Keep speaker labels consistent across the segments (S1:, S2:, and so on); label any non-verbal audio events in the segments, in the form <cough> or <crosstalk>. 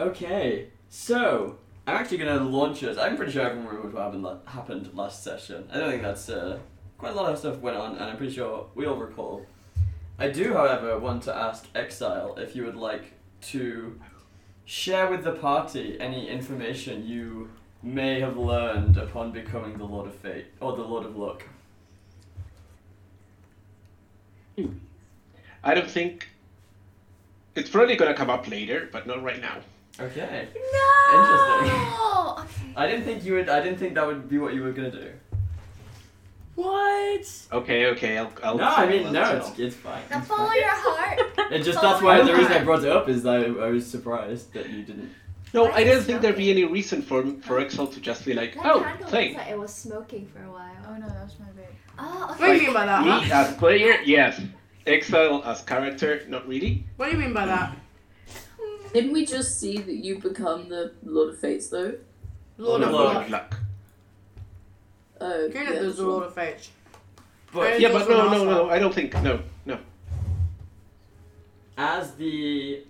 S1: Okay, so I'm actually going to launch us. I'm pretty sure everyone remembers what happened, la- happened last session. I don't think that's uh, quite a lot of stuff went on, and I'm pretty sure we all recall. I do, however, want to ask Exile if you would like to share with the party any information you may have learned upon becoming the Lord of Fate or the Lord of Luck.
S2: I don't think it's probably gonna come up later, but not right now.
S1: Okay.
S3: No. Interesting.
S1: I didn't think you would. I didn't think that would be what you were gonna do.
S3: What?
S2: Okay, okay, I'll. I'll
S1: no, I mean
S2: I'll
S1: no.
S2: tell.
S1: It's, it's fine.
S3: Now
S1: It's
S3: follow
S1: fine.
S3: your heart.
S4: Oh,
S1: It just
S3: follow
S1: that's why
S3: your
S1: the reason I
S3: heart.
S1: brought it up is I, I was surprised that you didn't.
S2: No, I don't think there'd be any reason for for Excel to just be like,
S5: That
S2: oh,
S5: candle
S2: play.
S5: was like it was smoking for a while.
S4: Oh no, that was my bit.
S5: Oh,
S6: What do you
S5: okay.
S6: mean by that?
S2: Me
S6: Huh?
S2: as player, yes. Excel as character, not really.
S6: What do you mean by that?
S7: Didn't we just see that you become the Lord of Fates though?
S8: Oh,
S6: Lord of
S1: Lord.
S6: Luck.
S2: luck.
S7: Oh,
S6: Good that there's a Lord of Fates.
S1: But
S6: Hey.
S2: Yeah, but no, no, no. I don't think. No, no.
S1: as the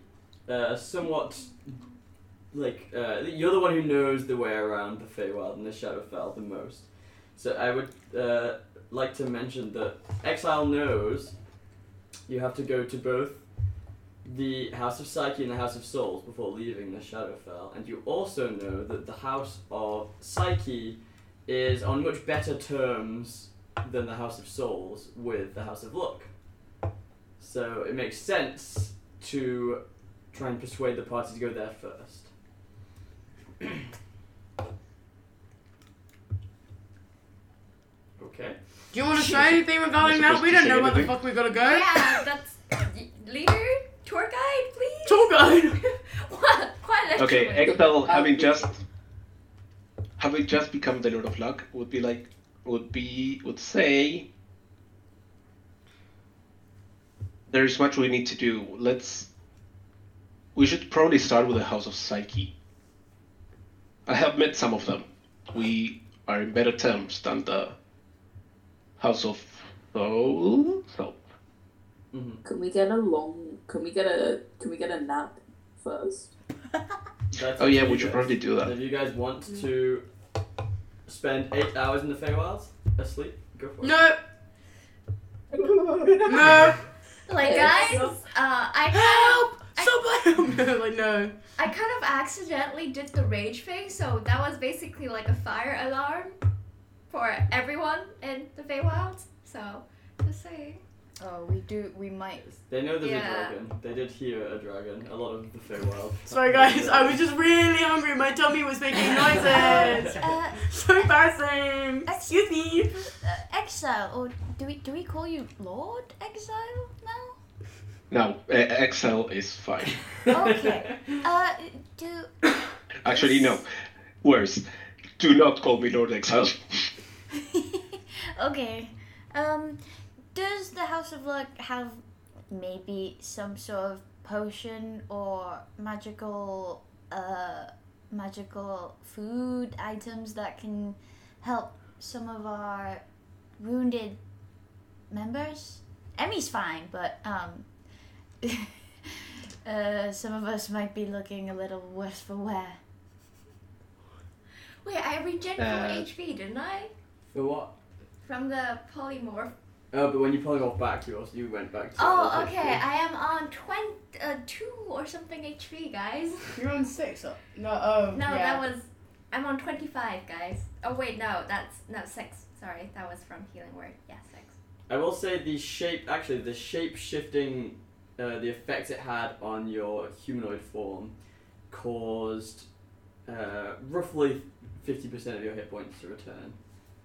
S1: uh, somewhat like uh, you're the one who knows the way around the Feywild and the Shadowfell the most, so I would uh, like to mention that Exile knows you have to go to both the House of Psyche and the House of Souls before leaving the Shadowfell, and you also know that the House of Psyche is on much better terms than the House of Souls with the House of Luck. So it makes sense to try and persuade the party to go there first. <coughs> okay.
S6: Do you want to say anything regarding
S2: Am I
S6: that?
S2: supposed
S6: We
S2: to
S6: don't
S2: say
S6: know where the
S2: anything?
S6: fuck we gotta go.
S3: yeah, that's y- leader tour guide, please.
S6: Tour guide.
S3: <laughs> what? Quite an
S2: Okay,
S3: excellent.
S2: Excel having just having just become the Lord of Luck would be like would be would say there's much we need to do. Let's we should probably start with the House of Psyche. I have met some of them. We are in better terms than the House of Soul. So
S7: Can we get a long? Can we get a? Can we get a nap first?
S1: That's
S2: Oh yeah,
S1: up to
S2: we
S1: you
S2: should
S1: guys.
S2: probably do that.
S1: If you guys want
S6: Mm.
S1: to spend eight hours in the Feywilds asleep, go for it.
S6: No, no.
S3: Like guys, uh, I
S6: Help! Somebody. <laughs> like no.
S3: I kind of accidentally did the rage thing, so that was basically like a fire alarm for everyone in the Feywilds. So just saying.
S4: Oh, we do. We might.
S1: They know there's
S3: Yeah.
S1: a dragon. They did hear a dragon. A lot of the Feywild.
S6: Sorry guys, I
S1: <laughs>
S6: was just really hungry. My tummy was making
S4: <laughs>
S6: noises.
S3: Uh,
S6: so embarrassing. Excuse me.
S4: Uh, exile, or do we do we call you Lord Exile now?
S2: No, e- Excel is fine.
S4: <laughs> Okay. Uh, do
S2: Actually, no. Worse. Do not call me Lord Exile.
S4: okay. Um, does the House of Luck have maybe some sort of potion or magical, uh, magical food items that can help some of our wounded members? Emmy's fine, but um. <laughs> Uh, some of us might be looking a little worse for wear.
S3: wait, I regenerated
S2: Uh,
S3: HP, didn't I?
S1: For what?
S3: From the polymorph.
S1: Oh, but when you pulled off back, you also you went back to.
S3: Oh,
S1: okay.
S3: okay. I am on twenty uh, two or something HP, guys. <laughs>
S6: You're on six. Up. No. Oh.
S3: No, that was. I'm on 25, guys. Oh, wait, no, that's. No, 6. Sorry, that was from Healing Word. Yeah, 6.
S1: I will say the shape, actually, the shape shifting, uh, the effects it had on your humanoid form caused uh, roughly 50% of your hit points to return.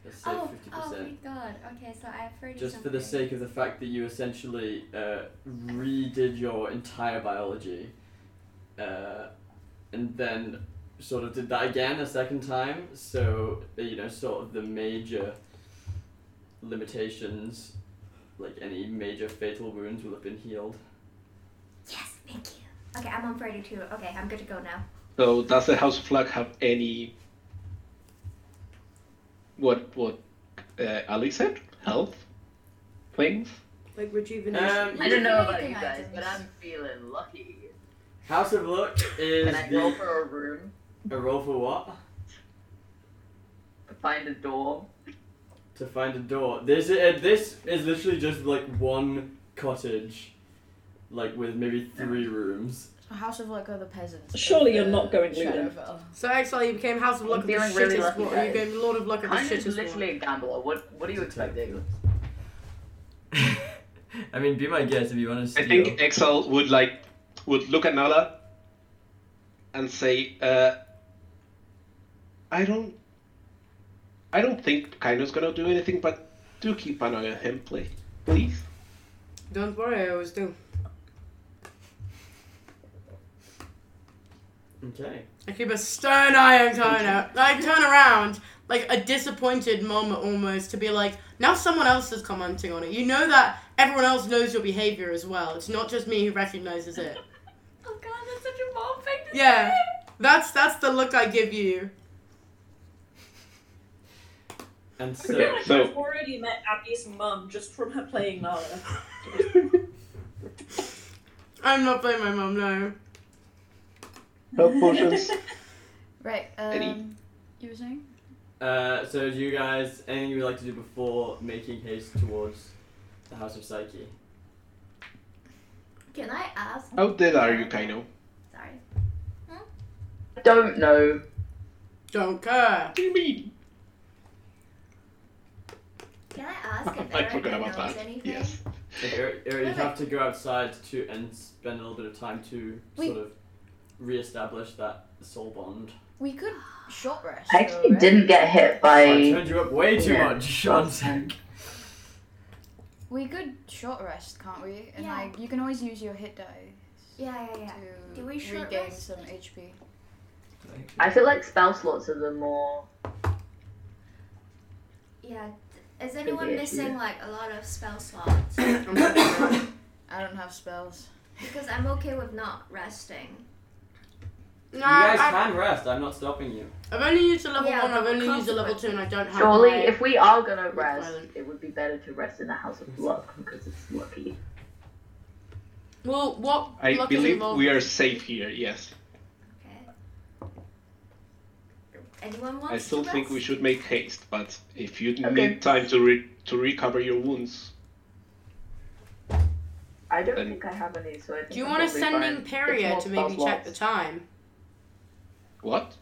S1: Let's say
S3: Oh,
S1: 50%.
S3: oh my god. Okay, so I have 30
S1: just for
S3: something.
S1: the sake of the fact that you essentially uh, redid your entire biology uh, and then sort of did that again a second time so uh, you know sort of the major limitations like any major fatal wounds will have been healed
S3: Yes, thank you. Okay, I'm on 32. Okay, I'm good to go now.
S2: So does the House of Luck have any? What what? Uh, Ali said health things.
S6: Like
S1: um,
S6: rejuvenation.
S1: you-
S3: don't know about you guys, but
S8: I'm feeling lucky.
S1: House of Look is
S8: Can I
S1: the,
S8: go for a room,
S1: a roll for what?
S8: find a door?
S1: to find a door. This uh, this is literally just like one cottage, like with maybe three rooms.
S4: A house of like other peasants.
S9: Surely
S4: of
S9: you're
S4: the
S9: not going Lumen.
S4: Shadowfell.
S6: So actually, you became House of Luck of the
S8: Feeling really
S6: shittest
S8: lucky,
S6: war. You
S8: guys.
S6: became Lord of Luck of the
S8: I'm
S6: shittest
S8: just
S6: war.
S8: literally a gambler. What What are you expecting?
S1: <laughs> I mean, be my guest if you want to
S2: I
S1: steal.
S2: think Exile would like would look at Nala and say, uh, "I don't, I don't think Kaino's gonna do anything, but do keep an eye on him, please, please."
S6: Don't worry, I always do.
S1: Okay.
S6: I keep a stern eye on Kona. I turn around, like a disappointed mom almost, to be like, now someone else is commenting on it. You know that everyone else knows your behavior as well. It's not just me who recognizes it.
S3: Oh god, that's such a mom thing to
S6: Yeah.
S3: say.
S6: That's that's the look I give you.
S1: And
S9: I feel
S1: so
S9: like
S2: So-
S9: I've already met Abby's mum just from her playing Nala.
S6: I'm not playing my mom, no.
S2: Health potions.
S4: Right.
S2: Eddie.
S4: Um, you were saying?
S1: uh, so do you guys anything you would like to do before making haste towards the House of Psyche?
S3: Can I ask?
S1: Oh.
S2: How dead are you, Kaino?
S3: Sorry.
S8: Don't know.
S6: Don't care.
S2: What do you mean?
S3: Can I ask if
S2: I
S3: Erica
S2: forgot
S3: knows
S2: about that.
S3: anything?
S2: Yes.
S1: Like, or, or you
S4: Really?
S1: have to go outside to and spend a little bit of time to
S4: We-
S1: sort of reestablish that soul bond.
S4: We could short rest.
S8: I actually
S4: though, right?
S8: didn't get hit
S1: I
S8: by.
S1: turned you up way too
S8: Yeah.
S1: much, Shantek.
S4: We could short rest, can't we? And
S3: Yeah.
S4: like you can always use your hit die
S3: Yeah, yeah, yeah.
S4: to
S3: Do we short
S4: regain
S3: rest?
S4: some HP.
S8: I feel like spell slots are the more.
S3: Yeah. d- Is anyone
S8: actually-
S3: missing like a lot of
S2: <coughs>
S3: spell slots?
S6: I'm not gonna-
S4: I don't have spells.
S3: because I'm okay with not resting.
S6: No,
S1: You guys
S6: I-
S1: can rest. I'm not stopping you.
S6: I've only used a level
S3: Yeah,
S6: one, I've
S3: but
S6: only used a level
S3: consequences.
S6: two, and I don't have
S8: Surely,
S6: my-
S8: if we are gonna
S6: It's
S8: rest,
S6: violent.
S8: it would be better to rest in the House of Luck because it's lucky.
S6: Well, what
S2: I
S6: luck is
S2: believe
S6: involved?
S2: we are safe here. Yes.
S3: Okay. Anyone wants
S2: I still
S3: to
S2: think we
S3: rest?
S2: should make haste, but if you
S8: Okay.
S2: need time to re- to recover your wounds,
S8: I don't
S2: Then-
S8: think I have any, so I think
S6: Do you
S8: I'm
S6: want to
S8: probably
S6: send
S8: fine.
S6: in
S8: It's
S6: Peria
S8: more
S6: to maybe
S8: spell
S6: check the
S8: slots.
S6: time?
S2: what?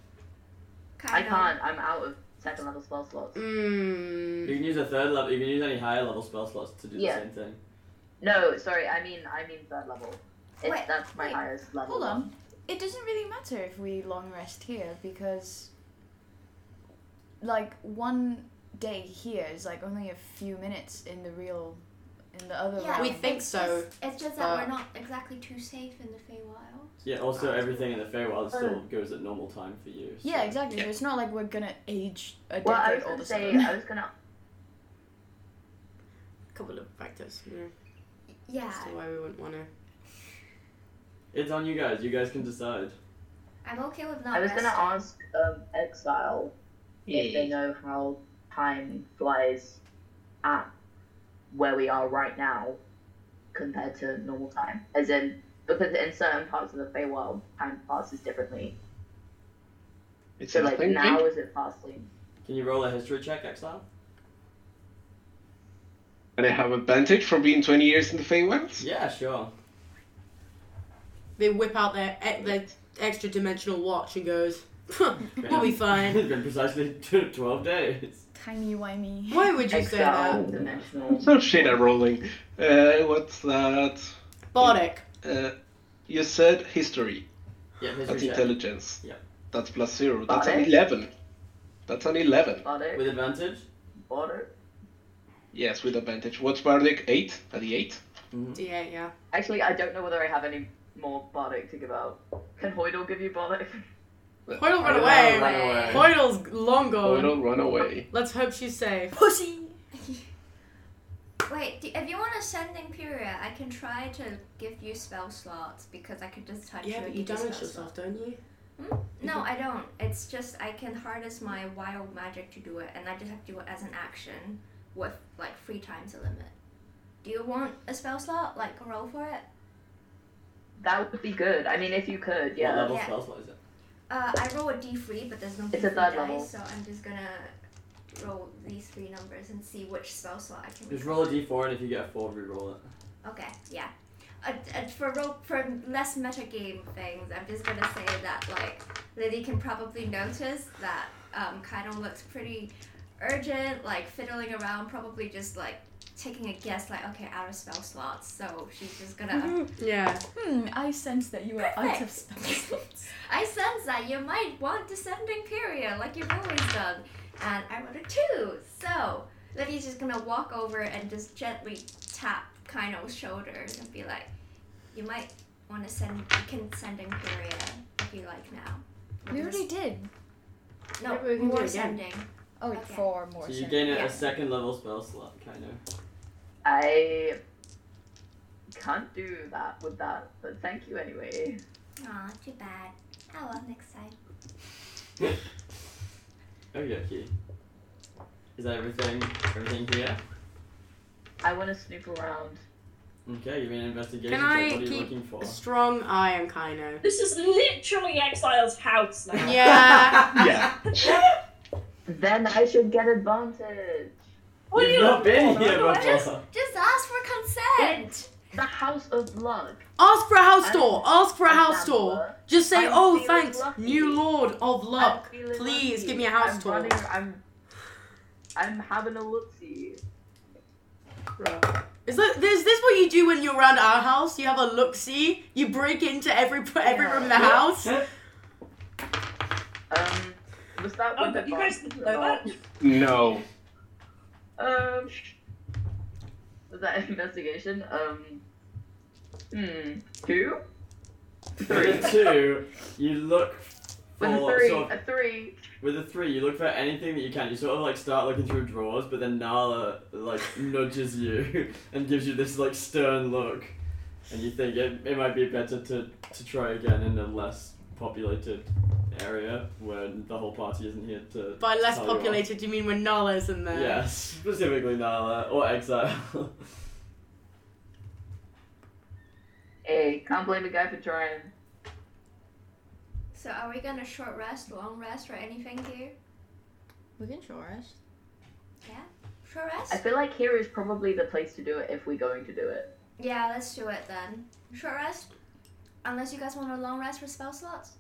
S8: I
S3: Kind of.
S8: can't. I'm out of second level spell slots.
S1: You
S6: Mmm.
S1: can use a third level. You can use any higher level spell slots to do
S8: Yeah.
S1: the same thing.
S8: No, sorry. I mean, I mean third level. It's,
S4: Wait,
S8: that's my
S4: wait,
S8: highest level.
S4: Hold on. It doesn't really matter if we long rest here because like one day here is like only a few minutes in the real in the other
S3: Yeah,
S4: realm.
S6: We think
S3: it's
S6: so,
S3: Just, it's just that
S6: but-
S3: we're not exactly too safe in the Feywild.
S1: Yeah. Also, everything in the Feywild still goes at normal time for you. so-
S4: yeah, exactly.
S2: Yeah.
S4: So it's not like we're gonna age a decade
S8: Well, I was
S4: all
S8: gonna
S4: the
S8: say, uh,
S4: sudden.
S8: I was gonna.
S6: Couple of factors. Yeah.
S3: Yeah,
S6: As to why we wouldn't want to.
S1: It's on you guys. You guys can decide.
S3: I'm okay with not
S8: I was gonna
S3: resting.
S8: ask um, Exile if they
S2: Yeah.
S8: know how time flies at where we are right now compared to normal time, as in because in certain parts of the Feywild, time passes differently.
S2: It's
S8: So like
S2: nothing.
S8: now is it fasting?
S1: Can you roll a history check, Exile?
S2: And I have advantage from being 20 years in the Feywells?
S1: Yeah, sure.
S6: They whip out their e- their extra dimensional watch and goes, huh, "We'll be fine."
S1: it's <laughs> been precisely t- twelve days.
S4: Tiny whiny.
S6: Why would you say
S8: Exile
S6: that?
S8: dimensional.
S2: So shit I'm rolling. Uh, what's that?
S6: Bardic.
S2: Uh, you said history.
S1: Yeah, history
S2: That's
S1: check
S2: intelligence.
S1: Yeah.
S2: That's plus zero. That's an
S8: Got it.
S2: 11. That's an 11.
S8: Bardic,
S1: with advantage.
S8: bardic.
S2: Yes, with advantage. What's Bardic? 8? At the 8?
S6: D8, yeah.
S8: Actually, I don't know whether I have any more bardic to give out. Can Hoydle give you bardic? <laughs>
S6: Hoydle run
S1: Run
S6: away.
S1: away.
S6: Hoydle's long
S2: Oh,
S6: gone.
S2: don't run
S6: <laughs>
S2: away.
S6: Let's hope she's safe.
S4: Pussy.
S3: Wait, do, if you want to send in Pyria, I can try to give you spell slots because I could just touch you.
S6: Yeah, but
S3: and
S6: you
S3: give
S6: damage
S3: spell
S6: yourself, don't you?
S3: slots. No, I don't. It's just I can harness my wild magic to do it, and I just have to do it as an action with like three times the limit. Do you want a spell slot? Like roll for it?
S8: That would be good. I mean, if you could,
S1: What
S8: yeah.
S1: level
S3: Yeah.
S1: spell slot is it?
S3: Uh, I roll a d3, but there's no
S8: It's a
S3: d3
S8: third
S3: dice,
S8: level.
S3: so I'm just gonna roll these three numbers and see which spell slot I can.
S1: Just
S3: recover.
S1: roll a d4 and if you get a 4, reroll it.
S3: Okay, yeah. Uh, uh, for ro- for less metagame things, I'm just gonna say that like Lily can probably notice that um, Kaido looks pretty urgent, like fiddling around, probably just like taking a guess, like okay, out of spell slots. So she's just
S5: Mm-hmm.
S3: gonna.
S6: Yeah.
S5: Hmm, I sense that you are out of
S3: Perfect.
S5: spells.
S3: <laughs> I sense that you might want descending period, like you've always done, and I want a two. So Lily's just gonna walk over and just gently tap Kaino's shoulder and be like, "You might want to send you can send in period if you like now."
S4: <laughs> We already did.
S3: No,
S6: Yeah, we can do
S3: more
S6: it again.
S3: sending.
S4: Oh,
S3: Okay.
S4: four more.
S1: So you
S4: sorry.
S1: gain a,
S3: Yeah.
S1: a second level spell slot, kind of.
S8: I can't do that with that, but thank you anyway.
S3: Aw, too bad. Oh well, next time.
S1: Okay, okay. Is that everything? Everything here?
S8: I want to snoop around.
S1: Okay, give me an investigation
S6: Can I
S1: check. What are you
S6: keep
S1: looking for?
S6: A strong eye on Kaino.
S8: <laughs>
S9: This is literally Exile's house now.
S6: <laughs> Yeah.
S2: Yeah.
S8: Then I should get advantage.
S9: What do
S1: You've
S9: you
S1: not been
S9: look for?
S1: here
S3: Just,
S1: before.
S3: just ask for consent.
S8: The House of Luck.
S6: Ask for a house
S8: I'm-
S6: door. Ask for a
S8: I'm
S6: house
S8: down
S6: door.
S8: for
S6: Just say,
S8: I'm
S6: oh,
S8: feeling
S6: thanks,
S8: lucky.
S6: new lord of
S8: I'm
S6: luck.
S8: feeling
S6: Please
S8: lucky.
S6: give me a house
S8: I'm
S6: tour.
S8: Running, I'm, I'm having a look see.
S6: Is that is this what you do when you're around our house? You have a look see. You break into every every room in the house.
S2: <laughs>
S8: Um, was that
S9: Oh,
S8: with
S9: but you guys
S8: advantage
S9: didn't
S8: or
S9: know
S8: not?
S9: that?
S2: No.
S8: Um, <laughs> was that investigation? Um, hmm, two? Three.
S1: With a two, you look for
S8: With a three,
S1: sort of,
S8: a three.
S1: with a three, you look for anything that you can. You sort of like start looking through drawers, but then Nala like nudges you <laughs> and gives you this like stern look, and you think it, it might be better to to try again in a less populated area where the whole party isn't here to.
S6: By less
S1: tell you off.
S6: populated, you mean when Nala is in there?
S1: Yeah, <laughs> specifically Nala or <laughs> Exile.
S8: Hey, can't blame the guy for trying.
S3: So are we gonna short rest, long rest, or anything here?
S4: We can show us.
S3: Short rest.
S8: I feel like here is probably the place to do it if we're going to do it.
S3: Yeah, let's do it then. Short rest? Unless you guys want a long rest for spell slots?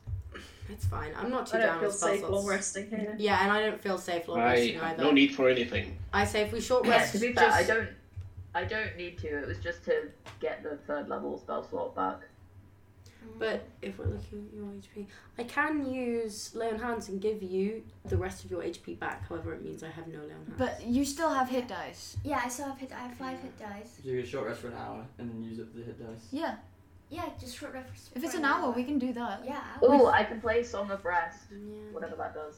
S6: It's fine. I'm not too
S9: I
S6: down
S9: don't feel
S6: with spell
S9: safe long
S6: slots.
S9: resting here.
S6: Yeah, and I don't feel safe long
S2: I
S6: resting
S2: have
S6: either.
S2: no need for anything.
S6: I say if we short
S8: Yeah,
S6: rest,
S8: to be fair,
S6: just
S8: I don't, I don't need to. It was just to get the third level spell slot back.
S6: But if we're looking at your HP, I can use lay on hands and give you the rest of your HP back. However, it means I have no lay on hands.
S4: But you still have hit dice.
S3: Yeah, I still have hit I have five hit dice.
S1: So you can short rest for an hour and then use up the hit dice.
S4: Yeah.
S3: Yeah, just short rest.
S4: If it's
S3: for
S4: an hour, we can do that.
S3: Yeah.
S8: Ooh, Oh, I can play Song of Rest,
S6: yeah.
S8: whatever that does.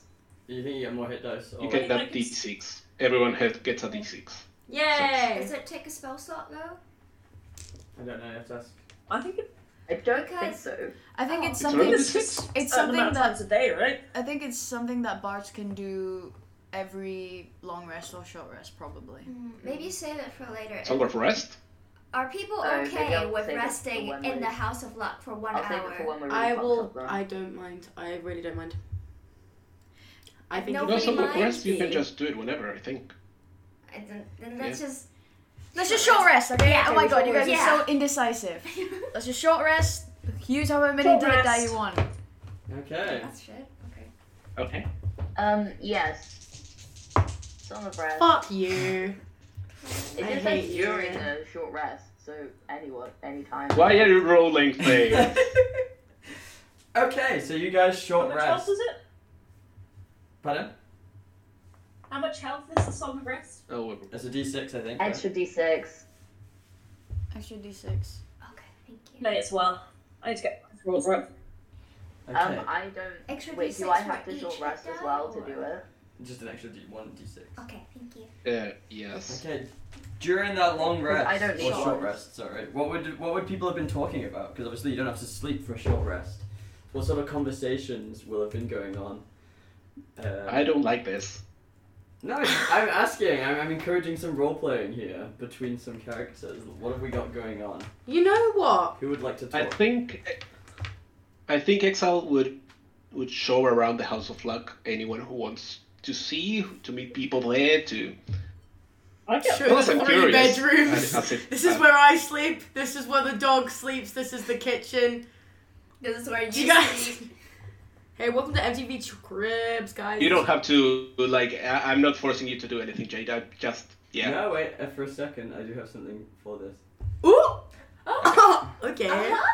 S1: Do you think you get more hit dice? Or
S2: You get
S9: Wait, I
S2: that
S9: can s-
S2: D6. Everyone has, gets a D6.
S6: Yay!
S3: Does it take a spell slot though?
S1: I don't know. You have to ask.
S9: I think it-
S8: I don't think
S3: Because-
S8: so.
S4: I think
S3: Oh.
S4: it's
S2: It's
S4: something.
S2: only
S4: It's,
S2: six.
S9: certain
S4: something
S9: amount of
S4: that
S9: times a day, right?
S4: I think it's something that bards can do every long rest or short rest, probably.
S3: Mm, maybe save it for later.
S2: Song of rest?
S3: Are people
S8: Uh, maybe
S3: okay
S8: I'll
S3: with
S8: save it for
S3: resting
S8: when
S3: in
S8: we-
S3: the House of Luck for one
S8: I'll save
S3: hour?
S8: it for when we're really
S6: I
S8: fucked
S6: will.
S8: up, though.
S6: I don't mind. I really don't mind. I think
S3: No
S6: if
S2: No,
S3: Nobody
S6: we
S2: Song of
S3: minds
S2: rest, you can
S6: be-
S2: just do it whenever, I think.
S3: And then, then let's just
S4: Let's just short rest, okay?
S3: Yeah,
S4: oh my
S3: we
S4: god,
S3: short
S4: you guys
S3: rest.
S4: are so indecisive.
S3: <laughs>
S4: Let's just short rest. Use however many
S9: Short
S4: dead die
S9: rest.
S4: you want.
S1: Okay.
S3: That's shit. Okay.
S2: Okay.
S8: Um, yes. Song of Rest.
S6: Fuck you.
S8: It
S6: I
S8: just
S6: hate
S8: says during
S6: you.
S8: a short rest, so anyone, anytime.
S2: Why are you rolling things?
S6: <laughs>
S1: <laughs> okay, so you guys
S9: How
S1: short
S9: much health
S1: rest.
S9: is it?
S1: Pardon?
S9: How much health is the Song of Rest?
S2: oh,
S1: That's a D6, I think. right?
S8: Extra d6.
S4: Extra d6.
S3: Okay, thank you.
S9: May as well. I need to get my rolls right.
S1: Okay.
S8: Um, I don't.
S3: Extra
S8: Wait, do
S3: D6
S8: I have
S3: for
S8: to short
S3: each
S8: rest as
S3: die,
S8: well to
S3: or-
S8: do it?
S1: Just an extra D1, D6.
S3: Okay, thank you.
S2: uh, yes.
S1: Okay. During that long rest,
S8: I don't need
S1: or short
S8: short
S1: rest, sorry, what would what would people have been talking about? Because obviously you don't have to sleep for a short rest. What sort of conversations will have been going on? Uh,
S2: I don't like this.
S1: No, I'm asking. I'm, I'm encouraging some role playing here between some characters. What have we got going on?
S6: You know what?
S1: Who would like to
S2: I
S1: talk?
S2: think, I think Exile would would show around the House of Luck anyone who wants to see, to meet people there, to.
S9: I get
S6: Show
S2: Plus,
S6: the
S2: I'm
S6: three
S2: curious.
S6: bedrooms.
S2: I- I said-
S6: this is
S2: I-
S6: where I sleep. This is where the dog sleeps. This is the kitchen.
S3: This is where you,
S6: Do you guys?
S3: see.
S6: Hey, welcome to MTV Ch- Cribs, guys.
S2: You don't have to like. I, I'm not forcing you to do anything, Jade. I just yeah.
S1: No, wait. Uh, for a second, I do have something for this.
S2: <laughs>
S6: Ooh. <laughs>
S3: Oh,
S6: Oh, okay.
S3: uh-huh.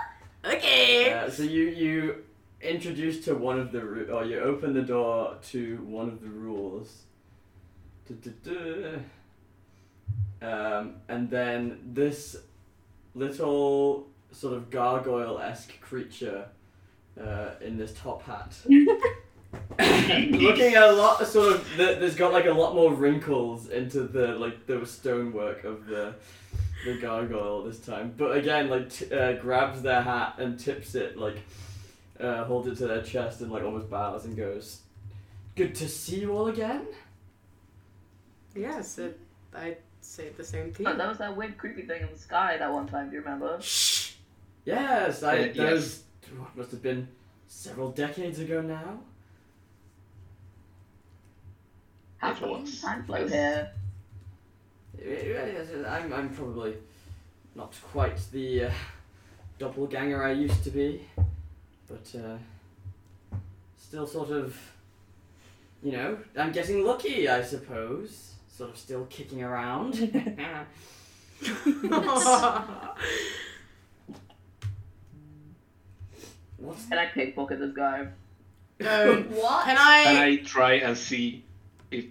S6: Okay.
S1: Uh, so you you introduce to one of the ru- or you open the door to one of the rules. Du-du-du. Um, and then this little sort of gargoyle esque creature uh, in this top hat. Looking a lot sort of th- there's got like a lot more wrinkles into the like the stonework of the the gargoyle this time. But again, like t- uh, grabs their hat and tips it, like uh, holds it to their chest and like almost bows and goes, "Good to see you all again."
S6: Yes, it, I say the same thing.
S8: Oh, that was that weird, creepy thing in the sky that one time. Do you remember?
S6: Shh. <laughs>
S1: Yes, I.
S2: Uh,
S1: that
S2: yes.
S1: was what must have been several decades ago now.
S8: How
S2: It
S8: come
S2: was.
S8: Time flow here.
S1: I'm, I'm probably not quite the uh, doppelganger I used to be, but uh, still sort of, you know, I'm getting lucky, I suppose. Sort of still kicking
S8: <laughs>
S1: around. <laughs>
S6: Um,
S2: <laughs>
S1: What's
S8: And I pickpocket this guy.
S6: no.
S4: <laughs>
S3: what?
S6: Can
S2: And
S6: I
S2: I try and see.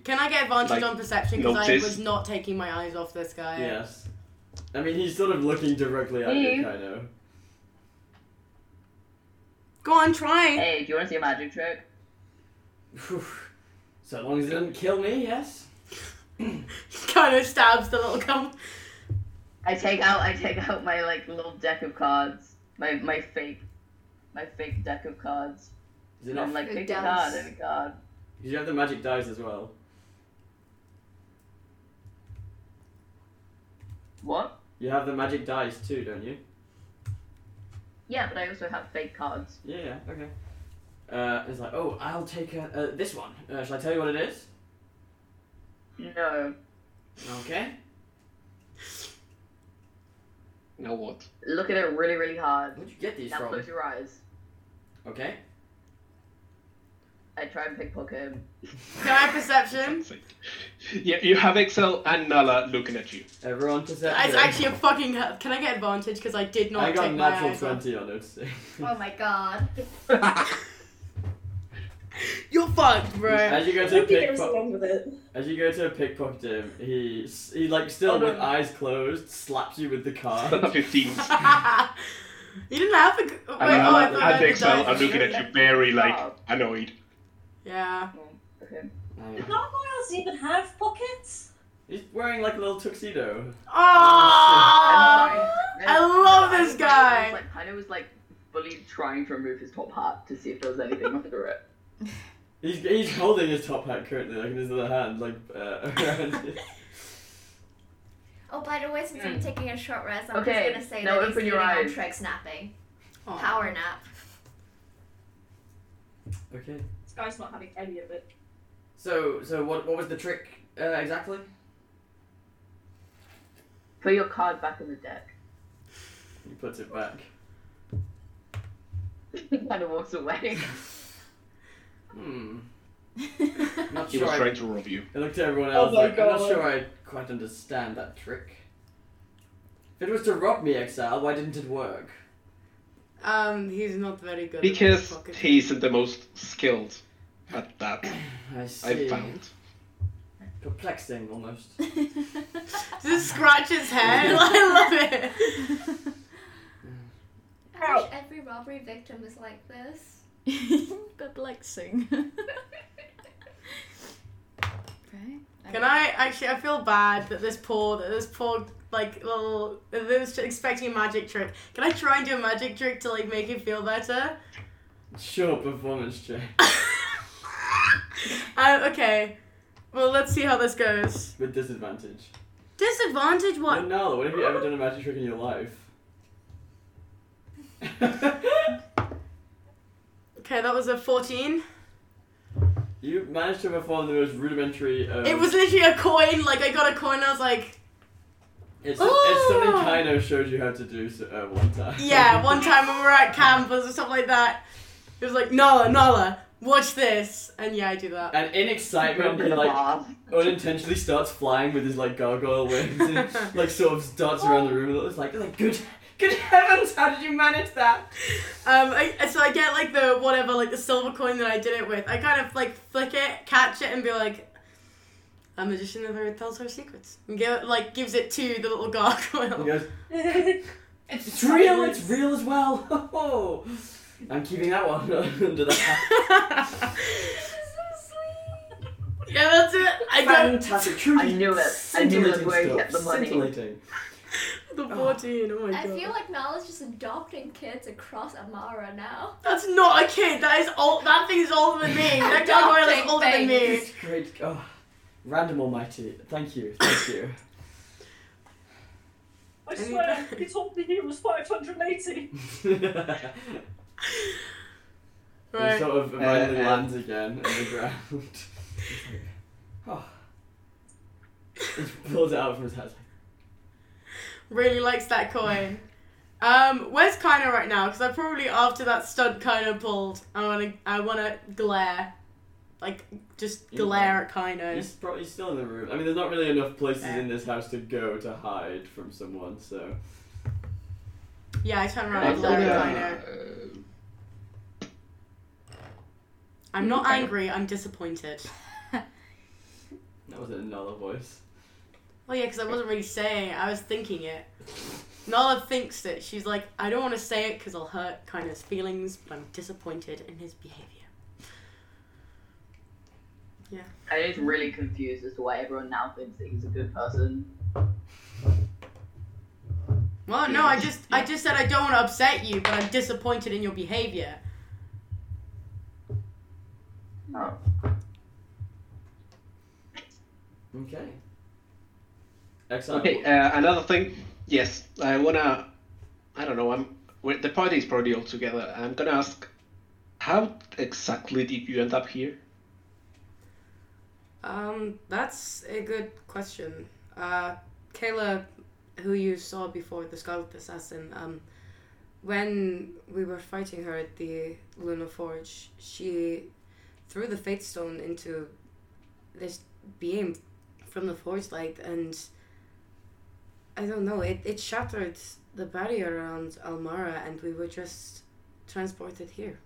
S6: can I get advantage
S2: Like,
S6: on perception because I
S2: notice.
S6: was not taking my eyes off this guy.
S1: Yes. I mean, he's sort of looking directly at you,
S8: Hey.
S1: kind of.
S6: Go on, try.
S8: Hey, do you want to see a magic trick?
S1: Phew. So long as it doesn't kill me, yes.
S6: kind of stabs the little girl.
S8: I take out I take out my like little deck of cards. My my fake my fake deck of cards.
S1: Is it
S8: And
S1: not?
S8: I'm like
S3: It
S8: pick a
S3: does.
S8: card and a card.
S1: you have the magic dice as well.
S8: What?
S1: You have the magic dice too, don't you?
S8: Yeah, but I also have fake cards.
S1: Yeah, yeah, okay. Uh, it's like, oh, I'll take uh, uh, this one. Uh, shall I tell you what it is?
S8: No.
S1: Okay.
S2: Now what?
S8: Look at it really, really hard.
S1: Where'd you get these
S8: Now
S1: from?
S8: close your eyes.
S1: Okay.
S8: I try and pickpocket him.
S6: Can I have perception?
S2: Yeah, you have Excel and Nala looking at you.
S1: Everyone perception.
S6: It's actually a fucking. Can I get advantage because I did not
S1: I got
S6: take my
S1: natural
S6: eyes off.
S1: 20 on <laughs> noticing.
S3: Oh my god.
S6: You're fucked, bro.
S1: as you go
S9: I
S1: to
S9: think he goes
S1: pickpocket,
S9: along with it.
S1: as you go to pickpocket him, he s- he like still
S8: Hold
S1: with
S8: on.
S1: eyes closed slaps you with the
S2: <laughs> That's a
S1: card.
S2: 15.
S6: <laughs> you didn't have a. Wait, oh,
S2: And Nala
S6: I
S1: I'm-
S6: thought
S1: I'm
S2: and
S6: I had the
S2: Excel are
S6: dice.
S2: looking at you very like annoyed.
S6: Yeah.
S8: Okay.
S1: Hang on.
S9: Gargoyles even have pockets?
S1: He's wearing like a little tuxedo.
S8: I'm
S6: Oh!
S8: sorry.
S6: I love this
S8: I was
S6: guy.
S8: like, Hino was like bullied trying to remove his top hat to see if there was anything
S1: <laughs>
S8: under it.
S1: He's, he's holding his top hat currently, like in his other hand, like uh, <laughs> around his-
S3: Oh, by the way, since I'm taking a short rest, I'm
S8: Mm. Okay,
S3: just gonna say
S8: now
S3: that he's
S8: open your
S3: leaning on
S8: eyes.
S3: Trix napping.
S6: Oh.
S3: Power nap.
S1: Okay.
S9: This guy's not having any of it.
S1: So so what what was the trick uh, exactly?
S8: Put your card back in the deck.
S1: He puts it back.
S8: <laughs> Hino walks away.
S9: <laughs>
S1: Hmm. Not
S4: Not
S2: He
S1: sure.
S2: was
S1: I,
S2: trying to rob you.
S1: I looked at everyone
S9: Oh
S1: else.
S9: my
S1: like, I'm not
S9: God.
S1: sure I quite understand that trick. If it was to rob me, Exile, why didn't it work?
S6: <laughs> Um, he's not very good. at
S2: Because
S6: pickpocketing.
S2: he isn't the most skilled at that,
S1: I see.
S2: I found.
S1: Perplexing, almost.
S6: Just scratch his head. <laughs> I love it.
S3: I wish
S9: Ow.
S3: every robbery victim was like this.
S5: but like sing.
S4: Right?
S6: Can I actually? I feel bad that this poor, that this poor, like little, that was expecting a magic trick. Can I try and do a magic trick to like make him feel better?
S1: Sure, performance check.
S6: um, okay. Well, let's see how this goes.
S1: with disadvantage.
S6: Disadvantage? What?
S1: No, Nala, when have you ever done a magic trick in your life? <laughs>
S6: Okay, that was a 14.
S1: you managed to perform the most rudimentary. um, Of,
S6: It was literally a coin. Like, I got a coin, I was like,
S1: It's, it's something
S6: Oh!
S1: Kaino showed you how to do so, uh, one time. <laughs>
S6: yeah, one time when we were at campus or something like that, it was like, Nala, Nala, watch this. And yeah, I do that.
S1: And in excitement, he like unintentionally starts flying with his like gargoyle wings
S8: <laughs>
S1: and like sort of darts around the room. And it's like, like good, good heavens, how did you manage that?
S6: Um, I, so I get like the whatever, like the silver coin that I did it with. I kind of like flick it, catch it, and be like, "A magician never tells her secrets." And give like gives it to the little
S1: He
S6: gargoyle.
S1: goes,
S9: it's
S1: it's real, it's real as well. <laughs> Oh, I'm keeping that one <laughs> under the hat.
S6: <laughs> yeah, that's it. I got
S1: Fantastic, truly.
S8: I knew it. I knew that's
S1: scintillating
S8: where he
S1: stuff,
S8: kept the money.
S1: scintillating.
S6: the fourteen. Oh my
S3: I
S6: god,
S3: feel like Nala's just adopting kids across Amara now.
S6: that's not a kid. That is all. That thing is
S3: <laughs>
S6: older than me. That gargoyle is
S3: Adopting
S6: older than me.
S1: It's great. Oh, random almighty. Thank you, thank you.
S9: I swear, he told me he was 580.
S8: <laughs>
S1: He
S6: Right.
S1: sort of randomly
S2: Uh,
S1: lands again on the
S2: <laughs>
S1: ground. oh. He pulls it out from his hat.
S6: really likes that coin. Um, where's Kaina right now? Because I probably after that stud Kaina pulled, I wanna I wanna glare, like just
S1: You
S6: glare at Kaina.
S1: He's probably still in the room. I mean, there's not really enough places
S6: Yeah.
S1: in this house to go to hide from someone, so.
S6: Yeah, I turn around
S2: I'm
S6: and glare at
S2: gonna,
S6: Kaina.
S2: uh,
S6: I'm not angry. I'm disappointed.
S1: That was another voice.
S6: Well, yeah, because I wasn't really saying. it, I was thinking it. Nala thinks it. She's like, I don't want to say it because I'll hurt Kaina's feelings, but I'm disappointed in his behavior.
S8: And it's really confused as to why everyone now thinks that he's a good person.
S6: Well, no, I just I just said I don't want to upset you, but I'm disappointed in your behavior.
S8: Oh.
S1: Okay. Exile.
S2: Okay, uh, another thing. Yes, I wanna. I don't know. I'm. we the party's probably all together. I'm gonna ask, how exactly did you end up here?
S6: Um, that's a good question. Uh, Kayla, who you saw before, the Scarlet Assassin, um, when we were fighting her at the Lunar Forge, she threw the Fate Stone into this beam from the Forge Light, and I don't know, it, it shattered the barrier around Almara, and we were just transported here.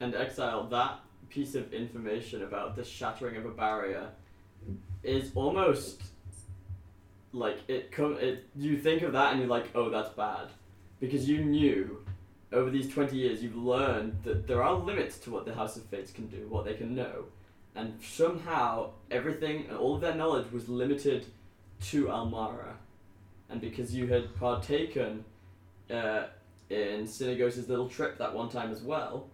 S1: and exile that piece of information about the shattering of a barrier is almost like it come it you think of that and you're like oh that's bad because you knew over these 20 years you've learned that there are limits to what the house of fates can do what they can know and somehow everything all of their knowledge was limited to almara and because you had partaken uh, in Synagos' little trip that one time as well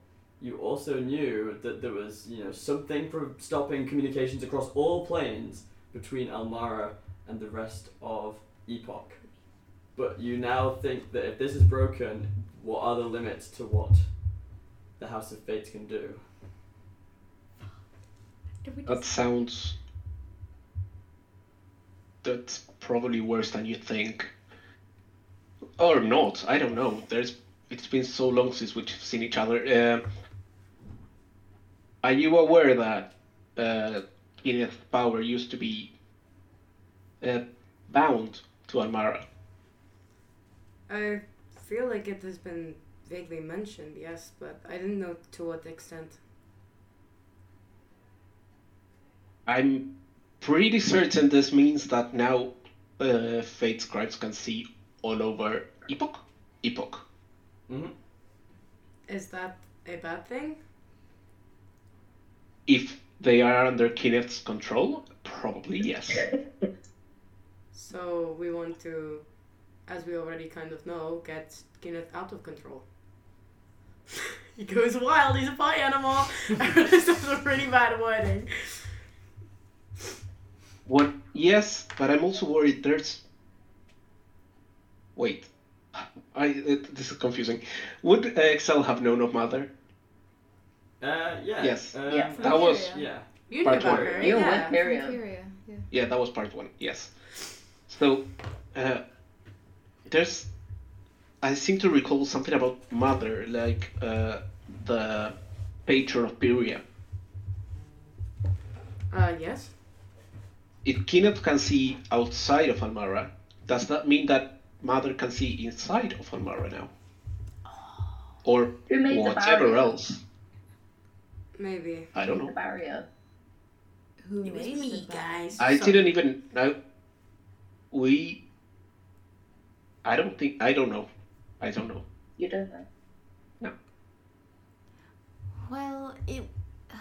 S1: you also knew that there was you know something for stopping communications across all planes between Almara and the rest of Epoch. But you now think that if this is broken, what are the limits to what the House of Fates can do?
S3: Did we
S2: That sounds. That's probably worse than you think. Or not. I don't know. There's. It's been so long since we've seen each other. Uh, are you aware that uh, Kenneth Power used to be uh, bound to Almara?
S6: I feel like it has been vaguely mentioned, yes, but I didn't know to what extent.
S2: I'm pretty certain this means that now uh, Fate scribes can see all over Epoch. Epoch.
S6: Is that a bad thing?
S2: If they are under Kenneth's control, probably yes.
S6: So we want to, as we already kind of know, get Kenneth out of control. <laughs> he goes <laughs> wild, he's a party animal! this is a really bad wording.
S2: What? Yes, but I'm also worried. There's. Wait, I it, this is confusing. Would uh, Excel have known of mother?
S1: Uh, yeah.
S2: Yes.
S1: Um,
S8: Yeah.
S2: That was
S1: yeah.
S6: You knew
S2: Part
S6: about
S2: one.
S6: her.
S8: You
S6: yeah.
S8: went period.
S5: Interior, yeah.
S2: yeah, that was part one. Yes. So, uh, there's. I seem to recall something about mother, like uh, the patron of Pyria.
S6: Uh, yes.
S2: If Kinep can see outside of Almara, does that mean that Mother can see inside of Almara now? Or
S8: Who made the
S2: whatever
S8: barrier?
S2: else?
S6: Maybe.
S2: I don't
S8: The
S2: know.
S8: barrier.
S4: Who
S6: It was
S4: made
S6: me,
S4: the bag?
S6: guys.
S2: I
S6: So-
S2: didn't even know. We. I don't think. I don't know. I don't know.
S8: You don't know.
S4: Well, it <sighs>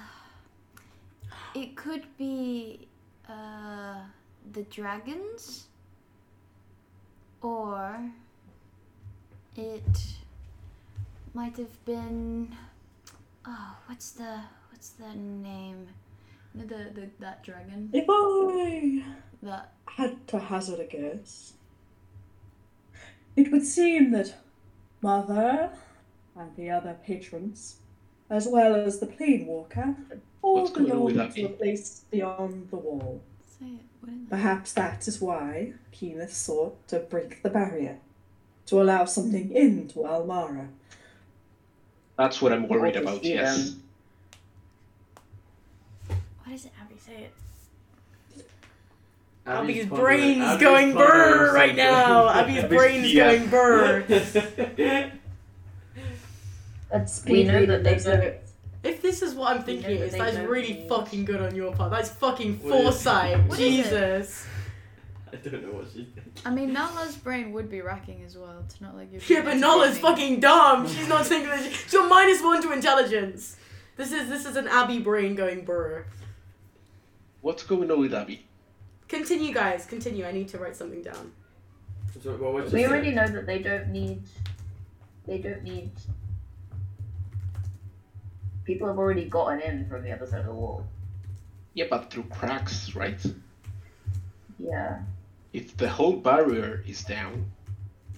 S4: it could be uh, the dragons, or it might have been oh, what's the what's the name?
S5: No, the, the that dragon.
S9: If I
S4: That
S9: had to hazard a guess, it would seem that Mother and the other patrons, as well as the plane walker, all
S2: What's going on with
S9: belong
S2: that
S9: to the
S2: bee?
S9: place beyond the wall.
S5: Say it, wouldn't it?
S9: Perhaps that is why Keeneth sought to break the barrier, to allow something into Almara.
S2: That's what I'm worried
S8: Or
S2: about,
S8: just
S2: yes.
S8: even-
S4: what is it? Abby, say it.
S6: Abby's
S1: pondering-
S6: brain's
S1: Abby's
S6: going
S1: pondering
S6: brr right
S1: something. <laughs>
S6: now. Abby's
S2: <laughs>
S6: brain's
S2: yeah.
S6: going brr.
S7: That's
S8: We know that they don't.
S6: If this is what I'm thinking,
S7: Yeah,
S6: is
S7: they
S6: that is
S7: don't
S6: really
S7: need-
S6: fucking good on your part. That's fucking
S1: What is-
S6: foresight.
S1: What
S4: is it?
S6: Jesus.
S1: <laughs> I don't know what she's thinking.
S5: I mean, Nala's brain would be racking as well. It's not like you're.
S6: Yeah, but Nala's fucking dumb. She's not thinking that she- she's on minus one to intelligence. This is this is an Abby brain going brr.
S2: What's going on with Abby?
S6: Continue, guys. Continue. I need to write something down.
S1: So what was she
S8: We
S1: saying?
S8: already know that they don't need. They don't need. People have already gotten in from the other side of the wall.
S2: Yeah, but through cracks, right?
S8: Yeah.
S2: If the whole barrier is down,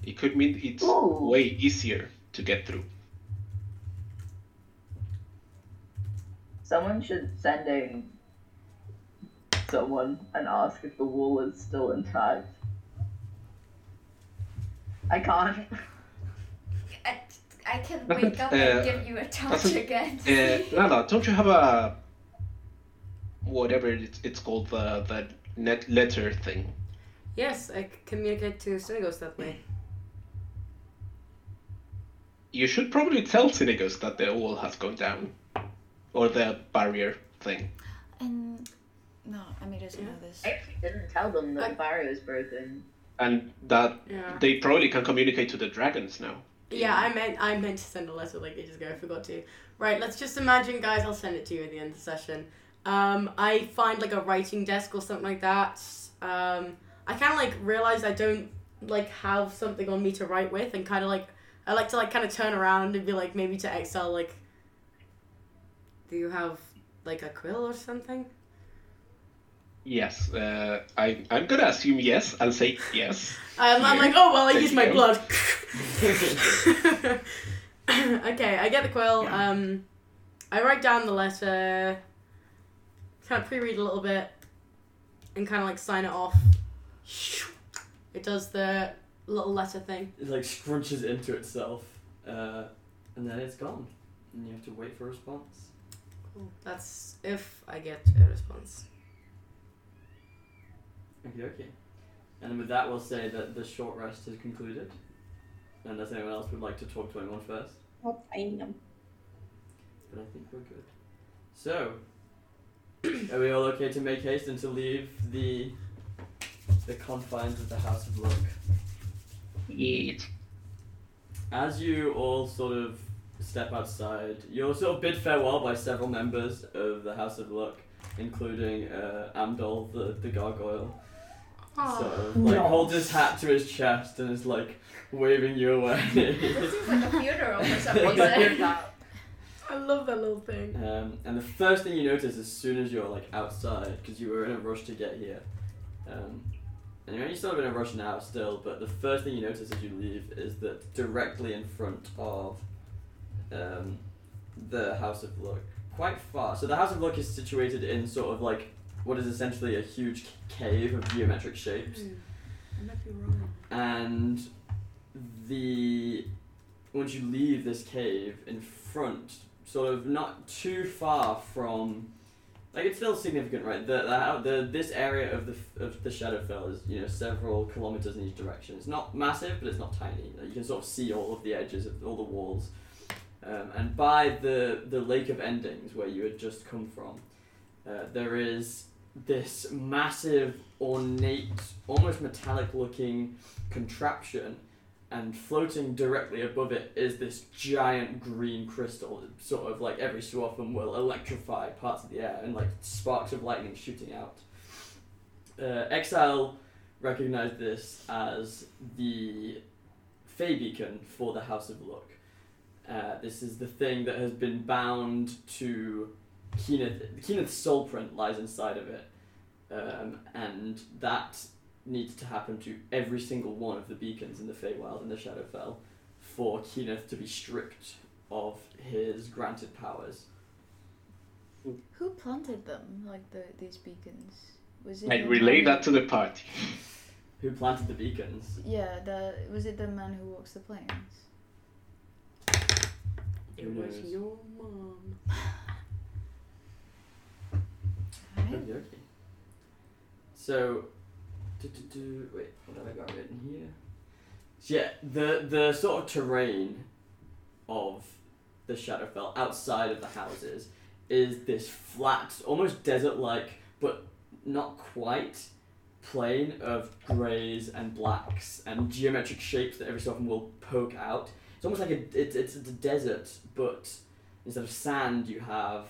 S2: it could mean it's
S8: Ooh.
S2: way easier to get through.
S8: Someone should send in someone and ask if the wall is still intact. I can't.
S3: I, I can
S2: That's
S3: wake
S2: a-
S3: up and
S2: uh,
S3: give you a touch
S2: that's a-
S3: again.
S2: Uh,
S3: <laughs>
S2: Nala, don't you have a whatever it's, it's called the the net letter thing?
S6: Yes, I communicate to Synagos that way.
S2: You should probably tell Synagos that the wall has gone down, or the barrier thing.
S4: And no, I mean, doesn't know this.
S8: I actually didn't tell them that
S6: I-
S8: the barrier was broken.
S2: And that
S6: Yeah.
S2: they probably can communicate to the dragons now.
S6: Yeah, I meant I meant to send a letter like ages ago. I forgot to. Right, let's just imagine, guys. I'll send it to you at the end of the session. Um, I find like a writing desk or something like that. Um, I kind of like realize I don't like have something on me to write with, and kind of like I like to like kind of turn around and be like maybe to Excel like, do you have like a quill or something?
S2: Yes, uh, I, I'm gonna assume yes. I'll say yes.
S6: I'm, I'm
S2: Here.
S6: like, oh well, I
S2: There
S6: used
S2: you
S6: my
S2: go.
S6: blood.
S1: <laughs>
S6: <laughs> okay, I get the quill. Um, I write down the letter, kind of pre-read a little bit, and kind of like sign it off. It does the little letter thing.
S1: It like scrunches into itself, uh, and then it's gone, and you have to wait for a response.
S6: That's if I get a response.
S1: Okay, okay. And with that, we'll say that the short rest is concluded. Unless anyone else would like to talk to anyone first,
S7: I'll find them.
S1: but I think we're good. So, <clears throat> are we all okay to make haste and to leave the the confines of the House of Luck?
S2: Yes.
S1: As you all sort of step outside, you're sort of bid farewell by several members of the House of Luck, including uh, Amdol, the, the gargoyle. Sort of like
S9: No.
S1: holds his hat to his chest and is like waving you away.
S3: <laughs>
S2: <laughs>
S3: this is like a funeral for some <laughs>
S1: What the
S3: reason.
S1: heck?
S6: I love that little thing.
S1: Um, and the first thing you notice as soon as you're like outside, because you were in a rush to get here, um, and you're sort of in a rush now still, but the first thing you notice as you leave is that directly in front of um, the House of Look, quite far. So the House of Look is situated in sort of like what is essentially a huge cave of geometric shapes
S6: I might be wrong.
S1: and the once you leave this cave in front, sort of not too far from, like it's still significant, right? The the, how- the this area of the f- of the Shadowfell is you know several kilometers in each direction. It's not massive, but it's not tiny. Like, you can sort of see all of the edges of all the walls, um, and by the the Lake of Endings where you had just come from, uh, there is this massive, ornate, almost metallic-looking contraption, and floating directly above it is this giant green crystal. Sort of like every so often will electrify parts of the air and like sparks of lightning shooting out. Uh, Exile recognized this as the Fey Beacon for the House of Luck. Uh, this is the thing that has been bound to Kenneth. Kenneth's soul print lies inside of it, um, and that needs to happen to every single one of the beacons in the Feywild and the Shadowfell for Kenneth to be stripped of his granted powers.
S5: Who planted them? Like the these beacons? Was it?
S2: And
S5: the
S2: relay
S5: man-
S2: that to the party.
S1: Who planted the beacons?
S5: Yeah, the was it the man who walks the plains?
S1: Who
S6: It was
S1: knows?
S6: your mom.
S5: <laughs> Right?
S1: Okey-dokey. So, do, do, do, wait, what have I got written here? So yeah, the the sort of terrain of the Shadowfell outside of the houses is this flat, almost desert-like, but not quite plain of greys and blacks and geometric shapes that every so often will poke out. It's almost like a it's it's a desert, but instead of sand, you have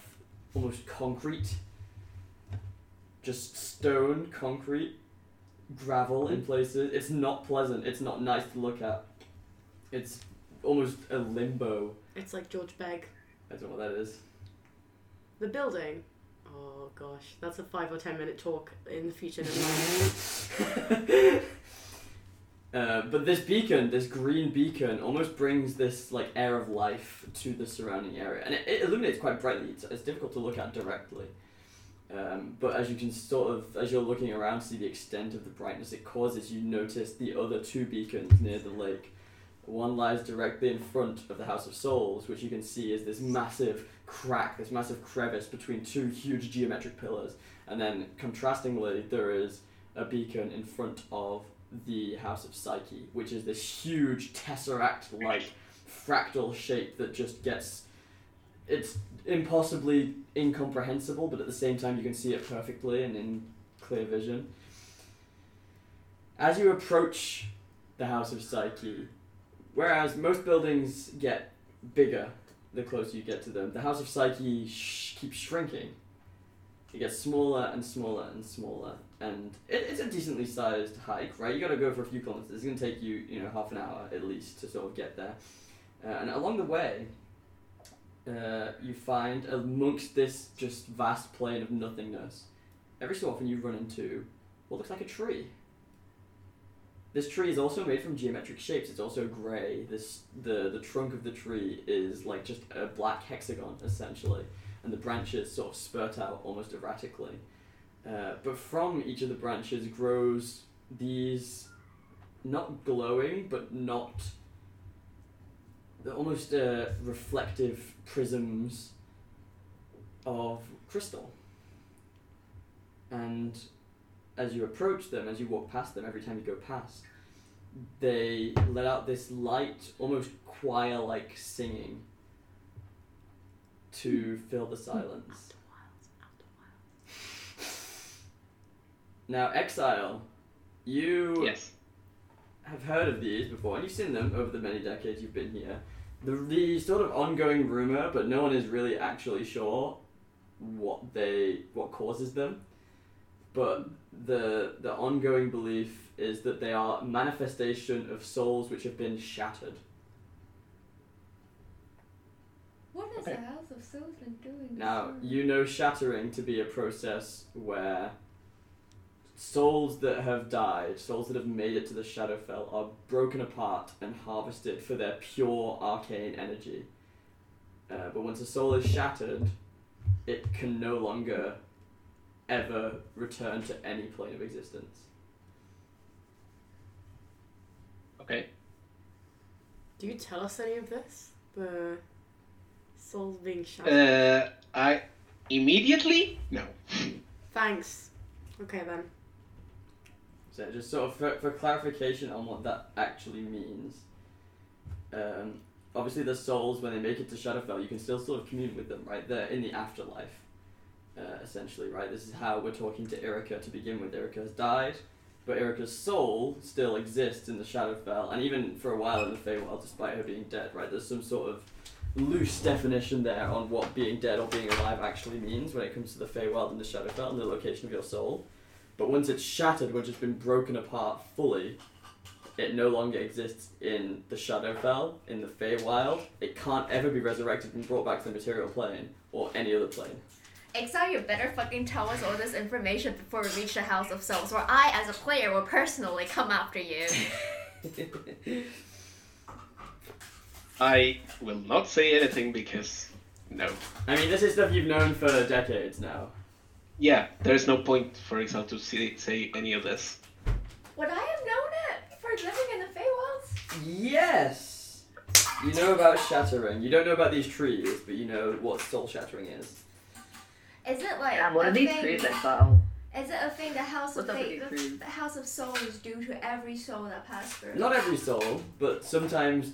S1: almost concrete just stone, concrete, gravel in places. It's not pleasant. It's not nice to look at. It's almost a limbo.
S6: It's like George Begg.
S1: I don't know what that is.
S6: The building. Oh gosh, that's a five or ten minute talk in the <laughs> future. never mind.
S1: Uh, but this beacon, this green beacon, almost brings this like air of life to the surrounding area, and it, it illuminates quite brightly. It's, it's difficult to look at directly, um, but as you can sort of, as you're looking around, see the extent of the brightness it causes. You notice the other two beacons near the lake. One lies directly in front of the House of Souls, which you can see is this massive crack, this massive crevice between two huge geometric pillars, and then contrastingly, there is a beacon in front of the House of Psyche, which is this huge tesseract like fractal shape that just gets. It's impossibly incomprehensible, but at the same time, you can see it perfectly and in clear vision. As you approach the House of Psyche, whereas most buildings get bigger the closer you get to them, the House of Psyche sh- keeps shrinking. It gets smaller and smaller and smaller, and it, it's a decently sized hike, right? You got to go for a few kilometers. It's gonna take you, you know, half an hour at least to sort of get there. Uh, and along the way, uh, you find amongst this just vast plain of nothingness, every so often you run into what looks like a tree. This tree is also made from geometric shapes. It's also grey. This the the trunk of the tree is like just a black hexagon essentially, and the branches sort of spurt out almost erratically. Uh, but from each of the branches grows these, not glowing but not. They're almost uh, reflective prisms of crystal. And as you approach them, as you walk past them, every time you go past, they let out this light, almost choir like singing to fill the silence. Now, Exile, you
S2: Yes.
S1: have heard of these before, and you've seen them over the many decades you've been here. The, the sort of ongoing rumor, but no one is really actually sure what they what causes them. But the the ongoing belief is that they are manifestation of souls which have been shattered.
S5: What is
S2: Okay.
S5: the house of
S3: soul's been doing
S1: Now, you know shattering to be a process where souls that have died, souls that have made it to the Shadowfell, are broken apart and harvested for their pure arcane energy. Uh, but once a soul is shattered, it can no longer ever return to any plane of existence.
S2: Okay.
S6: Do you tell us any of this? The souls being shot.
S2: Uh, I immediately no.
S6: Thanks. Okay then.
S1: So just sort of for, for clarification on what that actually means. Um, obviously, the souls when they make it to Shadowfell, you can still sort of commune with them, right? They're in the afterlife, uh, essentially, right? This is how we're talking to Erika to begin with. Erika has died, but Erika's soul still exists in the Shadowfell, and even for a while in the Feywild, despite her being dead, right? There's some sort of loose definition there on what being dead or being alive actually means when it comes to the Feywild and the Shadowfell and the location of your soul. But once it's shattered, once it's been broken apart fully, it no longer exists in the Shadowfell, in the Feywild. It can't ever be resurrected and brought back to the material plane or any other plane.
S3: Exile, you better fucking tell us all this information before we reach the House of Souls, or I, as a player, will personally come after you.
S2: I will not say anything because no.
S1: I mean, this is stuff you've known for decades now.
S2: Yeah, there's no point, for example, to say, say any of this.
S3: Would I have known it for living in the Feywilds?
S1: Yes! You know about shattering. You don't know about these trees, but you know what soul shattering is.
S3: Is it like
S8: And one
S3: a
S8: of these
S3: thing-
S8: trees I found.
S3: Is it a thing the House of
S8: What's up with
S3: Fate,
S8: these
S3: the,
S8: trees?
S3: the House of Souls do to every soul that passed through?
S1: Not every soul, but sometimes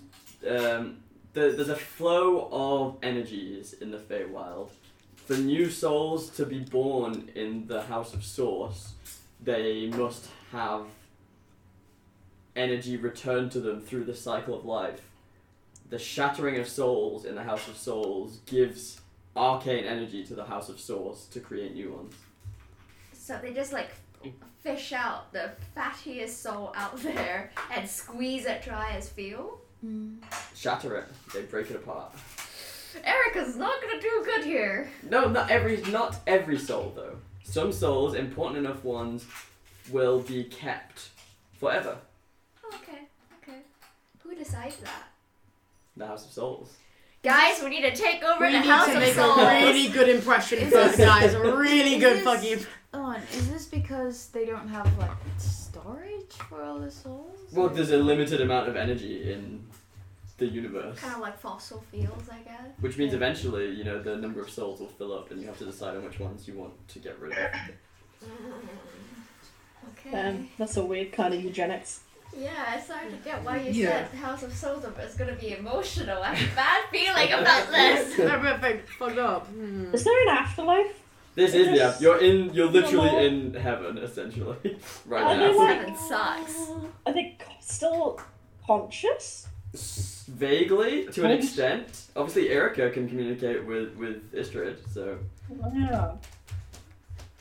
S1: um, there, there's a flow of energies in the Feywild. For new souls to be born in the House of Source, they must have energy returned to them through the cycle of life. The shattering of souls in the House of Souls gives arcane energy to the House of Source to create new ones.
S3: So they just like fish out the fattiest soul out there and squeeze it dry as feel.
S4: Mm.
S1: Shatter it, they break it apart.
S3: Erica's not gonna do good here.
S1: No, not every not every soul though. Some souls, important enough ones, will be kept forever.
S3: Okay, okay. Who decides that?
S1: The House of Souls.
S3: Guys, we need to take over
S6: We
S3: the
S6: need
S3: House
S6: to
S3: of
S6: make
S3: Souls.
S6: a really good impression
S4: Is
S6: first,
S1: this-
S6: guys. A really
S4: is
S6: good
S4: this-
S6: fucking.
S4: Come on, is this because they don't have like storage for all the souls?
S1: Well,
S4: Or-
S1: there's a limited amount of energy in the universe,
S3: kind of like fossil fields, I guess.
S1: which means eventually, you know, the number of souls will fill up, and you have to decide on which ones you want to get rid of.
S3: Okay.
S9: Um, that's a weird kind of eugenics.
S3: yeah, I started to get why you
S9: Yeah.
S3: said the House of Souls is gonna be emotional. I have
S1: <laughs>
S3: a bad feeling about this.
S6: <laughs> Everything fucked up. Hmm.
S9: Is there an afterlife?
S1: This is yeah.
S9: Yes.
S1: You're in. You're
S9: Hello.
S1: literally in heaven, essentially, <laughs> right
S9: Are they
S1: now.
S3: Everyone-
S9: like-
S3: Heaven sucks.
S9: Are they still conscious?
S1: S- Vaguely, to an
S9: Right.
S1: extent. Obviously, Erica can communicate with with Istrid, so
S9: Wow.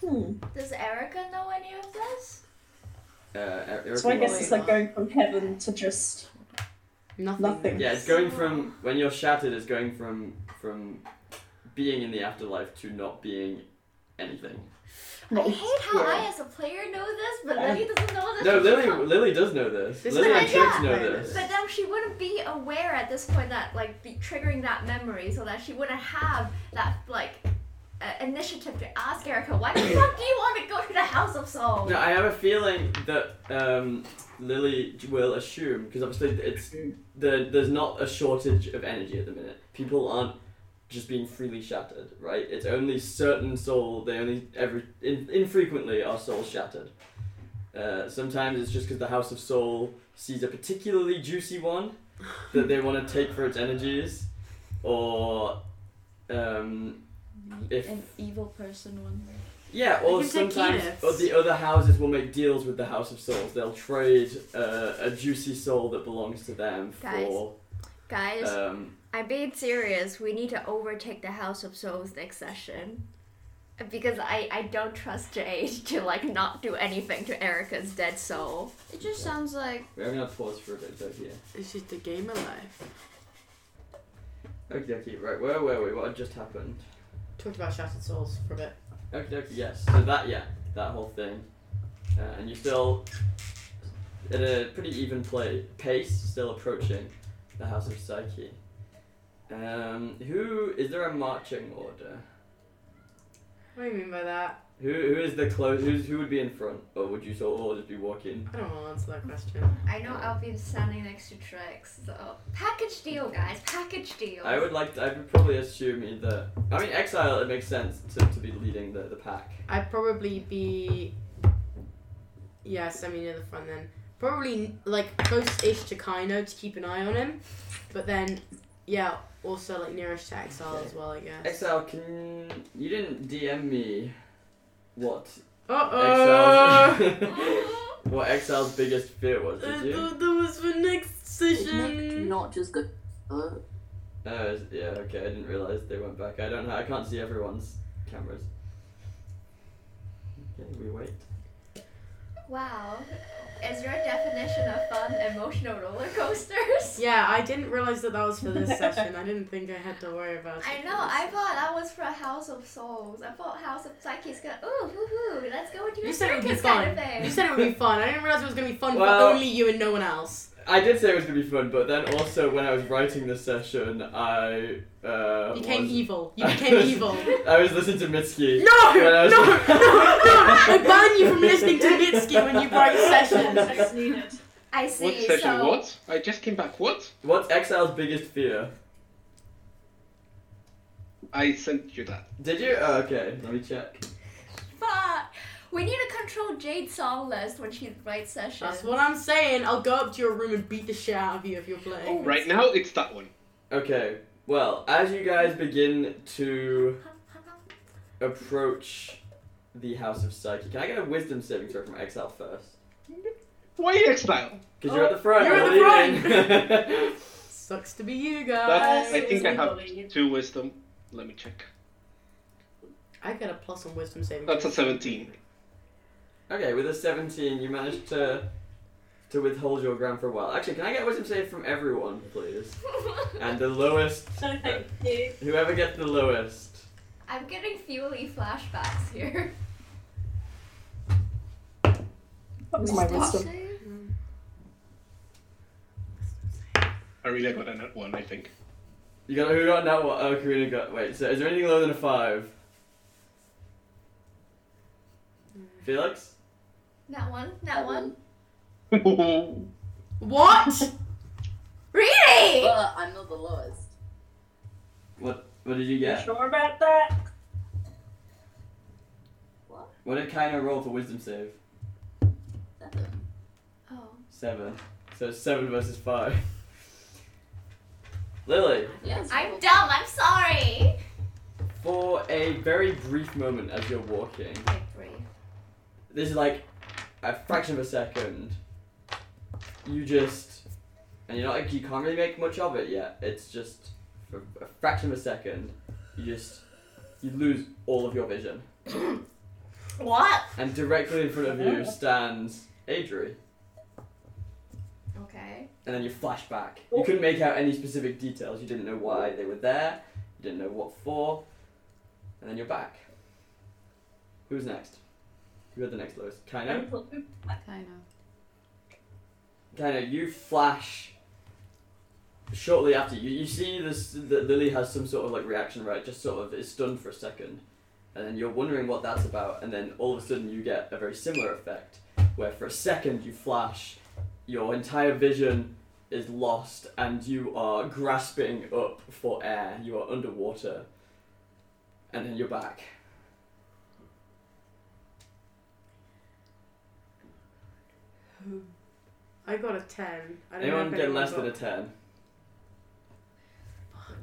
S9: Hmm.
S3: Does Erica know any of this?
S1: uh, Erica.
S9: So I
S1: will-
S9: guess it's like going from heaven to just
S6: Nothing.
S9: Nothing.
S1: Yeah, it's going from when you're shattered. It's going from from being in the afterlife to not being anything.
S9: not
S3: I hate how
S9: yeah.
S3: I, as a player, know this, but Lily doesn't know this.
S1: No,
S3: She
S1: Lily.
S3: can't-
S1: Lily does know this.
S6: This
S1: Lily
S6: is
S1: and
S3: my
S1: Trix
S3: dad.
S1: know this.
S3: But then she wouldn't be aware at this point that like be triggering that memory, so that she wouldn't have that like uh, initiative to ask Erica, why the fuck do you want to go to the House of Souls?
S1: No, I have a feeling that um, Lily will assume because obviously it's the, there's not a shortage of energy at the minute. People aren't just being freely shattered, right? It's only certain soul. They only every in, infrequently are souls shattered. Uh, sometimes it's just because the House of Soul sees a particularly juicy one that they want to take for its energies, or um, if
S5: An evil person one.
S1: yeah,
S6: They
S1: or
S6: can take
S1: sometimes
S6: units.
S1: or the other houses will make deals with the House of Souls. They'll trade uh, a juicy soul that belongs to them
S3: Guys.
S1: for.
S3: Guys,
S1: Um,
S3: I'm being serious. We need to overtake the House of Souls next session. Because I, I don't trust Jade to like not do anything to Erica's dead soul.
S4: It just sounds like
S1: we're having a pause for a bit, though. Here,
S6: It's just a game of life.
S1: Okay, okay, right. Where were we? What had just happened?
S6: Talked about Shattered Souls for a bit.
S1: Okay, okay, yes. So that, yeah, that whole thing, uh, and you're still at a pretty even play, pace, still approaching the House of Psyche. Um, who is there a marching order?
S6: What do you mean by that?
S1: Who who is the close? Who's, who would be in front, or would you sort of all just be walking?
S6: I don't want to answer that question.
S3: I know I'll be standing next to Trix. So package deal, guys. Package deal.
S1: I would like. To, I would probably assume either. I mean, exile. It makes sense to, to be leading the, the pack.
S6: I'd probably be. Yes, I mean near the front then. Probably like close-ish to Kaino to keep an eye on him, but then yeah, also like nearest to Exile as well, I guess.
S1: Exile, can you didn't DM me what
S6: Uh
S1: Exile's
S6: oh.
S1: what Exile's biggest fear was? <laughs> Did
S6: I
S1: you?
S6: thought that was for next
S7: Nick,
S9: Mm.
S6: session.
S7: not just good. Uh,
S1: Oh, is- yeah. Okay, I didn't realize they went back. I don't. know. I can't see everyone's cameras. Okay, we wait.
S3: <laughs> Wow. Is your definition of fun emotional roller coasters?
S6: Yeah, I didn't realize that that was for this session. I didn't think I had to worry about it.
S3: I
S6: for
S3: know.
S6: this
S3: I
S6: session.
S3: thought that was for a House of Souls. I thought House of Psyche's gonna ooh hoo hoo. Let's go and do
S6: You
S3: a
S6: said it would be
S3: circus kind
S6: fun.
S3: of thing.
S6: You said it would be fun. I didn't realize it was gonna be fun
S1: Well-
S6: for only you and no one else.
S1: I did say it was gonna be fun, but then also when I was writing the session, I uh,
S6: You became
S1: was-
S6: evil. You
S1: <laughs>
S6: became evil.
S1: I was listening to Mitski.
S2: <laughs>
S6: No!
S1: when I
S6: No! No!
S1: was-
S6: No! I ban you from listening to Mitski when
S2: <laughs>
S6: you write sessions.
S9: That's needed.
S3: <laughs> I see.
S2: What session?
S3: so
S2: What? I just came back. What?
S1: What's Exile's biggest fear?
S2: I sent you that.
S1: Did you? Oh, okay, let me check.
S3: fuck. We need to control Jade's song list when she writes sessions.
S6: That's what I'm saying. I'll go up to your room and beat the shit out of you if you're playing.
S2: Oh, Right now, it's that one.
S1: Okay, well, as you guys begin to approach the House of Psyche, can I get a wisdom saving throw from Exile first?
S2: Why exile?
S1: Because you're at the front.
S6: You're at
S1: at the front.
S6: Sucks to be you
S3: Uh,
S2: That's,
S6: guys.
S2: I think I have
S9: Believe.
S2: two wisdom. Let me check.
S6: I get a plus on wisdom saving.
S2: That's a 17.
S1: <laughs> okay, with a 17, you managed to to withhold your ground for a while. Actually, can I get a wisdom save from everyone, please? And the lowest, uh,
S9: So thank you.
S1: whoever gets the lowest.
S3: <laughs> I'm getting fuely flashbacks here.
S9: That was my wisdom.
S2: I really got a net one, I think.
S1: You got who got now? What? Oh, Karina got. Wait, so is there anything lower than a five? Felix.
S3: That one. That one.
S6: What?
S3: Really?
S7: But I'm not the lowest.
S1: What? What did you
S9: You
S1: get?
S9: sure about that?
S1: What did Kaino roll for wisdom save?
S7: Seven.
S3: Oh.
S1: Seven. So it's seven versus five. Lily,
S7: Yes.
S3: I'm
S7: well,
S3: dumb. I'm sorry.
S1: for a very brief moment as you're walking, this is like a fraction of a second. You just, and you're not like you can't really make much of it yet. It's just for a fraction of a second, you just you lose all of your vision,
S3: What?
S1: and directly in front of you stands Adri,
S3: Okay.
S1: and then you flash back. You couldn't make out any specific details. You didn't know why they were there. You didn't know what for, and then you're back. Who's next? Who had the next lowest? Kaino.
S5: Kind of.
S1: kind of you flash shortly after you, you see this that lily has some sort of like reaction right just sort of is stunned for a second and then you're wondering what that's about and then all of a sudden you get a very similar effect where for a second you flash your entire vision is lost and you are grasping up for air you are underwater and then you're back
S6: <laughs> I got a ten. I don't know
S1: anyone
S6: if
S1: get
S6: anyone
S1: less
S6: got...
S1: than a 10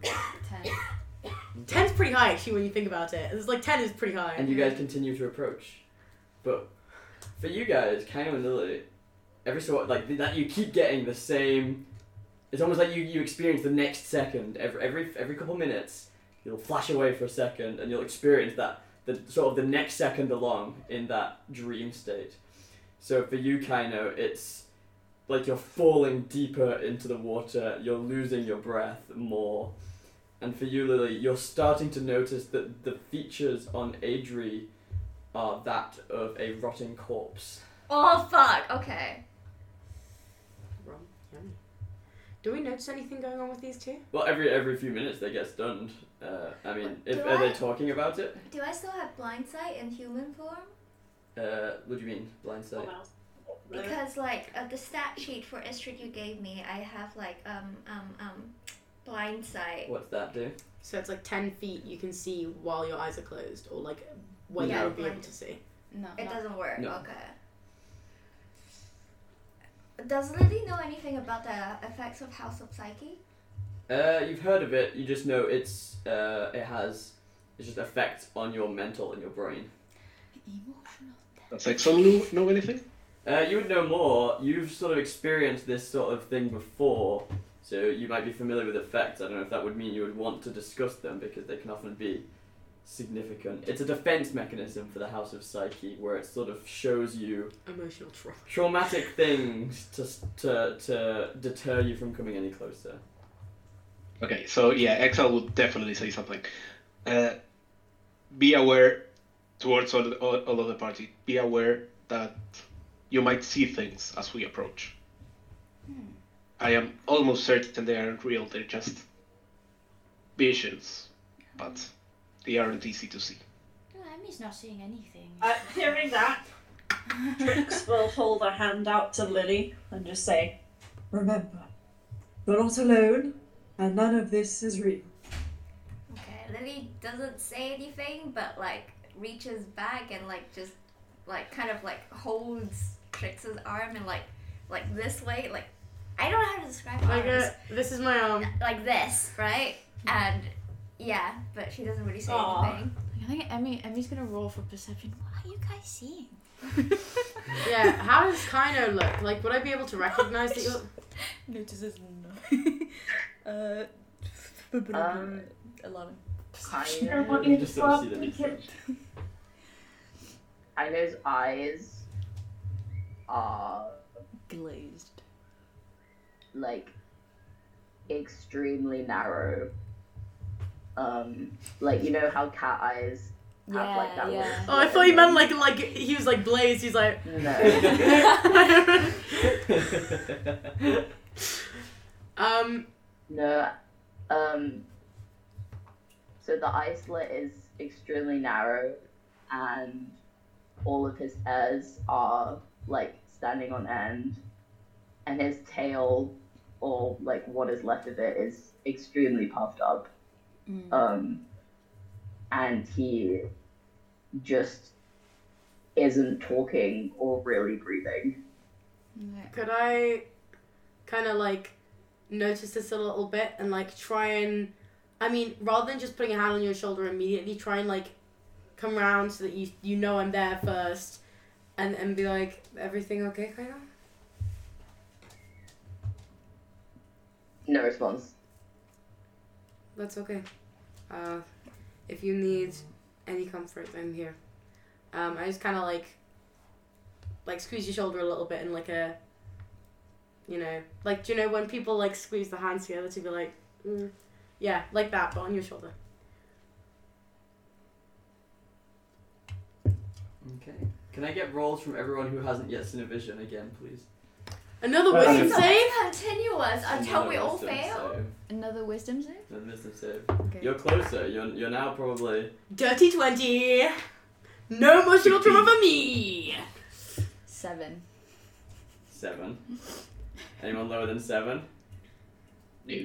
S5: Ten.
S3: <laughs>
S6: Ten's pretty high actually when you think about it. It's like ten is pretty high.
S1: And you guys continue to approach. But for you guys, Kaino and Lily, every so like that you keep getting the same it's almost like you, you experience the next second every every every couple minutes you'll flash away for a second and you'll experience that the sort of the next second along in that dream state. So for you Kaino, it's like you're falling deeper into the water, you're losing your breath more And for you, Lily, you're starting to notice that the features on Adri are that of a rotting corpse.
S3: Oh fuck. Okay.
S6: Wrong. Yummy. Do we notice anything going on with these two?
S1: Well, every every few minutes they get stunned. Uh, I mean, if,
S3: Do
S1: are
S3: I-
S1: they talking about it?
S3: Do I still have blind sight in human form?
S1: Uh, what do you mean, blindsight?
S3: Oh, Because like uh, the stat sheet for Istrid you gave me, I have like um um um blind sight.
S1: What's that do?
S6: So it's like ten feet you can see while your eyes are closed, or like when
S1: Yeah.
S6: you would be able to see.
S5: No.
S3: It
S5: not-
S3: doesn't work.
S1: No.
S3: Okay. Does Lily know anything about the effects of House of Psyche?
S1: Uh, you've heard of it. You just know it's uh, it has it's just effects on your mental and your brain.
S5: Emotional.
S2: That's like some know, know anything?
S1: Uh, you would know more. You've sort of experienced this sort of thing before, so you might be familiar with effects. I don't know if that would mean you would want to discuss them because they can often be significant. It's a defense mechanism for the House of Psyche where it sort of shows you
S6: Emotional trauma.
S1: traumatic things to, to, to deter you from coming any closer.
S2: Okay, so yeah, Exile would definitely say something. Uh, be aware towards all, all, all of the party. Be aware that you might see things as we approach. I am almost certain they aren't real. They're just visions, but they aren't easy to see.
S4: No, Emmy's not seeing anything.
S10: Uh, hearing that, Trix will hold her hand out to Lily and just say,
S9: Remember, you're not alone, and none of this is real.
S3: Okay, Lily doesn't say anything, but like reaches back and like just like kind of like holds Trix's arm and like like this way, like I don't know how to describe
S6: Like
S3: arms.
S6: uh, this is my <laughs> arm.
S3: like this, right? And yeah, but she doesn't really say
S10: Aw.
S3: anything.
S5: I think Emmy Emmy's gonna roll for perception.
S4: What are you guys seeing?
S6: Yeah. How does Kaino look? Like, would I be able to recognize that you're?
S5: <laughs> Notices nothing. <laughs> uh,
S8: Um,
S5: eleven.
S8: Kaino,
S1: You just sort of see them each
S8: Kaino's eyes are
S5: Glazed.
S8: like extremely narrow. Um, like you know how cat eyes have like that
S5: yeah.
S8: little
S6: Oh, I
S8: slit
S6: thought
S8: in
S6: you meant
S8: them?
S6: like like he was like blazed. He's like. <laughs>
S8: no.
S3: <laughs>
S1: other.
S6: um.
S8: No. Um. So the eye slit is extremely narrow, and all of his hairs are like standing on end, and his tail, or like what is left of it, is extremely puffed up. Um. And he just isn't talking or really breathing.
S6: Could I kind of like notice this a little bit and like try and I mean rather than just putting a hand on your shoulder immediately try and like come round so that you you know I'm there first and and be like everything okay kind of
S8: No response.
S6: that's okay uh if you need any comfort I'm here um I just kind of like like squeeze your shoulder a little bit and like a you know like do you know when people like squeeze the hands together to be like mm, yeah like that but on your shoulder
S1: okay. Can I get rolls from everyone who hasn't yet seen a vision again, please?
S6: Another
S2: Uh,
S6: wisdom
S3: So
S6: save?
S3: it's continuous until we all
S1: Wisdom
S3: fail.
S1: save.
S5: Another wisdom save.
S1: Another wisdom save.
S5: Okay.
S1: You're closer. You're, you're now probably.
S6: Dirty 20. No emotional trauma for me.
S5: Seven.
S1: Seven. Anyone lower than seven?
S2: No.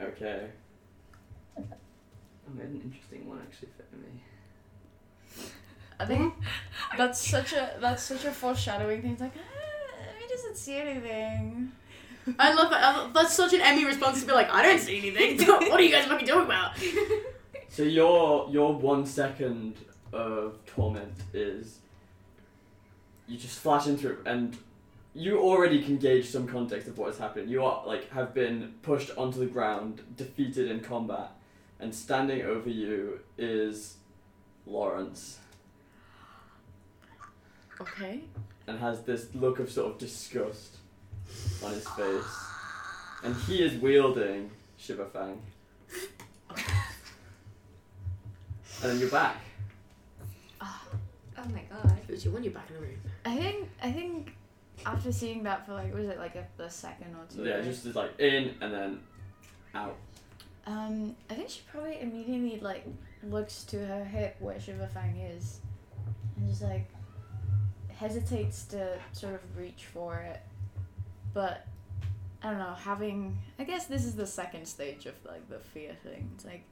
S1: Okay. I made Oh, an interesting one actually for me.
S5: I
S8: <laughs>
S5: think that's such a that's such a foreshadowing thing. It's like ah, Emmy doesn't see <laughs> anything.
S6: I love that. I love- That's such an Emmy response to be like, I don't see anything. <laughs> what are you guys fucking talking about?
S1: So your your one second of torment is you just flash into it and you already can gauge some context of what has happened. You are like have been pushed onto the ground, defeated in combat, and standing over you is Lawrence
S5: Okay.
S1: and has this look of sort of disgust on his face. And he is wielding Shiverfang. and then you're back.
S3: Oh my god.
S6: Lucy, when you're back in the room.
S5: I think I think after seeing that for like was it like a, the second or
S1: So
S5: two?
S1: yeah,
S5: days,
S1: just like in and then out.
S5: um I think she probably immediately like looks to her hip where Shiverfang is and just like hesitates to sort of reach for it. But I don't know, having I guess this is the second stage of like the fear thing. It's like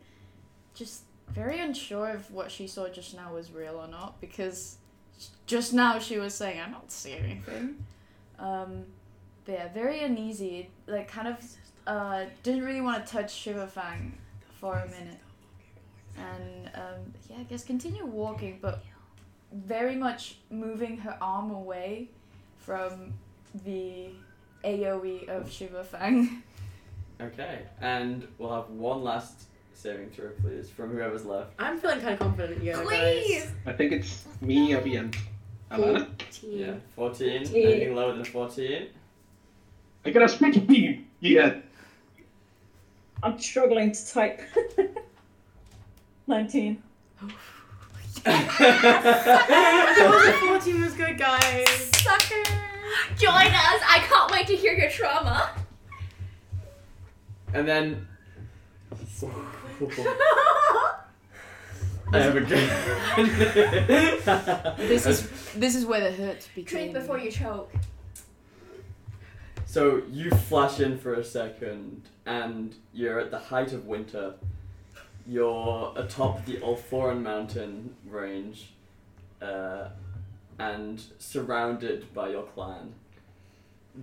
S5: just very unsure if what she saw just now was real or not because just now she was saying I'm not seeing anything. Um, but yeah, very uneasy. Like kind of uh, didn't really want to touch Shiverfang for a minute. And um, yeah, I guess continue walking, but very much moving her arm away from the AOE of Shiverfang.
S1: Okay, and we'll have one last saving throw, please, from whoever's left.
S6: I'm feeling kind of confident in you guys.
S3: Please!
S2: I think it's me, Abby, and Alana.
S1: Yeah, 14.
S10: Fourteen.
S1: Anything lower than 14?
S2: I got a speak beam. Yeah.
S10: I'm struggling to type.
S9: <laughs>
S10: 19.
S6: The 14 was good, guys.
S3: Sucker! Join us! I can't wait to hear your trauma!
S1: and
S5: <laughs>
S1: then. I have a gun.
S5: This is this is where the hurt begins.
S3: <laughs> Drink before you choke.
S1: So you flash in for a second, and you're at the height of winter. You're atop the Ulthoran mountain range, uh, and surrounded by your clan.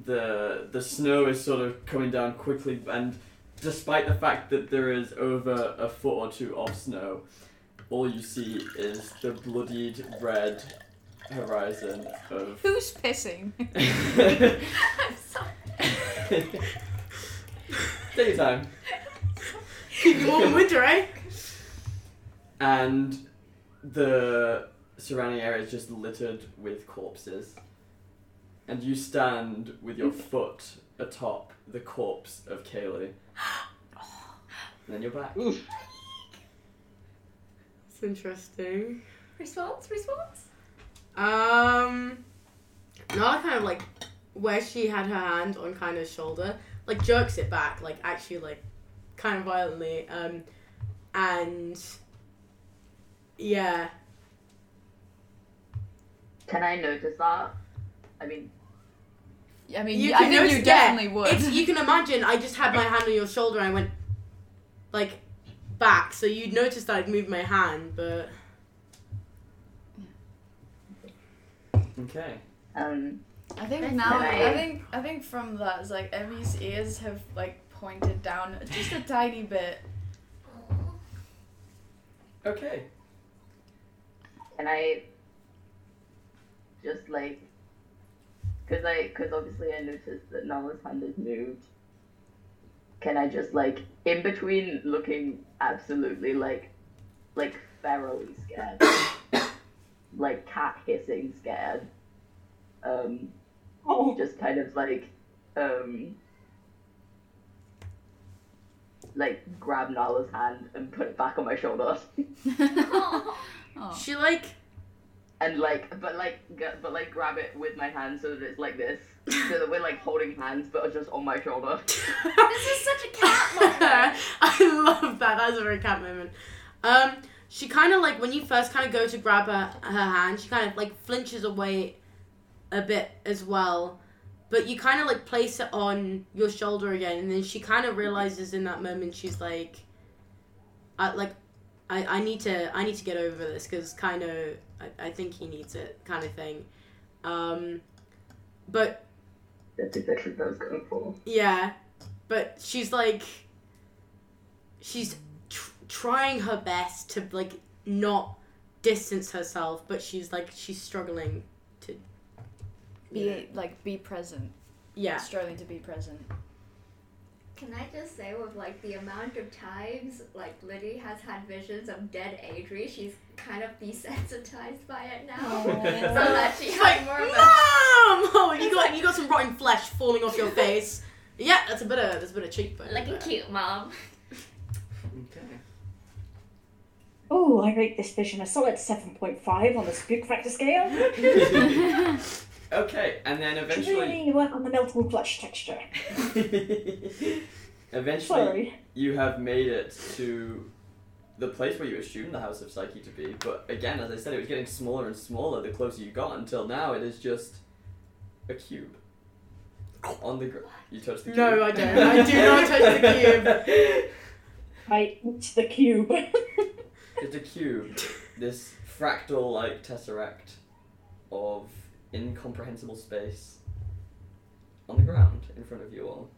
S1: the The snow is sort of coming down quickly, and despite the fact that there is over a foot or two of snow, all you see is the bloodied red horizon
S5: <laughs>
S1: of. <laughs>
S5: Who's pissing?
S3: I'm <laughs> sorry.
S1: <laughs> Take your time.
S6: Keep warm in winter, eh?
S1: and the surrounding area is just littered with corpses. And you stand with your foot atop the corpse of Kaylee. And then you're back.
S2: Oof.
S6: It's interesting.
S3: Response? Response?
S6: Um, Nala kind of like where she had her hand on kind of shoulder, like jerks it back, like actually like kind of violently. Um, and yeah,
S8: Can I notice that? I mean,
S5: I mean,
S6: You
S5: you I
S6: can
S5: think
S6: notice-
S5: you
S6: yeah,
S5: definitely would.
S6: It's, you can imagine I just had my hand on your shoulder and I went like back, so you'd notice that I'd moved my hand, but
S1: Okay.
S8: um,
S5: I think
S3: That's
S5: now,
S8: right.
S5: I think, I think from that, it's like Emmy's ears have like pointed down just a tiny bit.
S1: Okay.
S8: can I just like, cause I, cause obviously I noticed that Nala's hand has moved. Can I just like, in between looking absolutely like, like ferally scared, <coughs> like cat hissing scared, um, just kind of like um like grab Nala's hand and put it back on my shoulder
S5: Oh.
S6: she like
S8: and like but like g- but like grab it with my hand so that it's like this so that we're like holding hands but just on my shoulder
S3: This is such a cat moment!
S6: <laughs> I love that. That's a very cat moment. Um, she kind of like when you first kind of go to grab her her hand, she kind of like flinches away a bit as well. But you kind of like place it on your shoulder again, and then she kind of realizes in that moment she's like, I like, I, I need to I need to get over this because kind of I, I think he needs it kind of thing. Um, but
S8: that's exactly what I was going for
S6: yeah, but she's like, she's tr- trying her best to like not distance herself, but she's like she's struggling to.
S5: Be like, be present.
S6: Yeah,
S5: Struggling to be present.
S3: Can I just say, with like the amount of times like Liddy has had visions of dead Adri, she's kind of desensitized by it now. so
S9: <laughs>
S3: that she
S6: She's
S3: has
S6: Oh. like,
S3: more
S6: mom,
S3: of a
S6: <laughs> oh, you got you got some rotten flesh falling off <laughs> your face. Yeah, that's a bit of that's a bit of cheekbone.
S3: looking
S6: but-
S3: cute mom.
S1: Okay.
S10: Oh, I rate this vision a solid 7.5 on the spook factor scale.
S1: <laughs> okay, and then
S10: Should really
S1: eventually,
S10: need to work on the meltable flesh texture.
S1: <laughs> eventually,
S10: Sorry.
S1: you have made it to the place where you assumed the House of Psyche to be. But again, as I said, it was getting smaller and smaller the closer you got until now it is just a cube. On the ground. You touch the cube.
S6: No, I don't. I do not touch the cube.
S1: cube.
S10: I eat the cube.
S1: <laughs>
S10: <laughs>
S1: It's a cube. This fractal like tesseract of incomprehensible space on the ground in front of you all.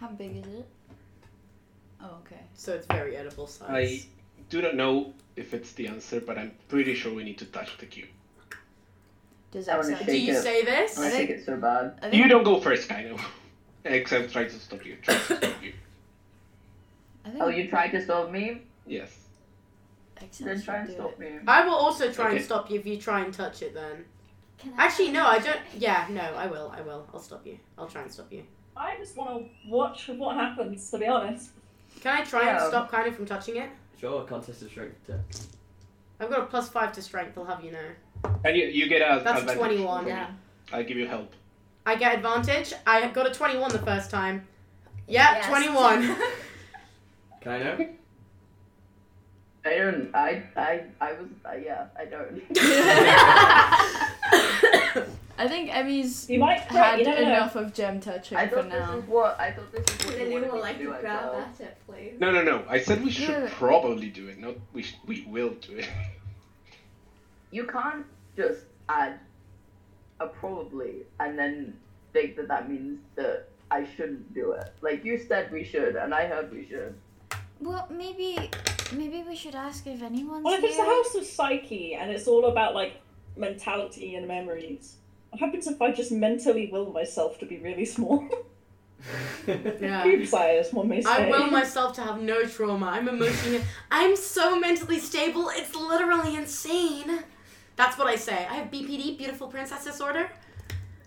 S5: How big is it? Oh, okay.
S6: So it's very edible size.
S2: I do not know if it's the answer, but I'm pretty sure we need to touch the cube.
S5: Does
S8: I
S5: that
S8: wanna
S5: sound?
S6: Do
S8: shake
S6: you
S8: it.
S6: say this?
S8: I think it's so bad.
S5: I think,
S2: You don't go first, Kaino. <laughs> Except try to stop you. Try
S5: <coughs>
S2: to stop you.
S5: I think
S8: Oh, you tried to stop me?
S2: Yes.
S5: Excel
S8: Then
S5: should
S8: try and
S5: do
S8: stop
S5: it.
S8: me.
S6: I will also try and
S2: Okay.
S6: stop you if you try and touch it then.
S3: Can I
S6: Actually, no, I don't. Yeah, no, I will. I will. I'll stop you. I'll try and stop you.
S10: I just want to watch what happens, to be honest.
S6: Can I try
S8: Yeah.
S6: and stop Kaino from touching it?
S1: Sure, contest is shrink to
S6: I've got a plus five to strength, I'll have you know.
S2: And you, you get a
S6: That's
S2: advantage
S6: 21.
S2: from me.
S6: Yeah.
S2: I'll give you help.
S6: I get advantage. I got a 21 the first time. Yeah,
S3: Yes.
S6: 21. <laughs>
S1: Kaino?
S8: I don't. I. I. I was. Uh, yeah.
S5: <laughs>
S8: I don't.
S5: I think Emmy's
S10: You might
S5: had
S10: you never know.
S5: enough of gem touching
S8: I
S5: for
S8: thought
S5: now.
S8: this is what. I thought this is what you
S3: Lily
S8: wanted
S3: will
S8: me
S3: like
S8: to
S3: to
S8: do as
S3: grab
S8: well.
S3: at it, please.
S2: No, no, no. I said we
S5: No,
S2: should
S5: no.
S2: probably do it. Not we. Sh- we will do it.
S8: You can't just add a probably and then think that that means that I shouldn't do it. Like you said, we should, and I heard we should.
S4: Well, maybe maybe we should ask if anyone's
S10: Well, if it's the
S4: here.
S10: House of Psyche and it's all about like mentality and memories, what happens if I just mentally will myself to be really small?
S6: <laughs> yeah.
S10: Cube size, one may say.
S6: I will myself to have no trauma. I'm emotionally. I'm so mentally stable. It's literally insane. That's what I say. I have BPD, beautiful princess disorder,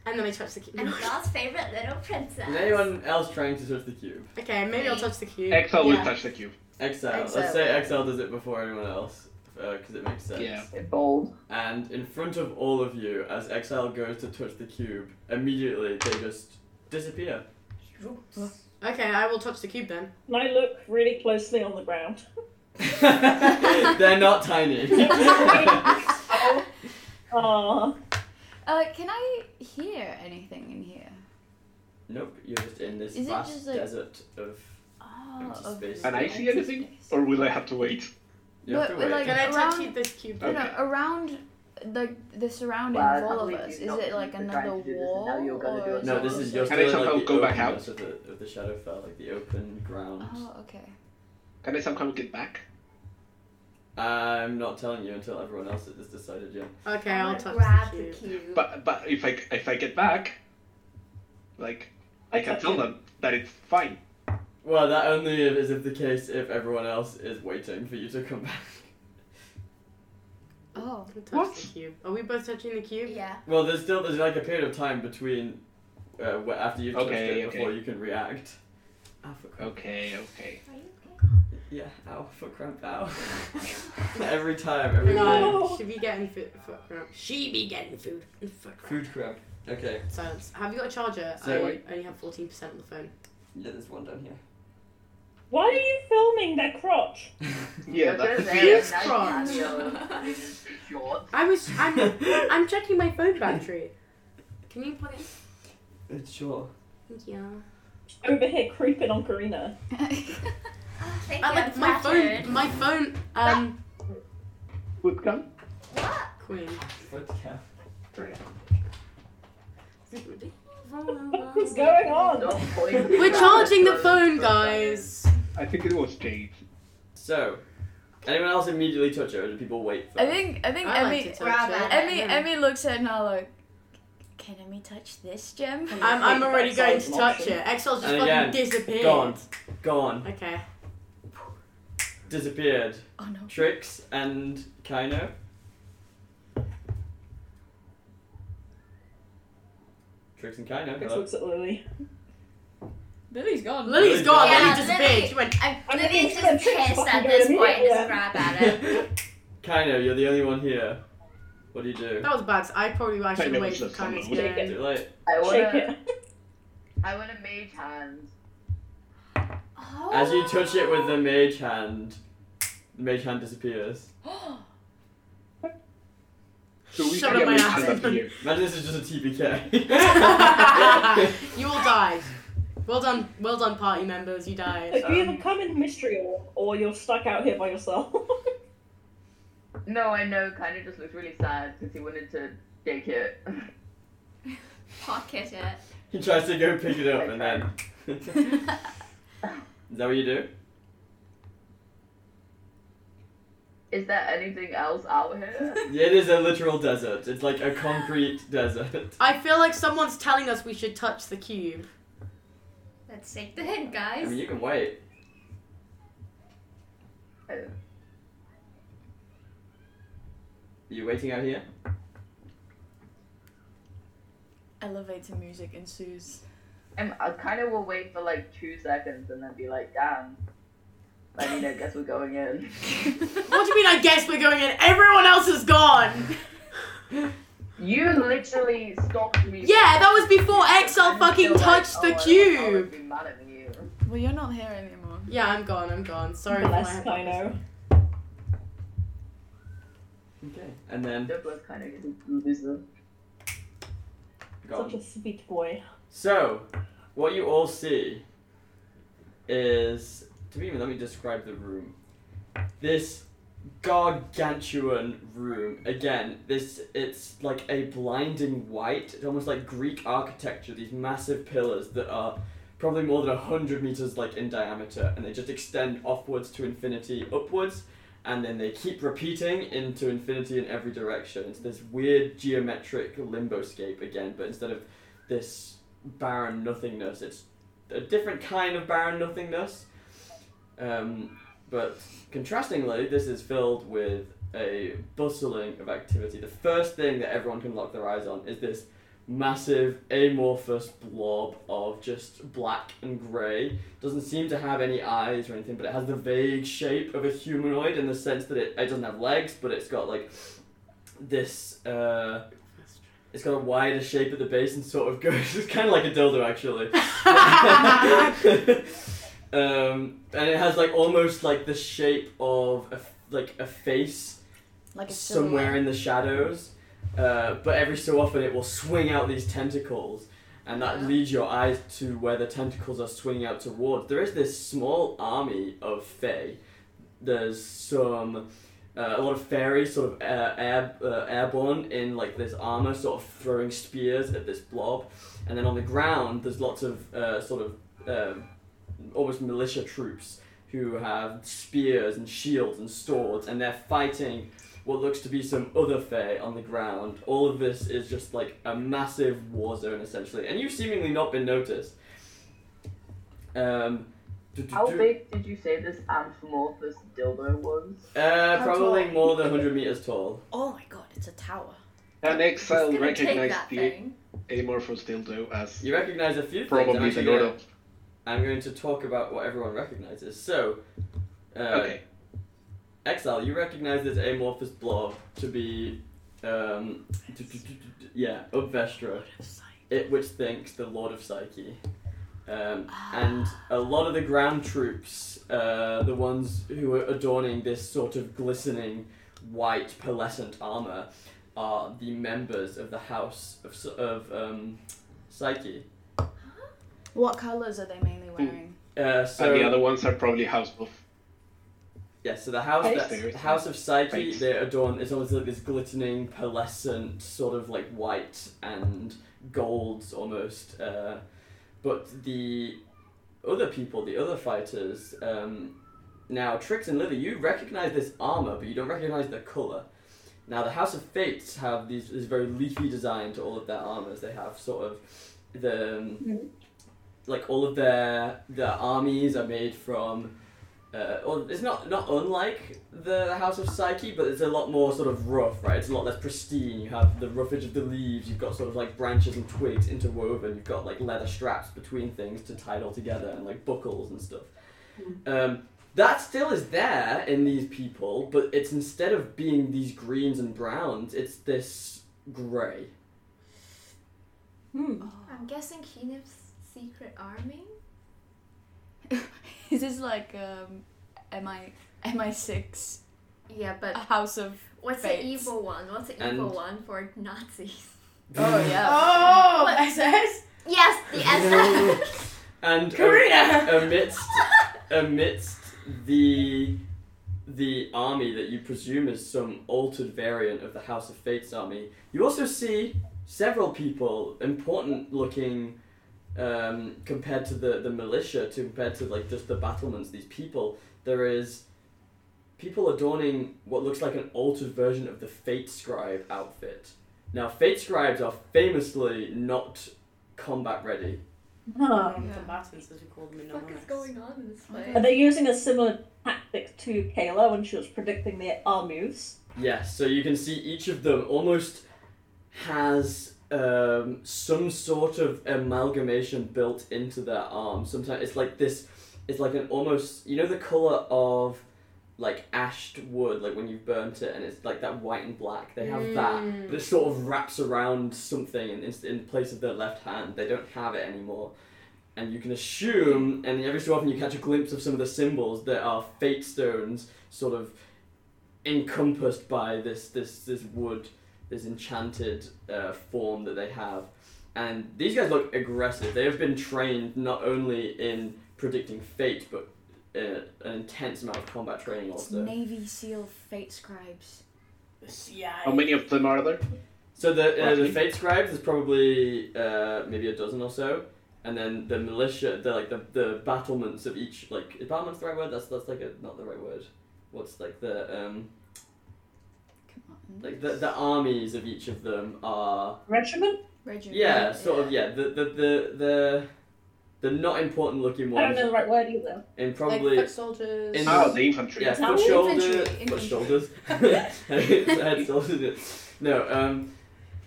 S6: and then I touch the cube.
S3: And God's favorite little princess.
S1: Is anyone else trying to touch the cube?
S6: <laughs> okay, maybe I'll touch the cube.
S2: Excel will
S6: Yeah.
S2: touch the cube.
S1: Exile.
S6: Exile.
S1: Let's say Exile does it before anyone else, because it makes sense.
S2: Yeah.
S8: It bold.
S1: And in front of all of you, as Exile goes to touch the cube, immediately they just disappear.
S2: <laughs>
S6: Okay, I will touch the cube then.
S10: And I look really closely on the ground.
S1: They're not
S5: <laughs>
S1: tiny.
S10: Aww.
S5: Uh, can I hear anything in here?
S1: nope, you're just in this
S5: Is it
S1: vast
S5: just like-
S1: desert of.
S5: Oh,
S1: Empty
S5: of
S1: space.
S2: And I
S5: empty
S2: see anything,
S5: space.
S2: or will I have to wait?
S1: You have
S5: But
S1: to
S5: we're
S1: wait.
S5: like-
S6: Can I touch
S5: Around-
S6: you this cube?
S5: No, no,
S2: Okay.
S5: around like the surroundings
S8: Wow, I
S5: of
S8: can't
S5: all of
S8: believe
S5: us.
S8: you've
S5: Is
S8: not
S5: it like
S8: been trying to
S5: another
S8: do this and
S5: wall?
S8: now you're gonna do
S5: or
S8: it.
S1: no, this is you're still
S2: Can I
S1: in, like,
S2: somehow
S1: the
S2: go back out?
S1: openness Of the, of the Shadowfell, like the open ground.
S5: Oh, okay.
S2: Can I somehow get back?
S5: Uh,
S1: I'm not telling you until everyone else has decided yet.
S6: Okay,
S3: I
S6: I'll
S3: would
S6: touch
S3: grab
S6: the
S3: the
S6: cube.
S3: cube.
S2: But but if I if I get back, like I can
S10: Okay.
S2: tell them that it's fine.
S1: Well, that only is if the case if everyone else is waiting for you to come back.
S5: Oh, <laughs>
S6: I'll touch
S2: What?
S6: the cube. Are we both touching the cube?
S3: Yeah.
S1: Well, there's still there's like a period of time between uh, wh- after you've touched
S2: Okay,
S1: it
S2: okay.
S1: before you can react. Ow for cramp.
S2: Okay, okay.
S3: Are you okay?
S1: Yeah, ow for cramp,
S2: <laughs>
S1: ow. every time, every time.
S6: No.
S10: No.
S6: She be getting food. Fuck, no. She be getting food. Fuck. no.
S1: Food cramp. Okay,
S6: Silence. Have you got a charger?
S1: So-
S6: I only have 14% on the phone.
S1: yeah, there's one down here.
S10: Why are you filming their crotch?
S2: Yeah,
S8: Because
S2: that's weird.
S8: they have
S6: Yes,
S8: nice
S6: cross.
S8: patio shorts.
S6: I was.
S1: <laughs>
S6: I'm. I'm checking my phone battery. Can you plug it?
S1: It's sure.
S6: Thank you.
S10: Over here creeping on Karina.
S3: Oh, thank
S6: I
S3: you.
S6: like
S3: I'm
S6: my
S3: flattered.
S6: phone. My phone. Um,
S2: Would come.
S3: What?
S6: Queen. <laughs>
S1: Foot cramp.
S10: What's going on?
S8: Don't point
S6: We're
S8: at
S6: charging the
S8: us.
S6: phone, guys.
S2: I think it was Jade.
S1: So, anyone else immediately touch it, or do people wait for?
S5: I think I think
S6: I
S5: Emmy
S6: like to touch
S3: grab
S6: it.
S3: it.
S5: Emmy
S6: Yeah.
S5: Emmy looks at Nala. like, Can Emmy touch this gem?
S6: I'm, I'm already
S10: Excel's
S6: going to
S10: an
S6: touch
S10: option.
S6: it. Excel's just
S1: And
S6: fucking
S1: again,
S6: disappeared.
S1: gone, gone,
S6: Okay.
S1: disappeared.
S5: Oh
S6: <laughs>
S5: no.
S1: Trix and Kaino. Trix and Kaino.
S10: Chris
S1: hello. Uh-huh.
S10: looks at Lily.
S5: Lily's gone.
S6: Lily's gone.
S1: Yeah,
S6: Lily disappeared.
S3: Lily-
S6: She went.
S3: I'm,
S10: I'm
S3: Lily's
S10: <laughs> gonna
S3: just
S10: fix
S3: pissed at
S10: fucking
S3: this
S10: Germany,
S3: point. Just
S10: yeah.
S3: grab at it.
S10: <laughs>
S3: <gasps>
S1: <laughs> Kaino, you're the only one here. What do you do?
S6: That was bad. I probably I should
S2: Maybe I
S6: wait
S2: should
S6: for
S2: have done
S6: Kanye's
S2: that.
S6: turn.
S1: Too late.
S8: I
S10: Shake
S8: want
S10: it.
S8: to. I want a mage hand.
S3: Oh.
S1: As you touch it with the mage hand, the mage hand disappears.
S2: So we
S6: Shove
S2: can
S6: it
S2: get
S6: in my
S2: me
S6: ass.
S2: up here.
S1: Imagine this is just a
S3: <laughs>
S1: TPK.
S6: you will die. Well done, well done, party members. You died.
S10: Like, you either come in mystery or, or you're stuck out here by yourself. <laughs>
S8: No, I know. Kind of just looks really sad because he wanted to take it. <laughs>
S3: Pocket it.
S1: he tries to go pick it up and
S3: <laughs>
S1: then. is that what you do?
S8: Is there anything else
S6: <laughs>
S8: out here?
S1: Yeah, it is a literal desert. It's like a concrete desert.
S3: Oh,
S6: I feel like someone's telling us we should touch the cube.
S3: Let's take the hint,
S1: I mean,
S3: guys.
S1: you can wait. Are you waiting out here?
S5: Elevator music ensues.
S8: I'm, I kind of will wait for like two seconds and then be like, damn. I mean, I guess we're going in.
S6: What do you mean? I guess we're going in. Everyone else is gone.
S8: You literally stopped me. oh,
S6: Yeah, that was before Excel fucking touched the cube.
S8: Be mad at you.
S5: Well, you're not here anymore.
S6: Yeah, I'm gone. I'm gone. Sorry for my.
S10: Bless Kino.
S1: Okay. And then
S8: Douglas kind of is a loser.
S10: Such
S1: gone.
S10: a sweet boy.
S1: So, what you all see is to me. Let me describe the room. This gargantuan room. Again, this it's like a blinding white. It's almost like Greek architecture. These massive pillars that are probably more than hundred meters like in diameter, and they just extend offwards to infinity, upwards. And then they keep repeating into infinity in every direction. It's this weird geometric limboscape again, but instead of this barren nothingness. It's a different kind of barren nothingness. Um, but contrastingly, this is filled with a bustling of activity. The first thing that everyone can lock their eyes on is this massive amorphous blob of just black and grey. Doesn't seem to have any eyes or anything, but it has the vague shape of a humanoid in the sense that it, it doesn't have legs, but it's got like this. Uh, it's got a wider shape at the base and sort of <laughs> goes. It's kind of like a dildo, actually. <laughs>
S6: <laughs>
S1: um, and it has like almost like the shape of a, like a face
S5: Like a
S1: somewhere
S5: silhouette.
S1: in the shadows. Uh, but every so often, it will swing out these tentacles, and that leads your eyes to where the tentacles are swinging out towards. There is this small army of fae. There's some uh, a lot of fairies sort of uh, air, uh, airborne in like this armor sort of throwing spears at this blob and then on the ground there's lots of uh, sort of um almost militia troops who have spears and shields and swords and they're fighting what looks to be some other fae on the ground all of this is just like a massive war zone essentially and you've seemingly not been noticed um, do- do-
S8: How
S1: do-
S8: big did you say this amphimorphous dildo was?
S1: uh,
S5: How
S1: probably
S5: tall?
S1: more than 100 meters tall
S5: Oh my god, it's a tower.
S2: And
S3: Who's
S2: Exile
S3: gonna take
S2: recognized
S3: that
S2: the
S3: thing?
S2: amorphous dildo as
S1: You recognize a few things. I'm,
S2: probably the
S1: actually gonna,
S2: Lord
S1: I'm going to talk about what everyone recognizes. So, uh,
S2: Okay.
S1: Exile, you recognize this amorphous blob to be, um, d- d- d- d- d- yeah, Upvestra, it which thinks the Lord of Psyche. Um, and a lot of the ground troops, uh, the ones who are adorning this sort of glistening white pearlescent armor, are the members of the House of, Psy- of um, Psyche.
S5: What colours are they mainly wearing? <laughs>
S1: Uh, so
S2: and the other ones are probably house of
S1: Yeah, so the house,
S10: Face.
S1: the, the house of Psyche,
S2: Face.
S1: they adorn. It's almost like this glistening, pearlescent sort of like white and golds almost. Uh, but the other people, the other fighters, um, now Trix and Lily, you recognize this armor, but you don't recognize the color. Now the House of Fates have these this very leafy design to all of their armors. They have sort of the um, like all of their their armies are made from Uh, well, it's not not unlike the House of Psyche, but it's a lot more sort of rough, right? It's a lot less pristine. You have the roughage of the leaves. You've got sort of like branches and twigs interwoven. You've got like leather straps between things to tie it all together, and like buckles and stuff. Um, that still is there in these people, but it's instead of being these greens and browns, it's this grey.
S10: Hmm.
S3: I'm guessing Keenif's secret army?
S5: Is this like um, MI MI six
S3: Yeah, but
S5: House of?
S3: what's
S5: Fates.
S3: the evil one? What's the
S1: And-
S3: evil one for Nazis?
S5: Oh yeah.
S6: Oh, SS.
S3: Yes,
S1: <laughs>
S3: the SS!
S1: and um,
S6: Karina!
S1: amidst amidst the the army that you presume is some altered variant of the House of Fates army, you also see several people important looking um, compared to the, the militia, to compared to like just the battlements. These people, there is people adorning what looks like an altered version of the Fate Scribe outfit. Now, Fate Scribes are famously not combat ready.
S10: Huh.
S6: Combatants, as we call them in
S3: <laughs> what is going on in this place?
S10: Are they using a similar tactic to Kayla when she was predicting the our moves?
S1: Yes, so you can see each of them almost has um, some sort of amalgamation built into their arm. Sometimes it's like this, it's like an almost, you know, the color of like ashed wood, like when you've burnt it and it's like that white and black. They have that, but it sort of wraps around something in, in, in place of their left hand. They don't have it anymore. And you can assume, and every so often you catch a glimpse of some of the symbols that are fate stones, sort of encompassed by this this this wood, this enchanted uh, form that they have. And these guys look aggressive. They have been trained not only in predicting fate, but uh, an intense amount of combat training
S5: It's
S1: also.
S5: Navy SEAL fate scribes.
S6: Yeah.
S2: How many of them are there?
S1: So the uh, the
S2: Roughly.
S1: fate scribes is probably uh, maybe a dozen or so, and then the militia, the like the, the battlements of each like is battlements the right word? That's that's like a not the right word. What's like the um
S5: Commandants.
S1: like the, the armies of each of them are
S10: Regiment?
S5: Regiment.
S1: Yeah, sort of. Yeah, the the the the, the not important looking
S10: I don't
S1: ones,
S10: know the right word either.
S1: and
S5: Like
S1: probably
S5: foot soldiers.
S1: in-
S2: Oh, the infantry.
S1: yeah,
S10: Now
S1: foot shoulder,
S5: infantry,
S1: foot
S5: infantry.
S1: shoulders, <laughs> head soldiers. No, um,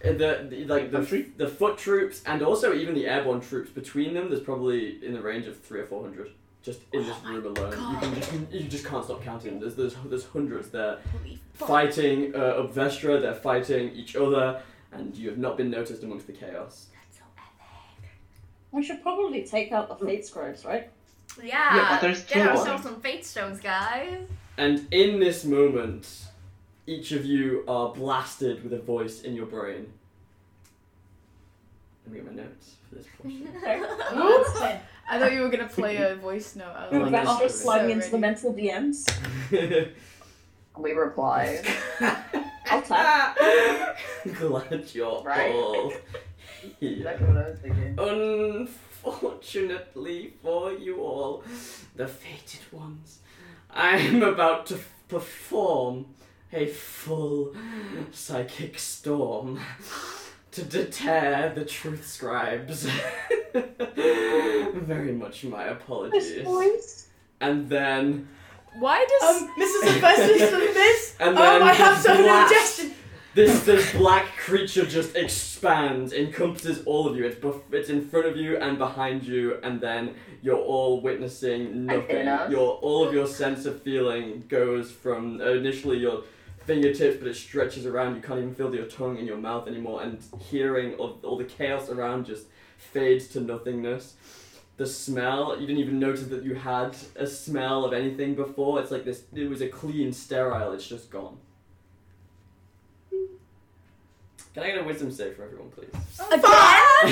S1: the, the like the
S2: Infantry?
S1: the foot troops and also even the airborne troops between them. There's probably in the range of three or four hundred. Just in this room alone, you, can, you, can, you just can't stop counting. There's there's, there's hundreds there
S5: Holy fuck.
S1: fighting uh, Obvestra. They're fighting each other, and you have not been noticed amongst the chaos.
S10: We should probably take out the fate scribes, right?
S3: Yeah,
S2: Yeah, but there's
S3: get
S2: two of
S3: ourselves some fate stones, <laughs> guys.
S1: And in this moment, each of you are blasted with a voice in your brain. Let me get my notes for this
S10: <laughs>
S1: portion.
S5: I thought you were gonna
S1: <laughs>
S5: play a voice note. I
S1: Well,
S5: was like,
S1: that's
S5: oh,
S10: Revenge
S1: I'm
S10: was
S5: so
S10: sliding into
S5: ready.
S10: the mental DMs.
S8: We reply.
S1: <laughs>
S10: I'll tap.
S1: Glad you're
S8: Right.
S10: <laughs>
S1: all here.
S8: Exactly what I was thinking.
S1: Unfortunately for you all, the fated ones, I am about to f- perform a full psychic storm to deter the truth scribes. <laughs> Very much my apologies. And then,
S5: Why
S6: <laughs>
S5: does
S6: Um,
S1: <laughs>
S6: Mrs. Sylvester's from this.
S1: and then,
S6: Um, I have so little
S1: blast.
S6: digestion.
S1: This this black creature just expands, encompasses all of you. It's bef- it's in front of you and behind you, and then you're all witnessing nothing.
S8: enough.
S1: Your all of your sense of feeling goes from uh, initially your fingertips, but it stretches around. You can't even feel your tongue in your mouth anymore, and hearing of all the chaos around just fades to nothingness. The smell, you didn't even notice that you had a smell of anything before. It's like this, it was a clean, sterile, it's just gone. Can I get a wisdom save for everyone, please? <laughs>
S3: My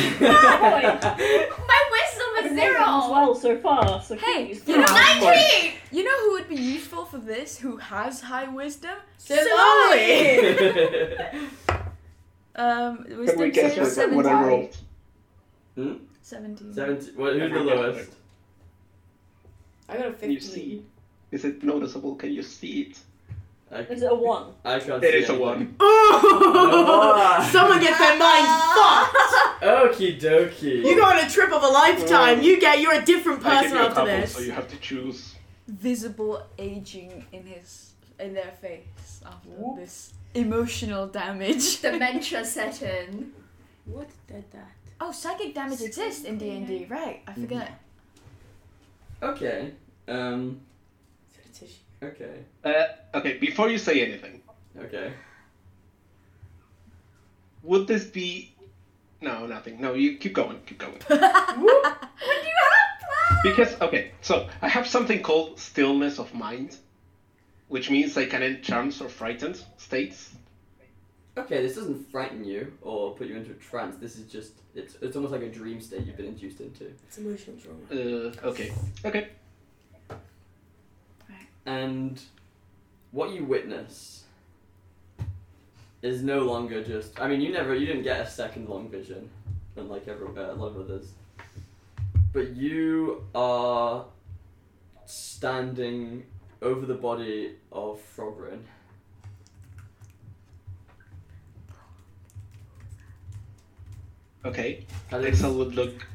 S3: wisdom is
S10: as
S3: <laughs> zero!
S10: well so far. So
S5: Hey,
S10: please,
S5: you know,
S10: come on.
S5: you know who would be useful for this? Who has high wisdom?
S6: Sylvie!
S5: Um,
S2: Can we
S5: wisdom
S2: guess
S5: save
S2: what, what I
S5: seventeen.
S2: rolled?
S5: Seventeen.
S1: Seventeen. Well, who's the lowest?
S6: I got a
S2: Can you
S6: 15.
S2: see?
S6: <laughs>
S2: Is it noticeable? Can you see it?
S1: I,
S10: Is it a one?
S1: I can't
S2: It
S1: see
S2: is a
S1: anything.
S2: one.
S6: Oh, someone get their <laughs> mind fucked.
S1: Okie dokie.
S6: You go on a trip of a lifetime. You get. You're a different
S2: I give
S6: person
S2: you a
S6: after
S2: couple,
S6: this.
S2: so you have to choose
S5: visible aging in his in their face after this emotional damage.
S3: Dementia set in.
S6: What did that?
S5: <laughs> Oh, psychic damage exists in D and D, right? I forget.
S1: Okay. Um.
S6: Fetish.
S1: Okay.
S2: Uh, okay, before you say anything,
S1: Okay.
S2: would this be? No, nothing. No, you keep going. Keep
S6: <laughs>
S2: going.
S3: What do you have planned?
S2: Because okay, so I have something called stillness of mind, which means I can enchant or frighten states.
S1: Okay. This doesn't frighten you or put you into a trance. This is just it's it's almost like a dream state you've been induced into.
S6: It's emotional trauma.
S2: Uh, okay, okay.
S1: And what you witness is no longer just. I mean, you never, you didn't get a second long vision, unlike every, uh, a lot of others. But you are standing over the body of Frogrin.
S2: Okay,
S1: How does,
S2: Excel would look.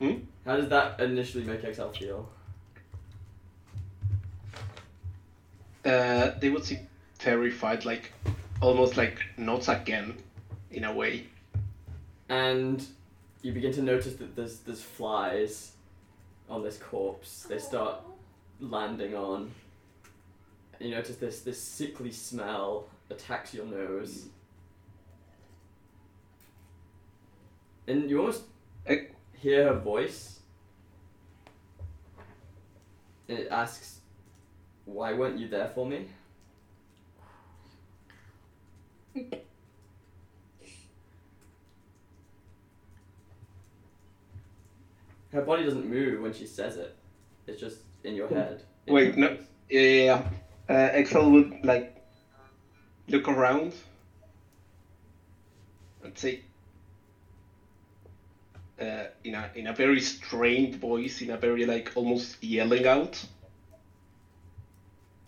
S1: how does that initially make Excel feel?
S2: Uh, they would seem terrified, like almost like not again, in a way.
S1: and you begin to notice that there's there's flies on this corpse. They start landing on. You notice this this sickly smell attacks your nose, and you almost
S2: Eh.
S1: hear her voice. And it asks, "Why weren't you there for me?" Her body doesn't move when she says it. It's just in your head. in
S2: Wait,
S1: your
S2: no.
S1: face.
S2: Yeah. Uh, Excel would like look around and say, uh, in a in a very strained voice, in a very like almost yelling out.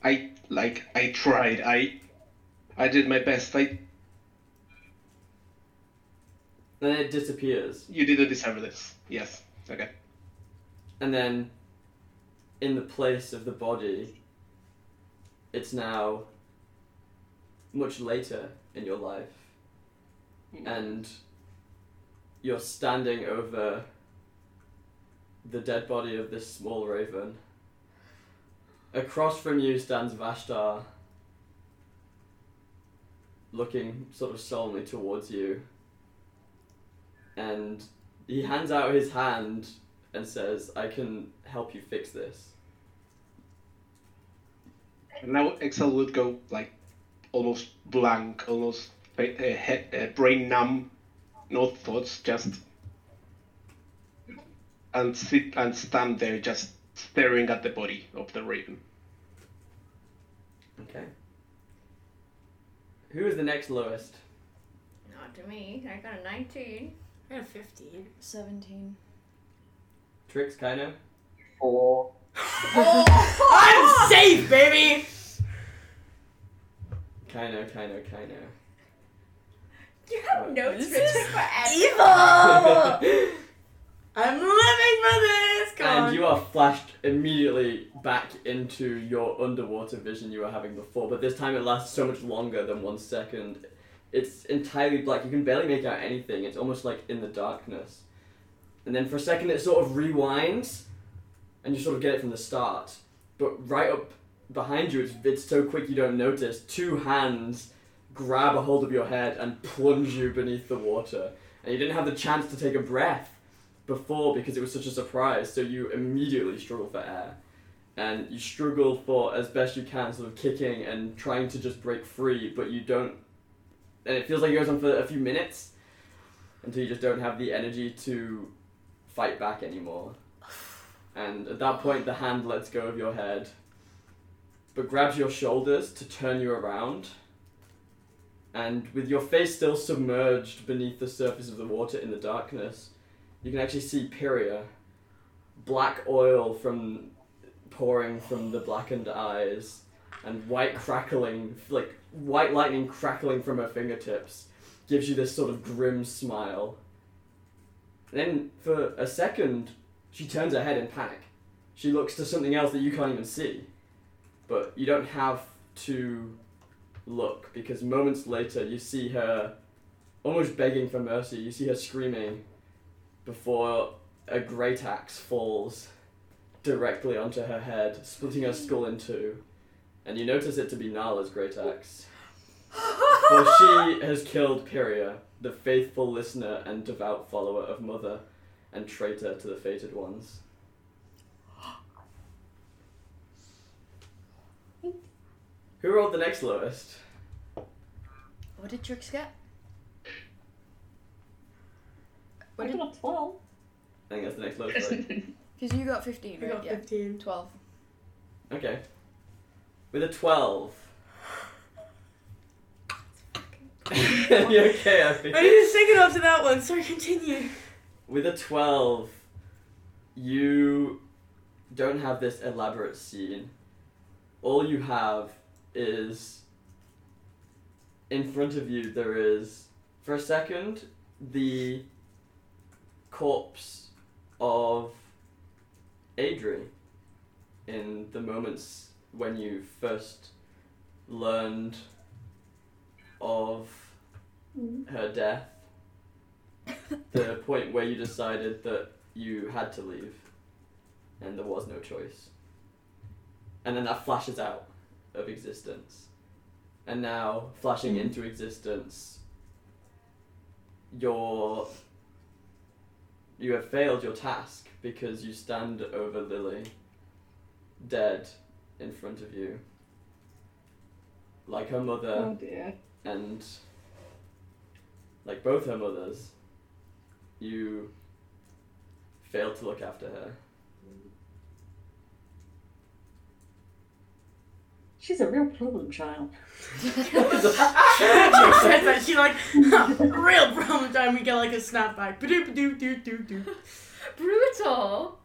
S2: I like I tried. I I did my best. I
S1: Then it disappears.
S2: you didn't deserve this. Yes. Okay.
S1: And then, in the place of the body, it's now much later in your life. And you're standing over the dead body of this small raven. Across from you stands Vashtar, looking sort of solemnly towards you. And he hands out his hand and says, I can help you fix this.
S2: And now Excel would go like almost blank, almost uh, he- uh, brain numb, no thoughts, just and sit and stand there, just staring at the body of the raven.
S1: Okay. Who is the next lowest?
S3: Not to me. I got a 19.
S6: I got a <laughs> 15.
S5: Seventeen.
S1: Trix, Kaino?
S8: Four.
S6: Oh! I'm safe, baby!
S1: Kaino, Kaino, Kaino.
S3: You have
S1: Right.
S3: notes written for <laughs>
S1: <laughs>
S3: every
S6: Evil! I'm living for this! Come
S1: and
S6: on.
S1: you are flashed immediately back into your underwater vision you were having before, but this time it lasts so much longer than one second. It's entirely black. You can barely make out anything. It's almost like in the darkness. And then for a second it sort of rewinds, and you sort of get it from the start. But right up behind you, it's, it's so quick you don't notice. Two hands grab a hold of your head and plunge you beneath the water. And you didn't have the chance to take a breath before because it was such a surprise, so you immediately struggle for air. And you struggle for as best you can, sort of kicking and trying to just break free, but you don't. And it feels like it goes on for a few minutes until you just don't have the energy to fight back anymore. And at that point, the hand lets go of your head, but grabs your shoulders to turn you around. And with your face still submerged beneath the surface of the water in the darkness, you can actually see Pyria, black oil from pouring from the blackened eyes, and white crackling, like white lightning crackling from her fingertips, gives you this sort of grim smile. Then, for a second, she turns her head in panic. she looks to something else that you can't even see. But you don't have to look because moments later you see her almost begging for mercy. You see her screaming before a great axe falls directly onto her head, splitting her skull in two. And you notice it to be Nala's great axe. For she has killed Pyria, the faithful listener and devout follower of Mother, and traitor to the fated ones. Who rolled the next lowest?
S5: What did Trix get?
S10: I got a 12.
S1: I think that's the next lowest. right?
S5: Because you got 15,
S6: I
S5: right?
S6: got
S5: yeah.
S6: 15.
S5: 12.
S1: Okay. With a 12. <laughs> you okay, Abby?
S6: I need to sing it after that one,
S2: <laughs>
S6: so continue.
S1: With a 12, you don't have this elaborate scene. All you have is in front of you, there is, for a second, the corpse of Adri in the moments when you first learned of her death. the point where you decided that you had to leave and there was no choice. And then that flashes out of existence. And now, flashing into existence, your you have failed your task because you stand over Lily, dead, in front of you, like her mother
S10: Oh dear.
S1: and like both her mothers, you failed to look after her.
S10: She's a real problem child.
S6: she said that, she like, <laughs> real problem time, we get like a snapback. Ba-doop, ba-doop, doop, doop, doop.
S4: Brutal.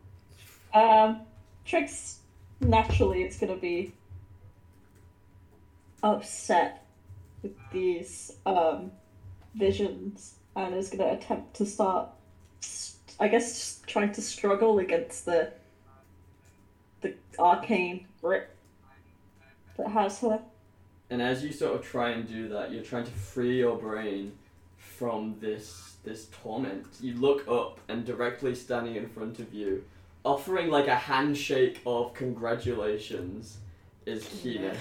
S10: Um, Trix, naturally, it's gonna be upset with these um, visions and is gonna attempt to start, st- I guess, just trying to struggle against the the arcane grip that has her.
S1: And as you sort of try and do that, you're trying to free your brain from this this torment. You look up and directly standing in front of you, offering like a handshake of congratulations, is Keenan.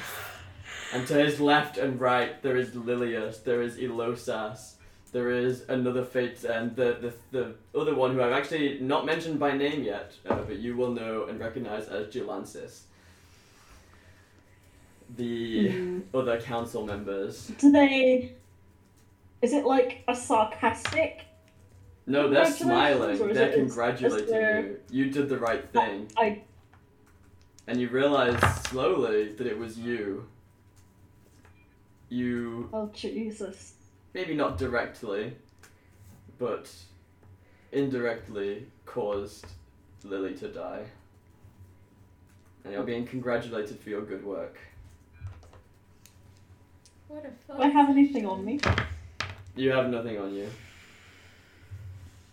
S1: And to his left and right, there is Lilius, there is Elosas, there is another fate, and the, the, the other one who I've actually not mentioned by name yet, uh, but you will know and recognize as Gelansis. The other council members.
S10: Do they? Is it like a sarcastic?
S1: No, they're
S10: Congratulations,
S1: smiling.
S10: or is
S1: They're
S10: it- is- is
S1: congratulating
S10: there- Oh,
S1: you. You did the right thing.
S10: I-
S1: And you realize slowly that it was you. You
S10: Oh Jesus!
S1: maybe not directly, but indirectly caused Lily to die. And you're being congratulated for your good work.
S5: What a
S10: Do I have anything on <laughs> me?
S1: You have nothing on you.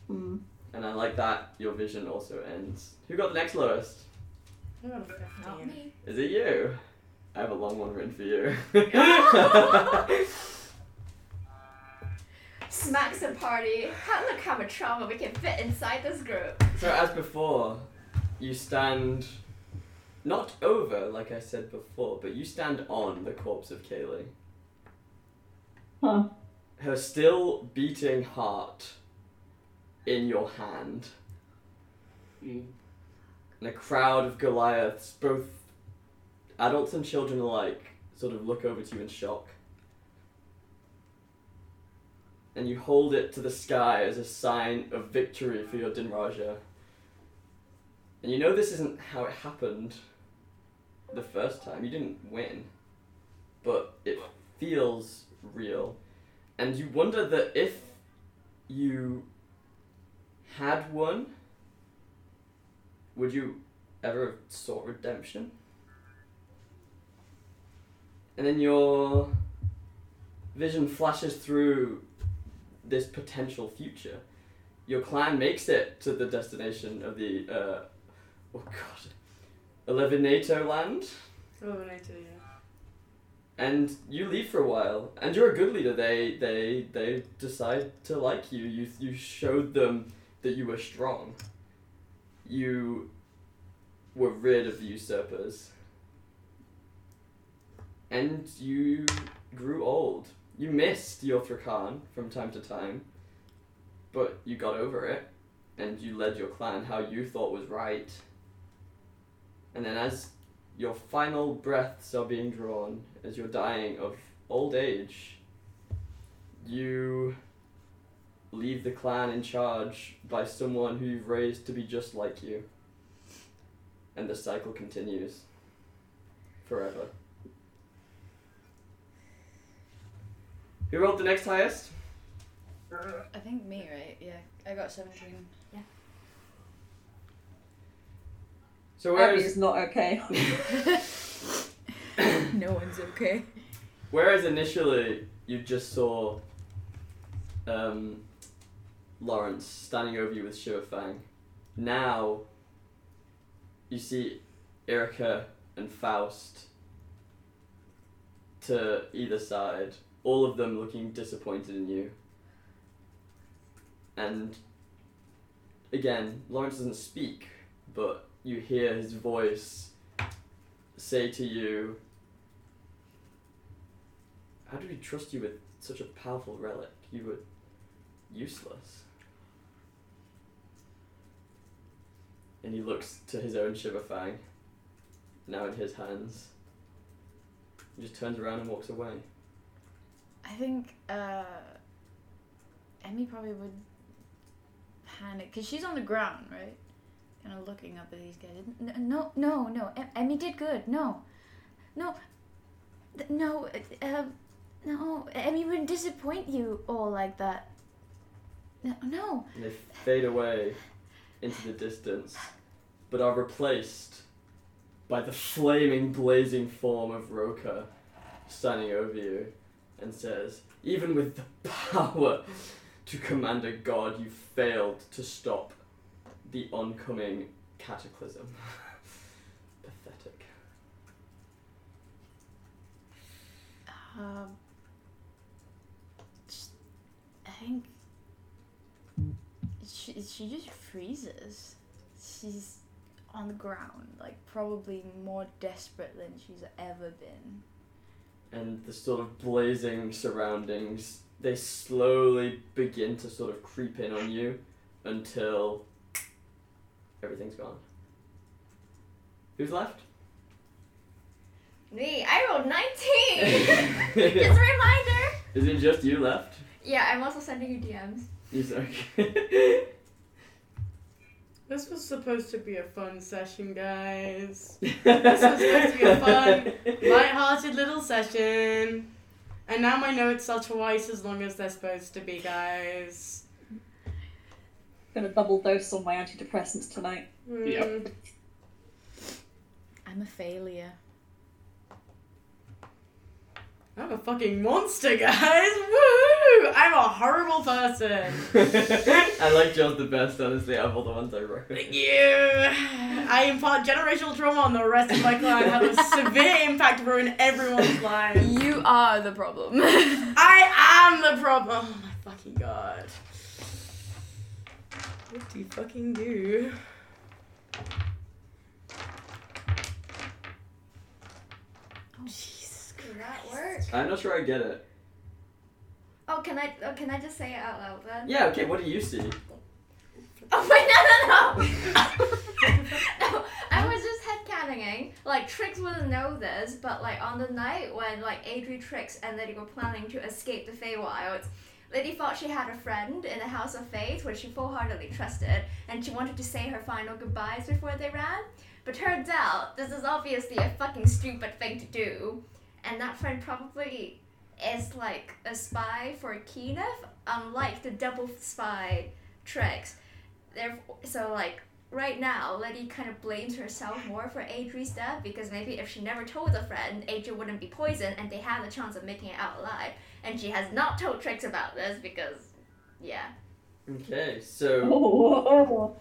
S10: Hmm.
S1: And I like that your vision also ends. Who got the next lowest?
S6: I got a 15.
S3: Not me.
S1: Is it you? I have a long one written for you. <laughs>
S3: Smacks a party. How, look how much trauma we can fit inside this group.
S1: so as before, you stand not over, like I said before, but you stand on the corpse of Kaylee.
S10: Huh.
S1: Her still beating heart in your hand. And a crowd of Goliaths, both adults and children alike, sort of look over to you in shock. And you hold it to the sky as a sign of victory for your Dinraja. And you know this isn't how it happened the first time. You didn't win. But it feels real. And you wonder that if you had won, would you ever have sought redemption? And then your vision flashes through this potential future. Your clan makes it to the destination of the. Uh, oh god. Elevinato land, and you lead for a while. And you're a good leader. They they they decide to like you. You you showed them that you were strong. You were rid of the usurpers. And you grew old. You missed your Thrakan from time to time, but you got over it, and you led your clan how you thought was right. And then, as your final breaths are being drawn, as you're dying of old age, you leave the clan in charge by someone who you've raised to be just like you. And the cycle continues forever. Who rolled the next highest?
S5: I think me, right? Yeah, I got 17.
S1: So where
S10: Abby's
S1: is
S10: not okay.
S5: <laughs> no one's okay.
S1: whereas initially you just saw um, Lawrence standing over you with Shiva Fang, now you see Erica and Faust to either side, all of them looking disappointed in you. And again, Lawrence doesn't speak, but you hear his voice say to you, How do we trust you with such a powerful relic? You were useless. And he looks to his own Shiver Fang, now in his hands. He just turns around and walks away.
S5: I think uh, Emmy probably would panic because she's on the ground, right? Kind of looking up at these guys. N- No, no, no. Em- Emmy did good. No, no, Th- no, uh, um, no. Emmy wouldn't disappoint you all like that. No, no.
S1: And they fade away into the distance, but are replaced by the flaming, blazing form of Roka standing over you and says, Even with the power to command a god, you failed to stop the oncoming cataclysm. <laughs> Pathetic.
S5: Um, just- I think she, she just freezes. She's on the ground, like probably more desperate than she's ever been.
S1: and the sort of blazing surroundings, they slowly begin to sort of creep in on you until everything's gone. Who's left?
S3: Me, I rolled
S2: <laughs>
S3: 19! Just
S1: Is
S3: a reminder!
S1: it just you left?
S3: Yeah, I'm also sending you DMs.
S1: Is okay.
S6: This was supposed to be a fun session, guys.
S1: this
S6: was supposed to be
S1: <laughs>
S6: a fun, Light-hearted little session. And now my notes are twice as long as they're supposed to be, guys.
S10: Gonna double dose on my antidepressants tonight.
S6: Mm.
S2: Yep.
S5: I'm a failure.
S6: I'm a fucking monster, guys. Woohoo! I'm a horrible person.
S1: I like Joe's the best, honestly, out of all the ones I wrote.
S6: Thank you. I impart generational trauma on the rest of my clan. Have a severe impact, ruin everyone's lives.
S5: You are the problem. <laughs>
S6: I am the problem. Oh my fucking god. What do you fucking do? Jesus
S3: Did that work?
S1: I'm not sure I get it.
S3: Oh, can I oh, can I just say it out loud then?
S1: Yeah, okay, what do you see?
S3: <laughs> Oh wait, no, no, no! no, I was just headcanoning. Like, Trix wouldn't know this, but like on the night when like Adri, Trix, and Lady were planning to escape the Feywild, Lady thought she had a friend in the House of Faith, which she wholeheartedly trusted, and she wanted to say her final goodbyes before they ran. But turns out this is obviously a fucking stupid thing to do, and that friend probably is like a spy for Keeneth, unlike the double spy tricks. Therefore, so like right now, Letty kind of blames herself more for Adri's death because maybe if she never told a friend, Adri wouldn't be poisoned and they had the chance of making it out alive. And she has not told tricks about this because, yeah.
S1: Okay, so.
S10: Oh,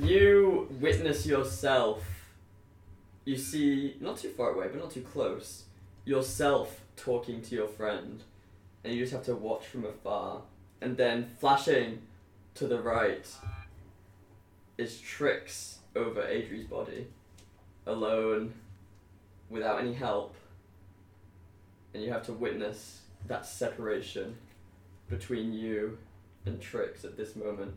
S1: You witness yourself you see, not too far away, but not too close, yourself talking to your friend, and you just have to watch from afar. And then flashing to the right is Trix over Adri's body, alone, without any help. And you have to witness that separation between you and Trix at this moment.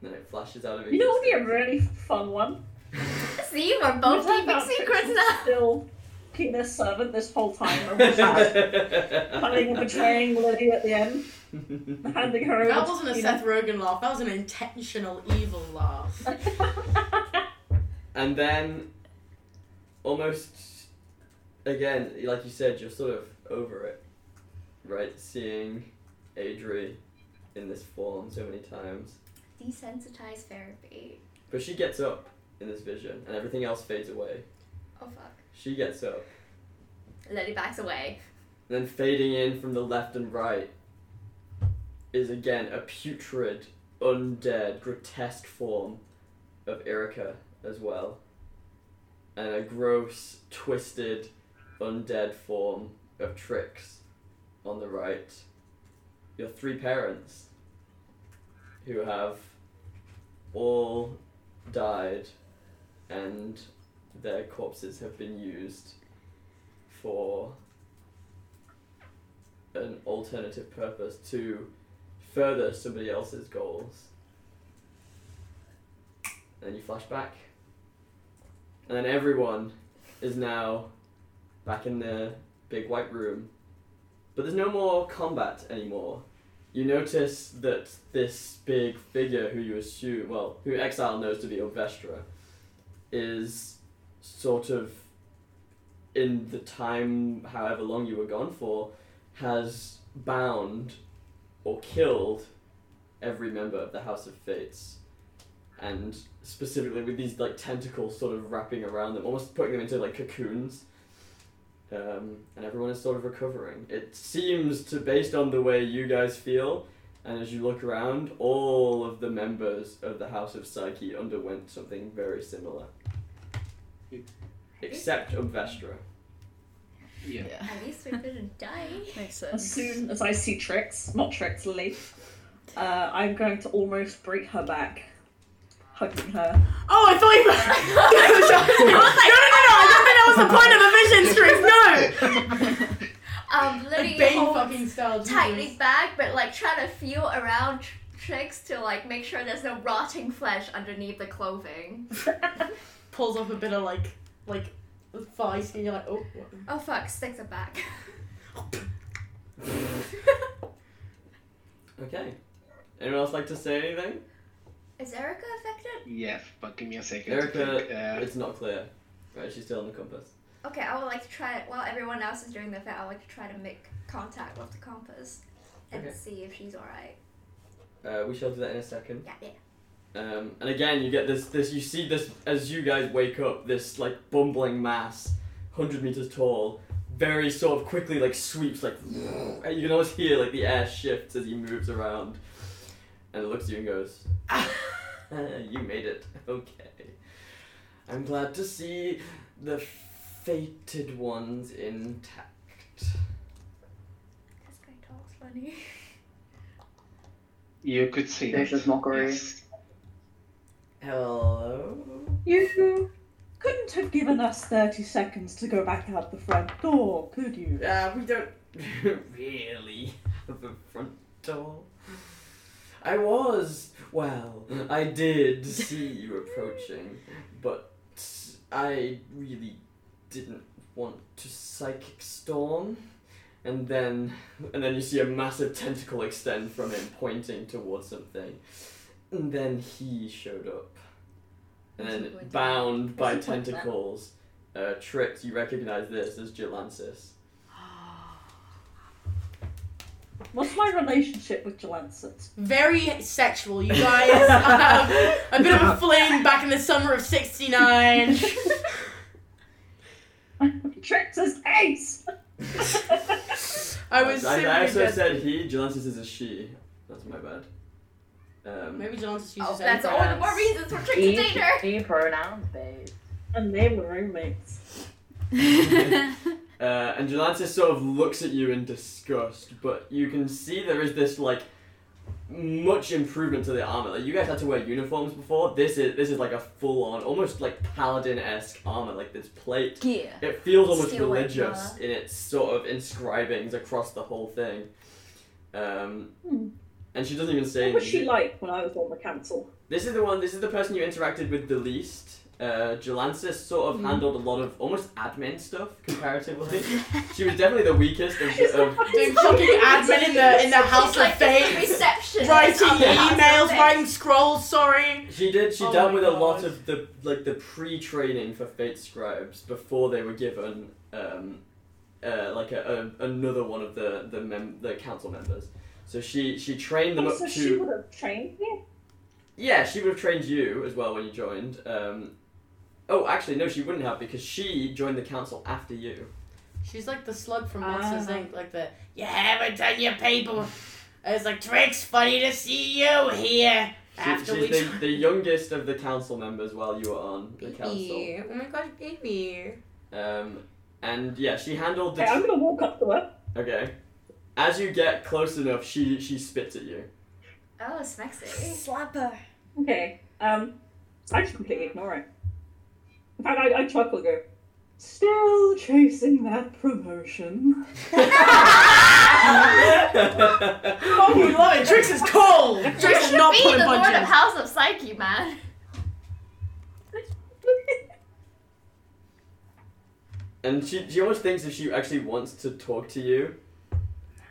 S1: Then it flashes out of
S10: You know, it would be a
S1: existence.
S10: really fun one.
S1: <laughs>
S3: See, we're both
S10: We've had
S3: keeping
S10: that
S3: secrets
S10: picture
S3: now.
S10: Still keeping this servant this whole time, and was just <laughs> planning on betraying Liddy at the end, and handing her over.
S6: That
S10: to
S6: wasn't a
S10: Tina.
S6: Seth Rogen laugh. That was an intentional evil laugh.
S1: And then, almost again, like you said, you're sort of over it, right? Seeing Adri in this form so many times.
S3: <laughs> Desensitized therapy.
S1: But she gets up in this vision, and everything else fades away.
S3: Oh fuck.
S1: She gets up.
S3: Lily backs away.
S1: Then fading in from the left and right is again a putrid, undead, grotesque form of Erica as well. And a gross, twisted, undead form of Trix on the right. Your three parents who have all died and their corpses have been used for an alternative purpose to further somebody else's goals. And then you flash back. And then everyone is now back in the big white room. But there's no more combat anymore. You notice that this big figure who you assume, well, who Exile knows to be Ovestra, is sort of in the time, however long you were gone for, has bound or killed every member of the House of Fates, and specifically with these like tentacles sort of wrapping around them, almost putting them into like cocoons. Um, and everyone is sort of recovering. It seems to, based on the way you guys feel, and as you look around, all of the members of the House of Psyche underwent something very similar. Except Umvestra.
S2: Yeah.
S5: Yeah.
S3: At least we didn't die.
S5: Makes sense.
S10: As soon as I see Trix, not Trix, Lily, uh, I'm going to almost break her back, hugging
S6: <laughs>
S10: her. <laughs>
S6: Oh, <laughs> I thought you. <laughs> no, no, no, no! I don't think that was the point of the
S3: <laughs>
S6: <laughs> vision stream. No. <laughs>
S3: Um,
S6: Like
S3: Lily
S6: Bane
S3: holds
S6: fucking style. Jesus.
S3: tightly back, but like trying to feel around tr- tricks to like make sure there's no rotting flesh underneath the clothing.
S6: pulls off a bit of like, like thigh skin. You're like, oh. what?
S3: Oh fuck, sticks it back. <laughs>
S1: Okay. Anyone else like to say anything?
S3: Is Erica affected?
S2: Yeah, but give me a second.
S1: Erica,
S2: to think, uh,
S1: It's not clear. Right, she's still in the compass.
S3: Okay, I would like to try it while everyone else is doing their thing. I would like to try to make contact with the compass and
S1: Okay.
S3: see if she's alright.
S1: Uh, we shall do that in a second.
S3: Yeah, yeah.
S1: Um, and again, you get this, this. You see this as you guys wake up. This like bumbling mass, hundred meters tall, very sort of quickly like sweeps like, <sniffs> and you can almost hear like the air shifts as he moves around, and it looks at you and goes, ah, <laughs> "You made it. <laughs> Okay. I'm glad to see the fated ones intact."
S3: This guy talks funny.
S2: you could see.
S8: There's
S2: it.
S8: just mockery.
S2: Yes.
S1: Hello.
S9: You couldn't have given us 30 seconds to go back out the front door, could you?
S1: Uh, we don't <laughs> really have a front door. I was, well, I did see you approaching, but I really didn't want to psychic storm. And then, and then you see a massive tentacle extend from him, pointing towards something. And then he showed up. And
S5: What's he
S1: then,
S5: pointing at?
S1: bound by
S10: What's he pointing at?
S1: tentacles, uh, tricked. You recognize this as Gelansis.
S10: What's my relationship with Johansson?
S6: Very sexual, you guys. <laughs> I have a bit of a fling back in the summer of '69.
S10: Trix is ace!
S6: I was
S1: I,
S6: simply
S10: <laughs>
S1: I also
S6: just-
S1: said he. Gelantis is a she. That's my bad. Um,
S6: Maybe John just uses
S3: Oh, that's all the more reasons for trick to
S8: E,
S3: date her.
S8: E pronouns, babe.
S10: And they were roommates.
S1: Uh, and Jolanta sort of looks at you in disgust, but you can see there is this like much improvement to the armor. Like you guys had to wear uniforms before. This is this is like a full on, almost like paladin esque armor. Like this plate,
S4: Yeah.
S1: it feels almost
S4: Steel plate
S1: religious in its sort of inscribings across the whole thing. Um,
S10: Hmm.
S1: and she doesn't even say
S10: What was
S1: anything.
S10: she like when I was on the council?
S1: This is the one. This is the person you interacted with the least. Uh, Jalansis sort of
S10: Hmm.
S1: handled a lot of almost admin stuff comparatively. <laughs> she was definitely the weakest of, the, of
S6: Doing fucking admin in the in the house
S3: She's
S6: of
S3: like the
S6: fate.
S3: reception.
S6: Writing
S3: of the house of
S6: emails,
S3: fate.
S6: writing scrolls, sorry.
S1: She did. She
S6: Oh
S1: dealt
S6: my
S1: with a lot
S6: God.
S1: of the like the pre-training for fate scribes before they were given um, uh, like a, a, another one of the the, mem- the council members. So she she trained them
S10: Oh,
S1: up
S10: so
S1: to
S10: she would have trained me?
S1: yeah. She would have trained you as well when you joined. Um, oh, actually, no, she wouldn't have because she joined the council after you.
S6: She's like the slug from
S10: Ah.
S6: Monsters Inc. Like the you haven't done your paper. And It's like Tricks, funny to see you here.
S1: She-
S6: After we
S1: she's the, the youngest of the council members while you were on the council.
S6: Oh my gosh, baby.
S1: Um, and yeah, she handled the.
S10: Okay, I'm gonna walk up to her.
S1: Okay. As you get close enough, she she spits at you.
S3: <laughs> Oh, it's <laughs> sexy.
S5: Slapper.
S10: Okay, um, I just completely ignore it. In fact, I, I chuckle and go, Still chasing that
S3: <laughs>
S10: promotion.
S6: Oh, we love it. Tricks is cold.
S3: You
S6: Tricks is
S3: should
S6: not
S3: be
S6: putting
S3: the lord of
S6: punches.
S3: House of Psyche, man.
S1: And she she almost thinks if she actually wants to talk to you,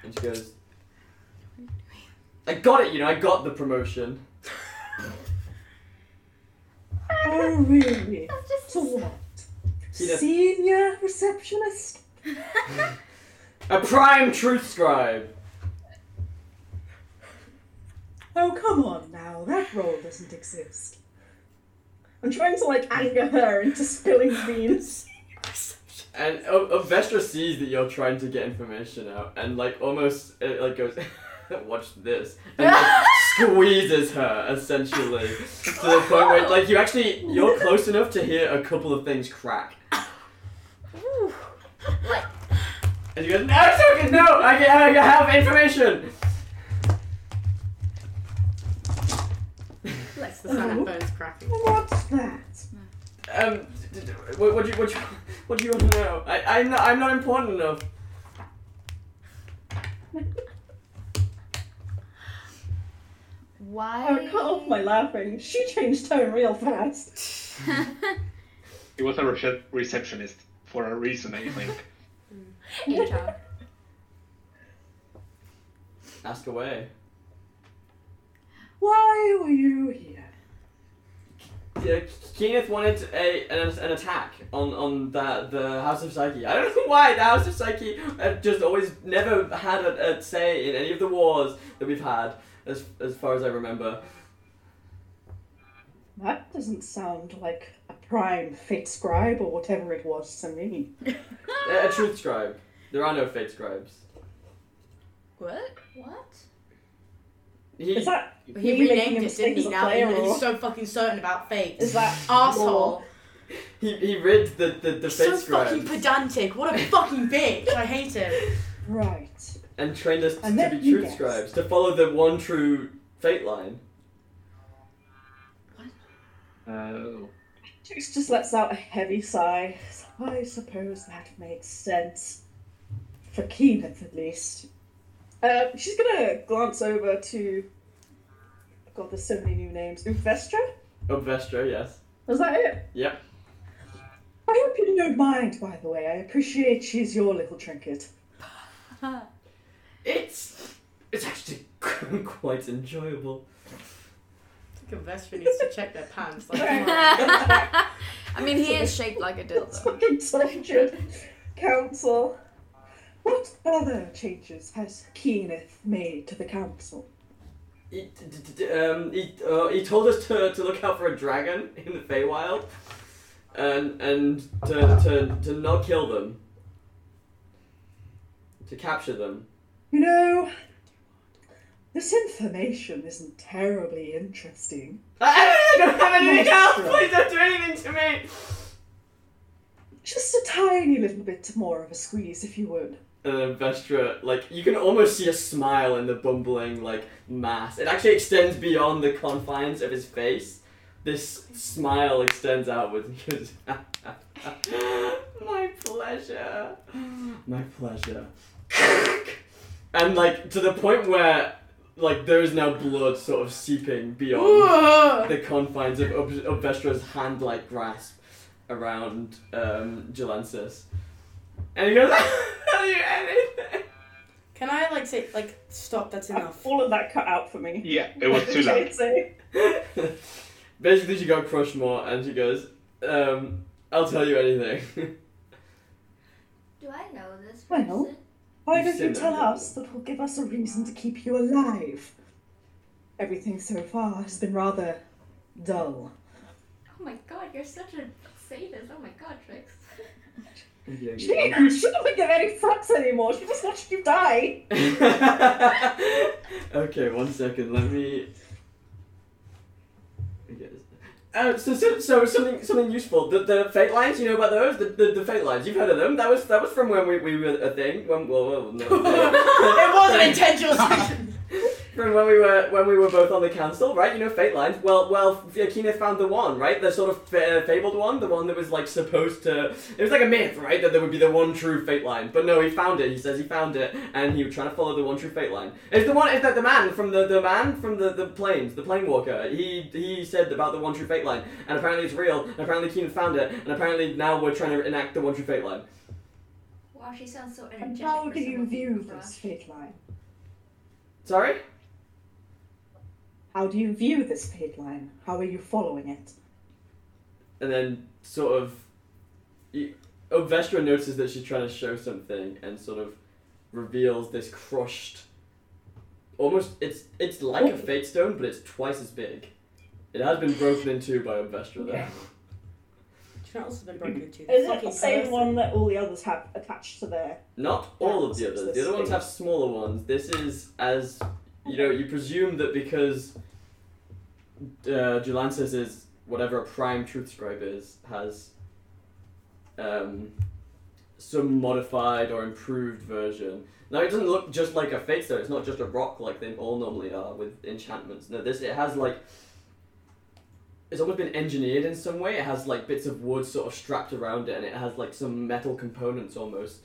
S1: and she goes, "I got it, you know, I got the promotion."
S10: oh, really?
S3: I'm just.
S10: So what?
S1: She does-
S10: Senior receptionist?
S1: A prime truth scribe.
S10: Oh, come on now, that role doesn't exist. I'm trying to, like, anger her into spilling
S1: <laughs>
S10: beans.
S1: And O- Ovestra sees that you're trying to get information out, and like almost uh, like goes, <laughs> "Watch this," and like, squeezes her essentially to the point where like you actually you're close enough to hear a couple of things crack. And you go, no, it's okay, no, I, I, I have information.
S6: That's the sound
S10: Oh.
S6: of bones cracking.
S10: What's that?
S1: Um, d- d- what, what do you, what do you, what do you want to know? I, I'm not, I'm not important enough.
S10: Oh,
S4: Why?
S10: cut off <laughs> my laughing. She changed tone real fast.
S1: <laughs>
S2: He was a rece- receptionist for a reason, I think.
S3: HR.
S1: Ask away.
S10: Why were you here?
S1: Yeah, Kenneth wanted a an, an attack on on the the House of Psyche. I don't <laughs> know why the House of Psyche uh, just always never had a, a say in any of the wars that we've had, as as far as I remember.
S10: That doesn't sound like a prime fit scribe or whatever it was to me.
S1: A, a truth scribe. There are no fake scribes.
S5: What?
S3: What?
S1: He,
S10: Is that
S6: He
S10: me making a
S6: renamed it,
S10: mistake
S6: didn't
S10: as
S6: he?
S10: a
S6: Now
S10: player,
S6: he- he's
S10: or-
S6: so fucking certain about fate.
S10: is that
S6: Asshole.
S1: he he rid the the, the
S6: He's
S1: fake
S6: so
S1: scribe
S6: fucking pedantic. What a fucking bitch. I hate him.
S10: right?
S1: and trained us
S10: And
S1: to
S10: then
S1: be
S10: you
S1: truth
S10: guess.
S1: scribes to follow the one true fate line.
S2: <laughs> Oh.
S10: Jix just lets out a heavy sigh. I suppose that makes sense. For Keeneth, at least. Uh, she's gonna glance over to. God, there's so many new names. Uvestra?
S1: Obvestra, yes.
S10: Was that it?
S1: Yep.
S10: I hope you don't mind, by the way. I appreciate she's your little trinket.
S1: It's it's actually <laughs> quite enjoyable.
S6: I think Vestra needs to check their pants. <laughs> Like,
S10: Right.
S6: come on.
S5: <laughs> I mean, he is shaped like a
S10: It's
S5: dildo.
S10: fucking tortured. council. What other changes has Keeneth made to the council?
S1: He, d- d- d- um, he, uh, he told us to, to look out for a dragon in the Feywild, and and to, to, to not kill them, to capture them.
S10: You know,
S9: This information isn't terribly interesting.
S1: I don't have anything else.
S9: Monster.
S1: <laughs> Please don't do anything to me.
S9: Just a tiny little bit more of a squeeze, if you would.
S1: And then Vestra, like, you can almost see a smile in the bumbling, like, mass. It actually extends beyond the confines of his face. This smile extends outwards. and he goes, <laughs> My pleasure. My pleasure. <laughs> and, like, to the point where, like, there is now blood sort of seeping beyond the confines of, of, of Vestra's hand like grasp around um, Jalansis. And he goes, <laughs> I'll do anything.
S6: Can I like say like stop? That's <laughs> enough.
S10: All of that cut out for me.
S2: Yeah, it was
S10: <laughs>
S2: too loud.
S10: I'd say.
S1: <laughs> Basically, she got crushed more, and she goes, um, I'll tell you anything. <laughs>
S3: Do I know this person?
S9: Well. Why
S1: You've
S9: don't you
S1: seen
S9: tell
S1: that,
S9: us that will give us a reason to keep you alive? Everything so far has been rather dull.
S3: Oh my god, you're such a sadist. Oh my god, Trix.
S10: She, she doesn't give any fucks anymore. She just watched you die.
S1: <laughs> okay, one second. Let me. Yes. Uh, so, so, so something something useful. The, the fate lines. You know about those? The, the, the fate lines. You've heard of them? That was that was from when we, we were a thing. When well, well no.
S6: it was an intentional.
S1: From when we were when we were both on the council, right? You know fate lines. Well, well, Kenneth found the one, right? The sort of fa- fabled one, the one that was like supposed to. It was like a myth, right? That there would be the one true fate line. But no, he found it. He says he found it, and he was trying to follow the one true fate line. It's the one. It's that the man from the the man from the the planes, the plane walker. He he said about the one true fate line, and apparently it's real. And apparently Kenneth found it, and apparently now we're trying to enact the one true fate line.
S3: Wow, she sounds so
S9: And
S3: energetic.
S9: how
S3: for
S9: do you
S3: someone
S9: view
S3: who's
S9: this
S3: crushed.
S9: fate line?
S1: Sorry.
S9: How do you view this fate line? How are you following it?
S1: and then sort of you- oh, Vestra notices that she's trying to show something and sort of reveals this crushed almost it's it's like a fate stone but it's twice as big it has been broken in two by Vestra there
S6: Do you know what else has been broken into?
S10: Is it the
S6: Fucking
S10: same
S6: person.
S10: one that all the others have attached to their?
S1: not all of the others the other ones have smaller ones this is as you know you presume that because uh, Julansis is whatever a prime truth scribe is has um, some modified or improved version. Now it doesn't look just like a face though. It's not just a rock like they all normally are with enchantments. No, this it has like it's almost been engineered in some way. It has like bits of wood sort of strapped around it, and it has like some metal components almost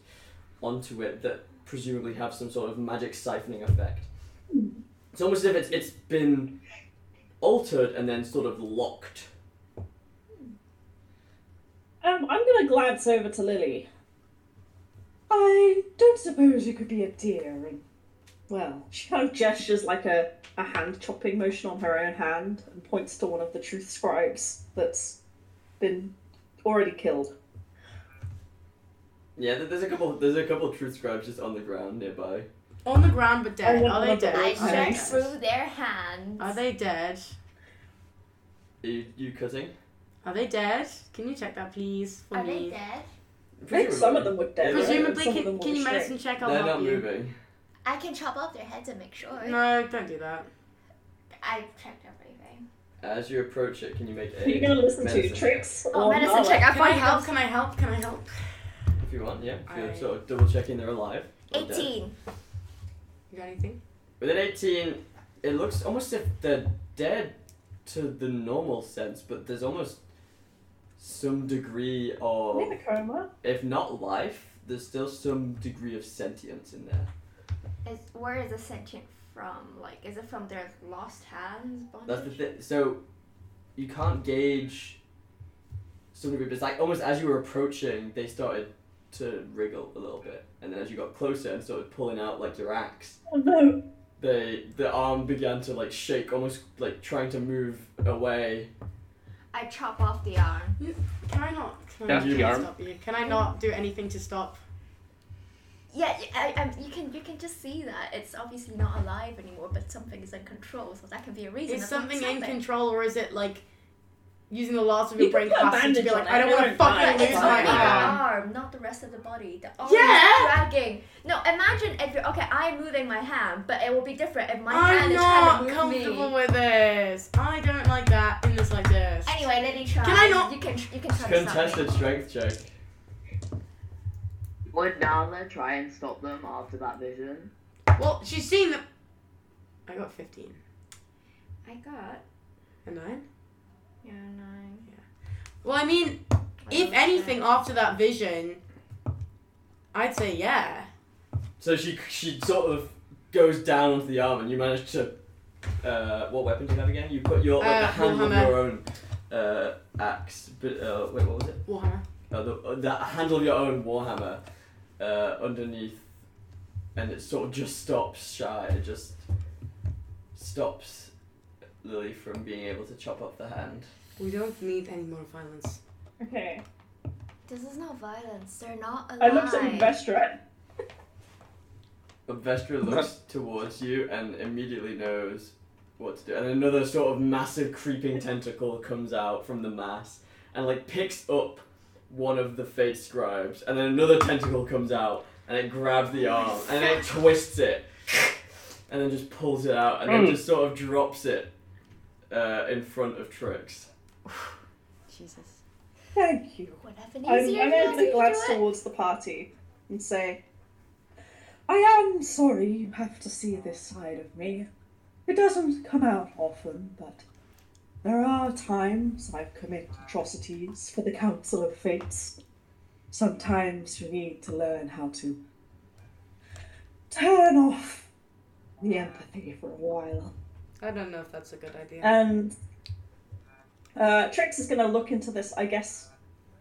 S1: onto it that presumably have some sort of magic siphoning effect. It's almost as if it's it's been altered and then sort of locked.
S10: Um, I'm gonna glance over to Lily.
S9: I don't suppose you could be a dear and, well,
S10: She kind of gestures like a, a hand chopping motion on her own hand and points to one of the truth scribes that's been already killed.
S1: Yeah, there- there's a couple. There's a couple of truth scribes just on the ground nearby.
S6: On the ground but dead.
S10: want
S6: Are they
S10: another
S6: dead?
S10: one.
S6: Are
S10: I
S6: they
S4: I
S10: Okay.
S4: check
S6: dead?
S4: through their hands.
S6: Are they dead?
S1: Are you, you cutting?
S6: Are they dead? Can you check that please for
S3: Are they
S6: me?
S3: dead?
S10: I think some of them were dead. right?
S6: Presumably,
S10: Some of
S6: can,
S10: them
S6: can
S10: were
S6: you
S10: straight.
S6: medicine check? I'll
S1: They're
S6: help
S1: not
S6: you.
S1: moving.
S3: I can chop off their heads and make sure.
S6: No, don't do that.
S3: I checked everything.
S1: As you approach it, can you make
S10: Are
S1: a
S10: you gonna listen to
S1: medicine
S10: tricks?
S3: Oh,
S10: or
S3: medicine
S10: not? <laughs>
S3: check. I
S6: Can I
S3: find
S6: help?
S3: health.
S6: Can I help? Can I help?
S1: if you want? Yeah, if you're
S6: Alright.
S1: sort of double checking they're alive. or dead.
S3: 18.
S6: You got anything?
S1: With an eighteen, it looks almost if they're dead to the normal sense, but there's almost some degree
S10: Are they
S1: of,
S10: in a coma?
S1: if not life, there's still some degree of sentience in there.
S3: Is, where is the sentient from? Like, is it from their lost hands?
S1: That's the
S3: bondage?
S1: thing. So you can't gauge some degree, but it's like almost as you were approaching, they started to wriggle a little bit, and then as you got closer and started pulling out like your axe,
S10: Oh no.
S1: they the arm began to like shake, almost like trying to move away.
S3: I chop off the arm.
S6: Can I not? Can
S2: That's
S6: I
S2: the
S6: not
S2: arm.
S6: stop you? Can I not do anything to stop?
S3: Yeah, y- I, I- you can you can just see that it's obviously not alive anymore, but something is in control, so that can be a reason.
S6: Is
S3: of what's
S6: something in
S3: happening.
S6: control or is it like using the last of your
S10: You
S6: brain
S10: can put a
S6: capacity to be
S10: bandage
S6: like,
S10: on
S6: I
S10: it,
S6: don't
S10: it
S6: want to
S10: won't
S6: fucking
S10: bite,
S6: lose
S10: it's
S6: my
S10: fine.
S6: arm.
S3: arm, not the rest of the body. The arm
S6: Yeah.
S3: is dragging. No, imagine if you're okay. I'm moving my hand, but it will be different if my
S6: I'm
S3: hand is trying to
S6: not
S3: move
S6: comfortable
S3: me.
S6: with this. I don't like that in this like this.
S3: Anyway, Lily, try.
S6: Can I not-
S3: You can. You can try. to stop
S1: Contested
S3: me.
S1: strength check.
S8: Would Nala try and stop them after that vision?
S6: Well, she's seen the. I got 15.
S3: I got
S6: A 9?
S3: yeah nine.
S6: Well, I mean, if anything, after that vision, I'd say yeah.
S1: So she she sort of goes down onto the arm, and you manage to. Uh, what weapon do you have again? You put your like,
S6: Uh,
S1: the handle of
S6: Warhammer.
S1: your own uh, axe. But, uh, wait, what was it?
S6: Warhammer.
S1: Uh, the, uh, the handle of your own warhammer uh, underneath, and it sort of just stops shy. It just stops Lily from being able to chop up the hand.
S6: We don't need any more violence.
S10: Okay.
S3: This is not violence. They're not
S10: I
S3: alive.
S10: looked at Investra.
S1: But Vestra looks towards you and immediately knows what to do. And another sort of massive creeping tentacle comes out from the mass and like picks up one of the fate scribes. And then another tentacle comes out and it grabs the arm and it twists it and then just pulls it out and then just sort of drops it uh, in front of Trix.
S5: Jesus.
S10: Thank you.
S3: Would have been
S10: I'm,
S3: easier
S10: I'm
S3: if you
S10: going to
S3: had
S10: glance
S3: to do it.
S10: towards the party and say, I am sorry you have to see this side of me. It doesn't come out often, but there are times I've committed atrocities for the Council of Fates. Sometimes you need to learn how to turn off the empathy for a while.
S6: I don't know if that's a good idea.
S10: And uh, Trix is going to look into this, I guess,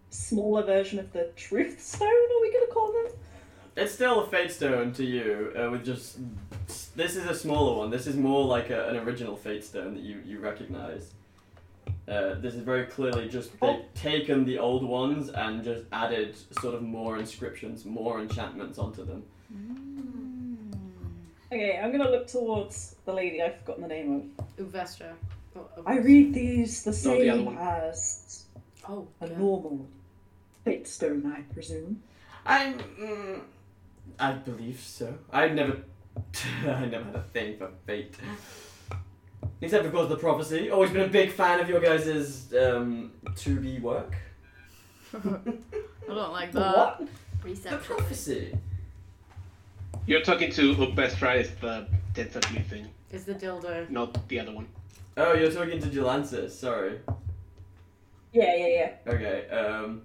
S10: smaller version of the Truth Stone, are we going to call them?
S1: It's still a fate stone to you, uh, with just. This is a smaller one. This is more like a, an original fate stone that you, you recognize. Uh, this is very clearly just they've taken the old ones and just added sort of more inscriptions, more enchantments onto them.
S3: Hmm.
S10: Okay, I'm going to look towards the lady I've forgotten the name
S6: Uvestra. Oh,
S10: of. I read these the
S2: No, the other
S10: same
S2: one.
S10: as
S6: Oh,
S10: a
S6: yeah.
S10: normal Fate Stone, I presume.
S1: I'm. Mm, I believe so. I've never. <laughs> I never had a thing for fate. Except, of course, the prophecy. Always been a big fan of your guys' um, 2B work.
S5: I don't
S6: Uh,
S5: like
S10: The
S5: that.
S10: what?
S1: The
S3: Reset.
S1: prophecy!
S2: You're talking to Obestra is the tentacle thing,
S6: Is the dildo.
S2: not the other one. <laughs>
S1: Oh, you're talking to Gelansis, sorry.
S10: Yeah, yeah, yeah.
S1: Okay, um.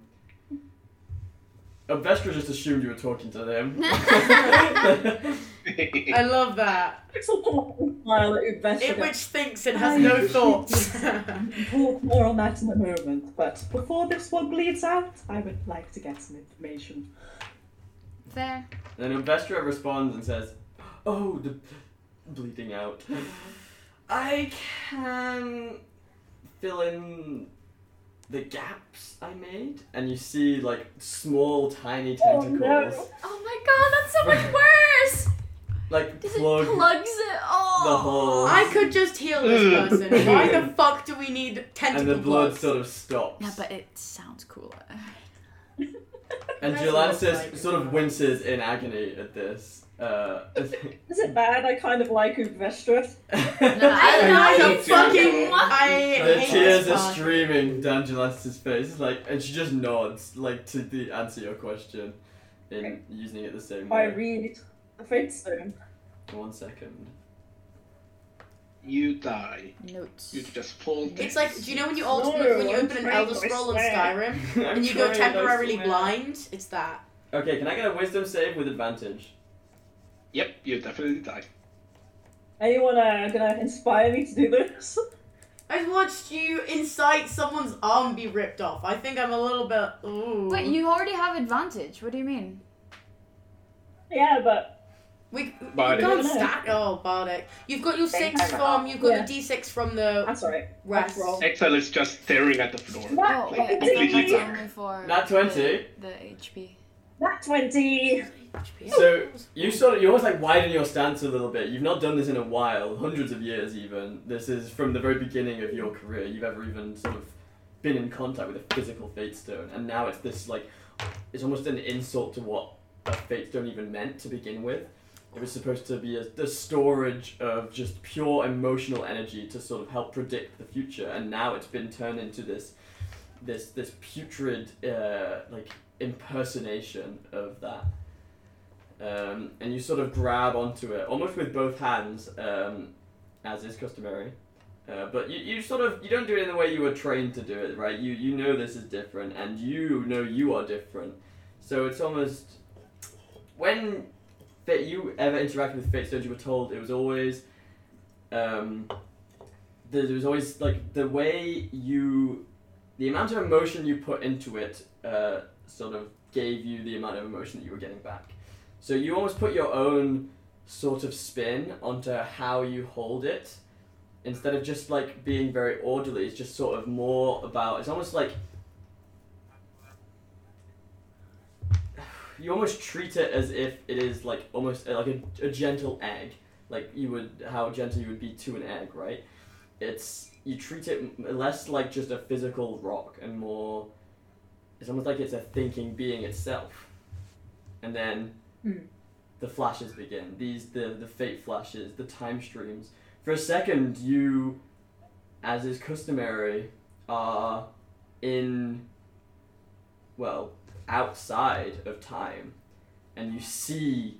S1: Vestra just assumed you were talking to
S10: <laughs>
S1: them.
S6: I love that.
S10: Trix will pop and smile at Ubestra.
S6: It which thinks it has
S10: I-
S6: no thoughts.
S10: Talk more on that in a moment, but before this one bleeds out, I would like to get some information.
S4: Fair.
S1: then Vestra responds and says, Oh, the bleeding out. I can fill in the gaps I made. And you see, like, small, tiny
S10: Oh,
S1: tentacles.
S10: no.
S3: Oh my god, that's so
S10: <laughs>
S3: much worse.
S1: Like,
S3: Does
S1: plug
S3: it plugs it all?
S1: the holes.
S6: I could just heal this person. Why the fuck do we need tentacle
S1: and the blood
S6: plugs?
S1: sort of stops.
S5: Yeah, but it sounds cooler.
S1: And
S6: That's what it's
S1: Gelansis
S6: like.
S1: sort of winces in agony at this. Uh,
S10: Is it bad? I kind of like Ubvestra.
S6: <laughs> I
S3: I know
S6: know
S1: <laughs>
S6: the
S3: you
S6: fucking.
S3: do.
S6: I
S1: the
S6: hate
S1: tears
S6: this
S1: are
S6: part.
S1: streaming down Gelansis' face. It's like, and she just nods, like to the answer your question, in using it the same
S10: I
S1: way.
S10: read the Fate Stone.
S1: One second.
S2: you die.
S5: Notes.
S2: You just fall. dead.
S6: It's like, do you know when you
S10: No,
S6: ultimate when you
S10: I'm
S6: open an
S10: trying
S6: Elder
S10: to
S6: Scroll in
S10: swear.
S6: Skyrim and you go <laughs> temporarily blind? It's that.
S1: Okay, can I get a wisdom save with advantage?
S2: Yep, you definitely die.
S10: Anyone uh, gonna inspire me to do this? <laughs>
S6: I've watched you incite someone's arm be ripped off. I think I'm a little bit. Ooh.
S5: Wait, you already have advantage. What do you mean?
S10: yeah, but
S6: We, we
S2: Bardic.
S6: can't stack. Oh, Bardic. You've got your six
S8: have it
S6: from. You've got
S10: Yeah.
S6: your d6 from the
S10: that's alright.
S6: rest.
S10: roll.
S2: Exile is just staring at the floor.
S10: That,
S5: Oh, wait, I
S2: completely
S5: thought that's
S2: dark.
S5: only for
S1: Nat 20.
S5: The, the HP.
S10: that 20!
S1: So you sort of you almost like widen your stance a little bit. You've not done this in a while, hundreds of years even. This is from the very beginning of your career. You've ever even sort of been in contact with a physical fate stone, and now it's this like it's almost an insult to what a fate stone even meant to begin with. It was supposed to be a, the storage of just pure emotional energy to sort of help predict the future, and now it's been turned into this this this putrid uh, like impersonation of that. Um, and you sort of grab onto it almost with both hands, um, as is customary. Uh, but you, you sort of you don't do it in the way you were trained to do it, right? You you know this is different, and you know you are different. So it's almost when that you ever interacted with fate stones, you were told it was always um, there was always like the way you the amount of emotion you put into it uh, sort of gave you the amount of emotion that you were getting back. So you almost put your own sort of spin onto how you hold it instead of just like being very orderly. It's just sort of more about it's almost like <sighs> you almost treat it as if it is like almost uh, like a, a gentle egg, like you would how gentle you would be to an egg, right? It's you treat it m- less like just a physical rock and more. It's almost like it's a thinking being itself, and then
S9: Hmm.
S1: the flashes begin. These the the fate flashes, the time streams. For a second, you, as is customary, are in. Well, outside of time and you see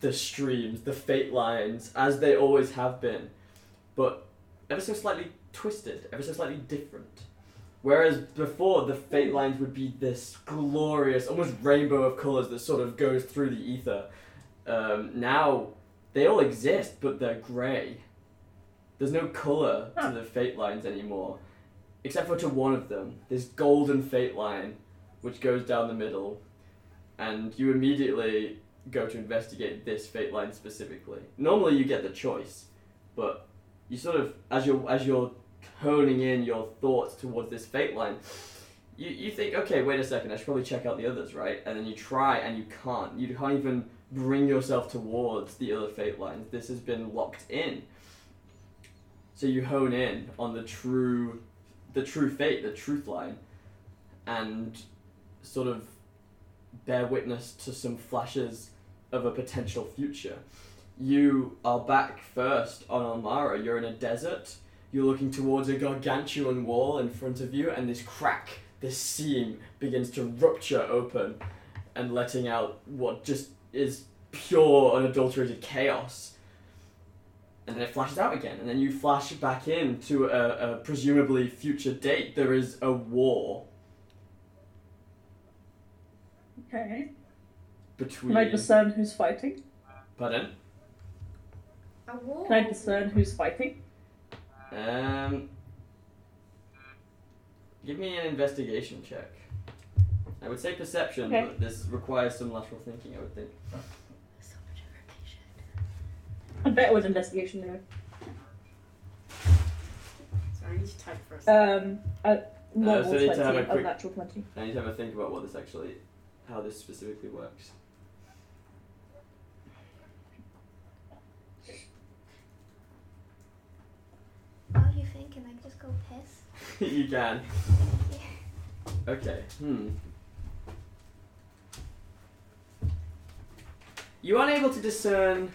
S1: the streams, the fate lines, as they always have been, but ever so slightly twisted, ever so slightly different. Whereas before, the fate lines would be this glorious, almost rainbow of colors that sort of goes through the ether. Um, now, they all exist, but they're grey. There's no color to the fate lines anymore, except for to one of them, this golden fate line which goes down the middle, and you immediately go to investigate this fate line specifically. Normally, you get the choice, but you sort of as you're as you're honing in your thoughts towards this fate line, you you think, okay, wait a second, I should probably check out the others, right? And then you try, and you can't. You can't even bring yourself towards the other fate lines. This has been locked in. So you hone in on the true, the true fate, the truth line, and sort of bear witness to some flashes of a potential future. You are back first on Almara. You're in a desert. You're looking towards a gargantuan wall in front of you, and this crack, this seam, begins to rupture open and letting out what just is pure, unadulterated chaos. And then it flashes out again, and then you flash back in to a, a presumably future date. There is a war
S9: Okay.
S1: between.
S10: Can I discern who's fighting?
S1: Pardon?
S3: A war.
S10: Can I discern who's fighting?
S1: Um. Give me an investigation check. I would say perception,
S10: Okay.
S1: but this requires some lateral thinking. I would think.
S10: I bet it was investigation though.
S6: Sorry, I need to type first.
S10: Um, uh,
S1: Uh, so
S10: normal
S1: they need to have a
S10: twenty,
S1: quick-
S10: unnatural twenty.
S1: I need to have a think about what this actually, how this specifically works.
S3: While you think, can I just go piss?
S1: <laughs> you can. Okay. Hmm. You aren't able to discern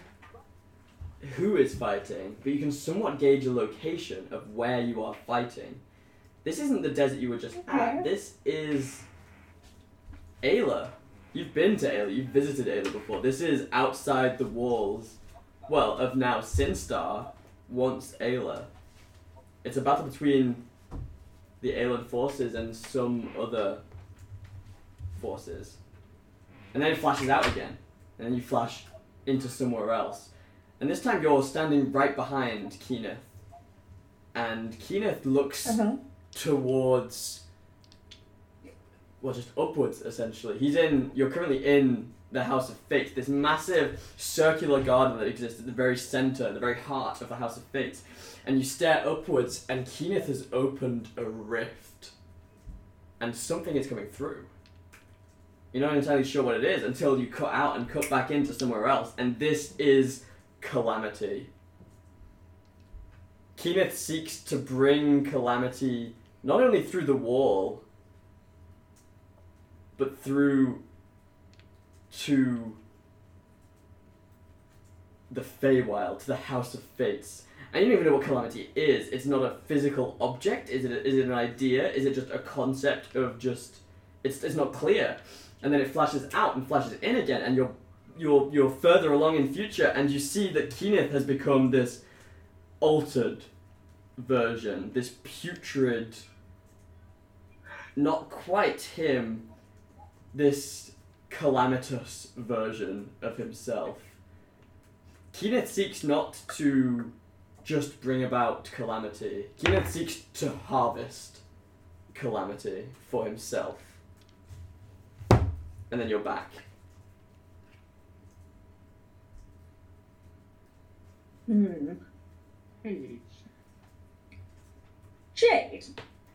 S1: who is fighting, but you can somewhat gauge a location of where you are fighting. This isn't the desert you were just at. This is Ayla. You've been to Ayla. You've visited Ayla before. This is outside the walls, well, of now Sinstar, once Ayla. It's a battle between the alien forces and some other forces. And then it flashes out again. And then you flash into somewhere else. And this time you're standing right behind Keeneth. And Keeneth looks
S10: Uh huh.
S1: towards well just upwards essentially he's in you're currently in the house of fate this massive circular garden that exists at the very center the very heart of the house of fate and you stare upwards and keeneth has opened a rift and something is coming through you're not entirely sure what it is until you cut out and cut back into somewhere else and this is calamity keeneth seeks to bring calamity not only through the wall, but through to the Feywild, to the House of Fates. And you don't even know what calamity is. It's not a physical object. Is it? Is it an idea? Is it just a concept of just? It's it's not clear. And then it flashes out and flashes in again, and you're you're you're further along in future, and you see that Kenneth has become this altered version, this putrid, not quite him, this calamitous version of himself. Kenneth seeks not to just bring about calamity. Kenneth seeks to harvest calamity for himself. And then you're back.
S10: Hmm.
S2: Hey.
S10: Jade,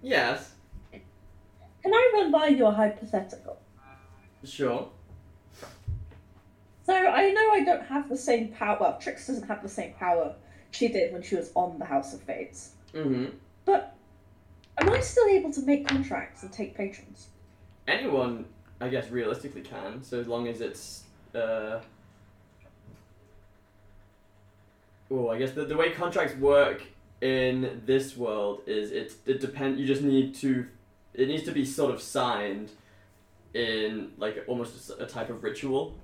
S1: Yes,
S10: can I run by your hypothetical?
S1: sure.
S10: So I know I don't have the same power. Well, Trix doesn't have the same power she did when she was on the House of Fates.
S1: Mm-hmm.
S10: But am I still able to make contracts and take patrons?
S1: anyone, I guess, realistically can, so as long as it's. Uh... Oh, I guess the, the way contracts work in this world is it it depend. You just need to. It needs to be sort of signed in like almost a s- a, type of ritual.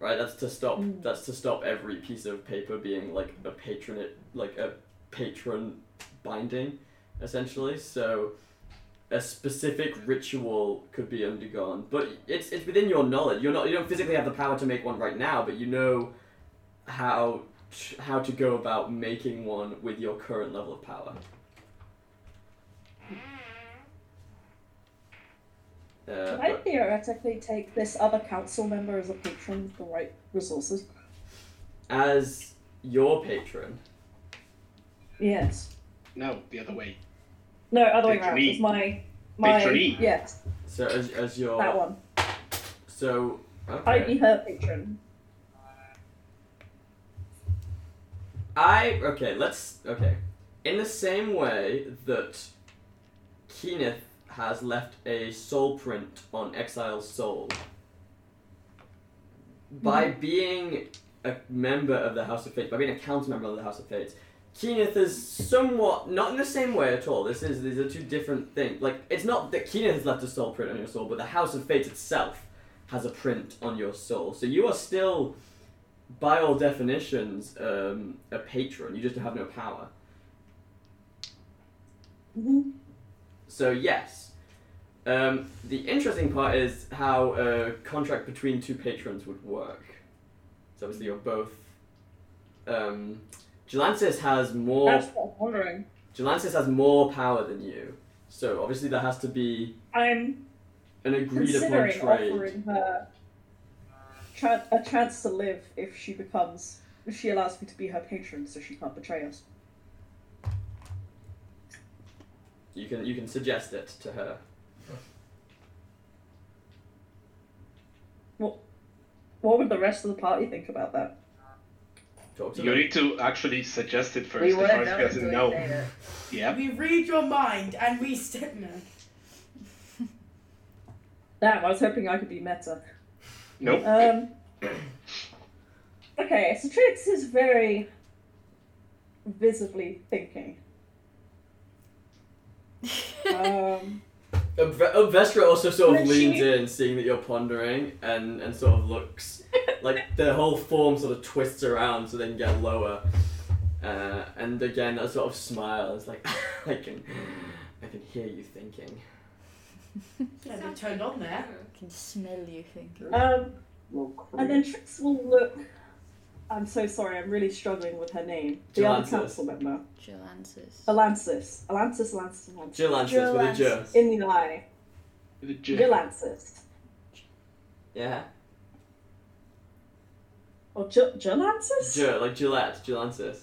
S1: Right, that's to stop. That's to stop every piece of paper being like a patronate, like a patron binding, essentially. So a specific ritual could be undergone, but it's it's within your knowledge. You're not you don't physically have the power to make one right now, but you know how t- how to go about making one with your current level of power. Uh,
S10: Can I
S1: but-
S10: theoretically take this other council member as a patron with the right resources?
S1: as your patron,
S10: Yes.
S2: No, the other way.
S10: No, other way around.
S2: Patronee.
S10: It's my my
S2: Patronee.
S10: yes,
S1: so as as
S10: that
S1: your
S10: one.
S1: so
S10: I'd
S1: okay.
S10: be her patron.
S1: I okay, let's okay. In the same way that Kenneth has left a soul print on Exile's soul, by
S10: Mm-hmm.
S1: being a member of the House of Fates, by being a council member of the House of Fates, Kenneth is somewhat not in the same way at all. This is these are two different things. Like it's not that Kenneth has left a soul print on your soul, but the House of Fates itself has a print on your soul. So you are still by all definitions, um, a patron. You just have no power.
S10: Mhm.
S1: So yes. Um, the interesting part is how a contract between two patrons would work. So obviously you're both. Um, Gelantis has more.
S10: That's what I'm wondering.
S1: Gelantis has more power than you. So obviously there has to be
S10: I'm
S1: an agreed upon
S10: considering
S1: trade.
S10: offering her tran- a chance to live if she becomes if she allows me to be her patron, so she can't betray us.
S1: You can you can suggest it to her.
S10: What would the rest of the party think about that?
S1: Talk to
S2: You
S1: her.
S2: need to actually suggest it first.
S8: We
S2: the
S8: would
S2: party
S8: know
S2: doesn't
S8: until we
S2: know.
S8: say it.
S2: Yep.
S6: We read your mind and we step <laughs> no.
S10: Damn, I was hoping I could be meta.
S2: Nope.
S10: Um. Okay, so Trix is very visibly thinking. Um,
S1: Uh, Ve- uh, Vestra also sort of
S10: When
S1: leans
S10: she-
S1: in, seeing that you're pondering, and, and sort of looks
S10: <laughs>
S1: like their whole form sort of twists around so they can get lower. Uh, and again, that sort of smile is like, <laughs> I can, I can hear you thinking.
S6: Yeah, they turned on there.
S5: I can smell you thinking.
S10: um,
S8: Well,
S10: and then Trix will look. I'm so sorry, I'm really struggling with her name. The
S1: Jolansis.
S10: other council member.
S5: Gelantis.
S10: Alansis. Alansis, Alansis, Alansis.
S1: Jill answers with a J.
S5: Jillansis.
S10: In the eye.
S2: The J.
S10: Jolansis.
S1: Yeah,
S10: Or J- Jolansis?
S1: J like Gillette, Jill answers.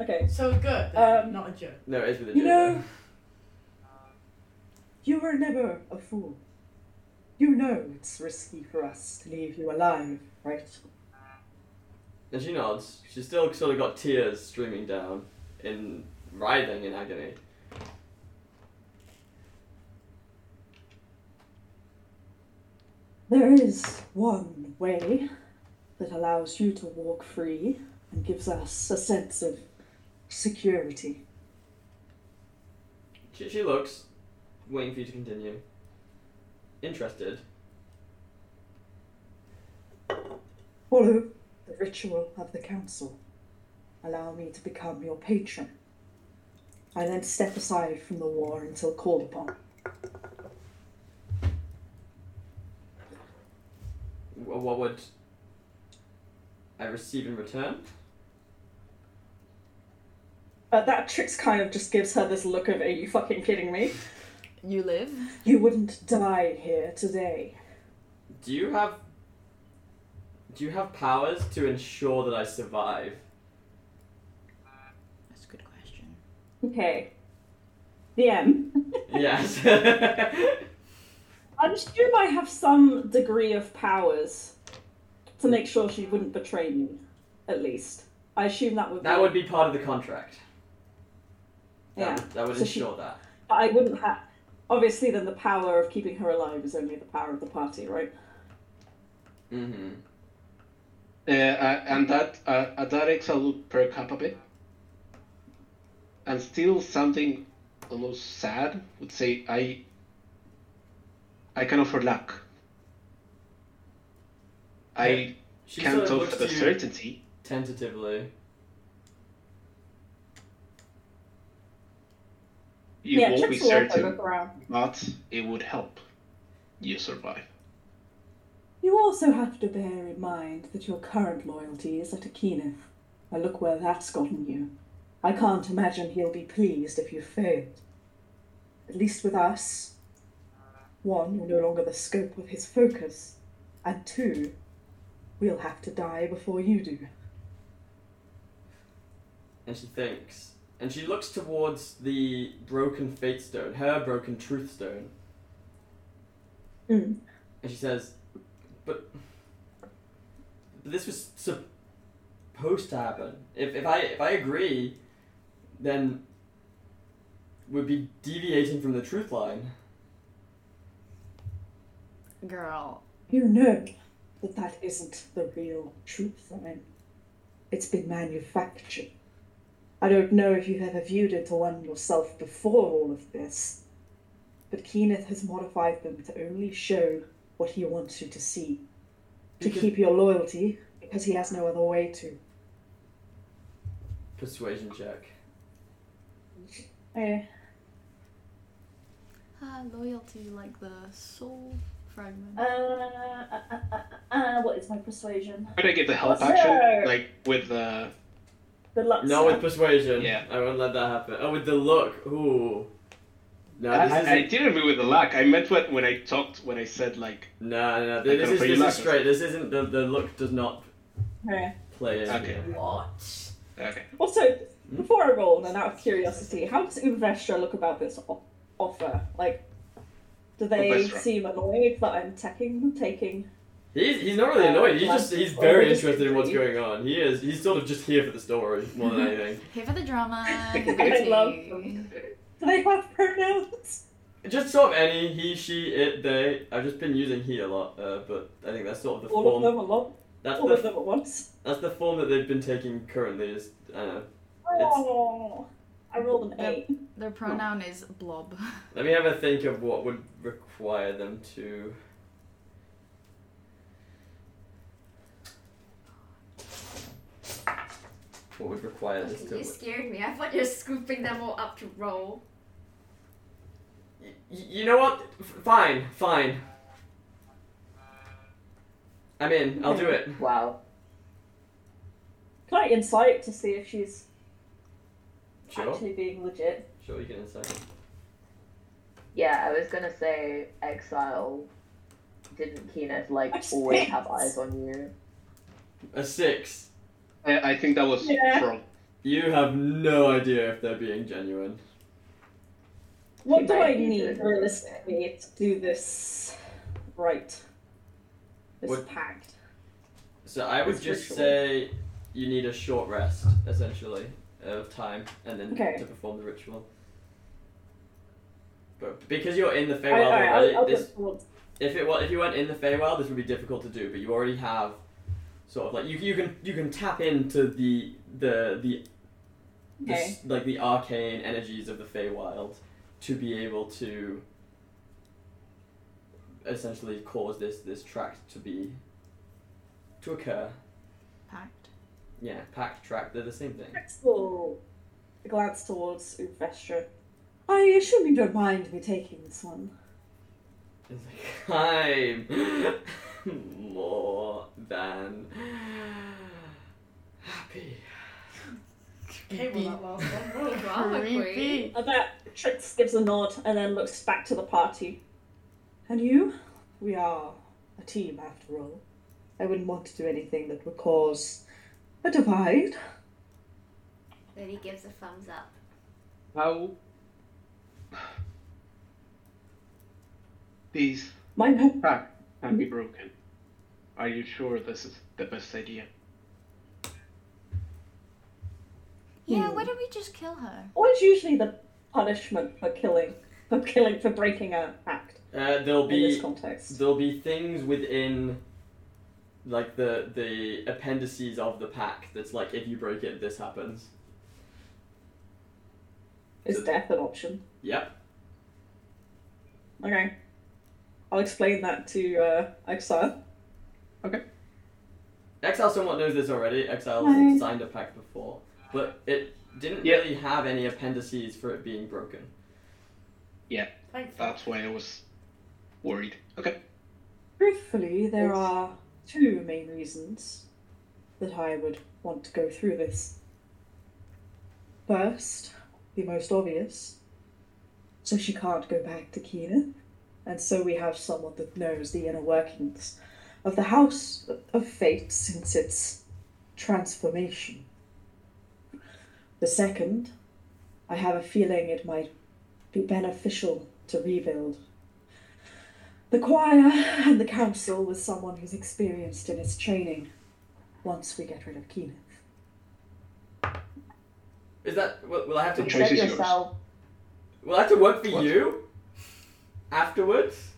S10: okay.
S6: So good. then,
S10: Um,
S6: not a joke.
S1: No, it is with a J.
S10: You know, you were never a fool. You know it's risky for us to leave you alive, right?
S1: And she nods. She's still sort of got tears streaming down, in writhing in agony.
S9: There is one way that allows you to walk free and gives us a sense of security.
S1: She, she looks, waiting for you to continue. Interested.
S9: Follow the ritual of the council. Allow me to become your patron. I then step aside from the war until called upon.
S1: Wh- What would I receive in return?
S10: Uh, that Trix kind of just gives her this look of, are you fucking kidding me?
S5: You live?
S9: You wouldn't die here today.
S1: Do you have do you have powers to ensure that I
S10: <laughs>
S1: survive?
S5: That's a good question.
S10: Okay. DM.
S1: Yes. <laughs>
S10: I'm sure <laughs> I have some degree of powers
S2: Hmm.
S10: to make sure she wouldn't betray me, at least. I assume that would be.
S1: that would be part of the contract. That
S10: Yeah.
S1: would, that would
S10: So she-
S1: ensure that.
S10: But I wouldn't have. Obviously, then the power of keeping her alive is only the power of the party, right?
S1: Mm-hmm.
S2: Uh, uh, and that uh, at that exile would perk up a bit. And still something almost sad would say, I I can offer luck. I
S1: She
S2: can't
S1: sort of looks
S2: offer the
S1: to you
S2: certainty.
S1: tentatively.
S2: You
S10: yeah,
S2: won't be
S10: Trix will also
S2: certain,
S10: look around.
S2: but it would help you survive.
S9: You also have to bear in mind that your current loyalty is at Akineth. Now look where that's gotten you. I can't imagine he'll be pleased if you failed. At least with us, one, you're no longer the scope of his focus, and two, we'll have to die before you do.
S1: and she thinks, and she looks towards the broken fate stone, her broken truth stone,
S9: Hmm.
S1: and she says, "But, but this was supposed to happen. If, if I if I agree, then we'd be deviating from the truth line."
S5: Girl.
S9: You know that that isn't the real truth, I mean, it's been manufactured. I don't know if you've ever viewed into one yourself before all of this, but Keeneth has modified them to only show what he wants you to see, to
S10: Mm-hmm.
S1: Because-
S9: keep your loyalty, because he has no other way to.
S1: Persuasion check.
S10: Yeah.
S5: Ah, loyalty like the soul fragment.
S10: Uh, uh, uh, uh, uh, what is my persuasion?
S2: Could I give the help
S10: What's
S2: action?
S10: there?
S2: Like with the
S10: The luck.
S1: No, with persuasion.
S2: Yeah.
S1: I won't let that happen. Oh, with the look. Ooh. No, Uh, this
S2: I,
S1: isn't-
S2: I didn't mean with the luck. I meant what when I talked when I said like
S1: No, no,
S2: I
S1: this
S2: could've
S1: is,
S2: put
S1: this
S2: you
S1: is
S2: luck.
S1: straight. This isn't the the look does not play in.
S2: Okay.
S1: here.
S10: What?
S2: okay.
S10: Also,
S1: Hmm?
S10: before I roll, and out of curiosity, how does Uvestra look about this o- offer? Like, do they
S2: Uvestra.
S10: seem annoyed that I'm taking taking?
S1: He's, he's not really annoyed. He's
S10: Uh,
S1: just he's
S10: well,
S1: very
S10: we just
S1: interested in what's
S10: continue.
S1: going on. He is he's sort of just here for the story more than anything.
S5: Here for the drama. here for
S10: <laughs> I
S5: the
S10: love
S5: tea.
S10: them. Do they have pronouns?
S1: Just sort of any he, she, it, they. I've just been using he a lot, uh, but I think that's sort of the
S10: All of
S1: form.
S10: them, a lot,
S1: That's
S10: all of
S1: the
S10: them at once.
S1: that's the form that they've been taking currently. Is uh,
S10: Oh, I rolled an
S5: Yep.
S10: eight.
S5: Their pronoun is
S10: <laughs>
S5: blob.
S1: let me have a think of what would require them to. What would require this
S3: Okay,
S1: to?
S3: you scared me. I thought you were scooping them all up to roll.
S1: Y- you know what? F- Fine, fine. I'm in. I'll do it.
S8: Wow.
S10: Can I insight to see if she's
S1: Sure.
S10: actually being legit?
S1: Sure, you can insight.
S8: Yeah, I was gonna say exile. Didn't Keeneth like
S10: That's
S8: always
S10: six.
S8: have eyes on you?
S1: A six.
S2: I, I think that was
S10: Yeah.
S2: from
S1: You have no idea if they're being genuine.
S10: What
S8: She
S10: do
S8: might
S10: I
S8: be
S10: need
S8: doing
S10: realistically to do this right? This
S1: What-
S10: pact.
S1: So I would
S10: It's
S1: just
S10: ritual.
S1: say you need a short rest, essentially, of time, and then
S10: Okay.
S1: to perform the ritual. But because you're in the
S10: I,
S1: Feywild
S10: alright, I'll,
S1: already,
S10: I'll
S1: this
S10: put towards
S1: if it wa if you went in the Feywild, this would be difficult to do. But you already have sort of like you, you can you can tap into the the the, the s- like the arcane energies of the Feywild to be able to essentially cause this this tract to be to occur.
S4: Packed.
S1: Yeah, pact tract they're the same thing.
S10: Next will glance towards Uvestra.
S9: I assume you don't mind me taking this one.
S1: It's like <laughs> I'm more than happy.
S6: Okay, well, that last one.
S3: Drama queen.
S10: At Uh, that, Trix gives a nod and then looks back to the party.
S9: And you? We are a team after all. I wouldn't want to do anything that would cause a divide.
S3: Lily gives a thumbs up.
S2: How these
S9: My ho-
S2: back can be broken. Are you sure this is the best idea?
S4: Yeah, why don't we just kill her?
S10: What's usually the punishment for killing? For killing, for breaking a pact
S1: Uh, there'll
S10: in this
S1: be
S10: context?
S1: there'll be things within like the the appendices of the pack that's like if you break it this happens.
S10: Is death an option?
S1: Yep.
S10: Okay. I'll explain that to uh, Exile.
S1: Exile somewhat knows this already. Exile
S9: Hi.
S1: signed a pact before, but it didn't
S2: Yeah.
S1: really have any appendices for it being broken.
S6: Thanks.
S2: That's why I was worried. Okay.
S9: Truthfully, there are two main reasons that I would want to go through this. First, the most obvious, so she can't go back to Keenan, and so we have someone that knows the inner workings of the House of Fate since its transformation. The second, I have a feeling it might be beneficial to rebuild the choir and the council with someone who's experienced in its training once we get rid of Keenan.
S1: Is that will, will I have
S2: The
S1: to
S2: choice is yours.
S1: will I have to work for
S2: What?
S1: you afterwards?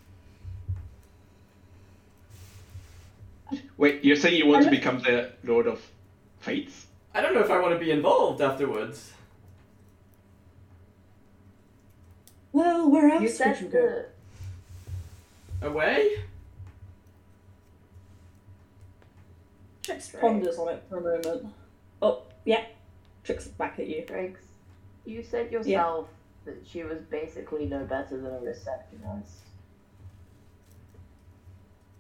S2: Wait, you're saying you want to become the Lord of Fates?
S1: I don't know if I want to be involved afterwards.
S9: Well, where
S8: You
S9: else would
S8: said
S9: you go?
S8: the
S1: Away?
S10: Trix ponders on it for a moment. Oh, yeah. Trix is back at you.
S8: Riggs, you said yourself that she was basically no better than a receptionist.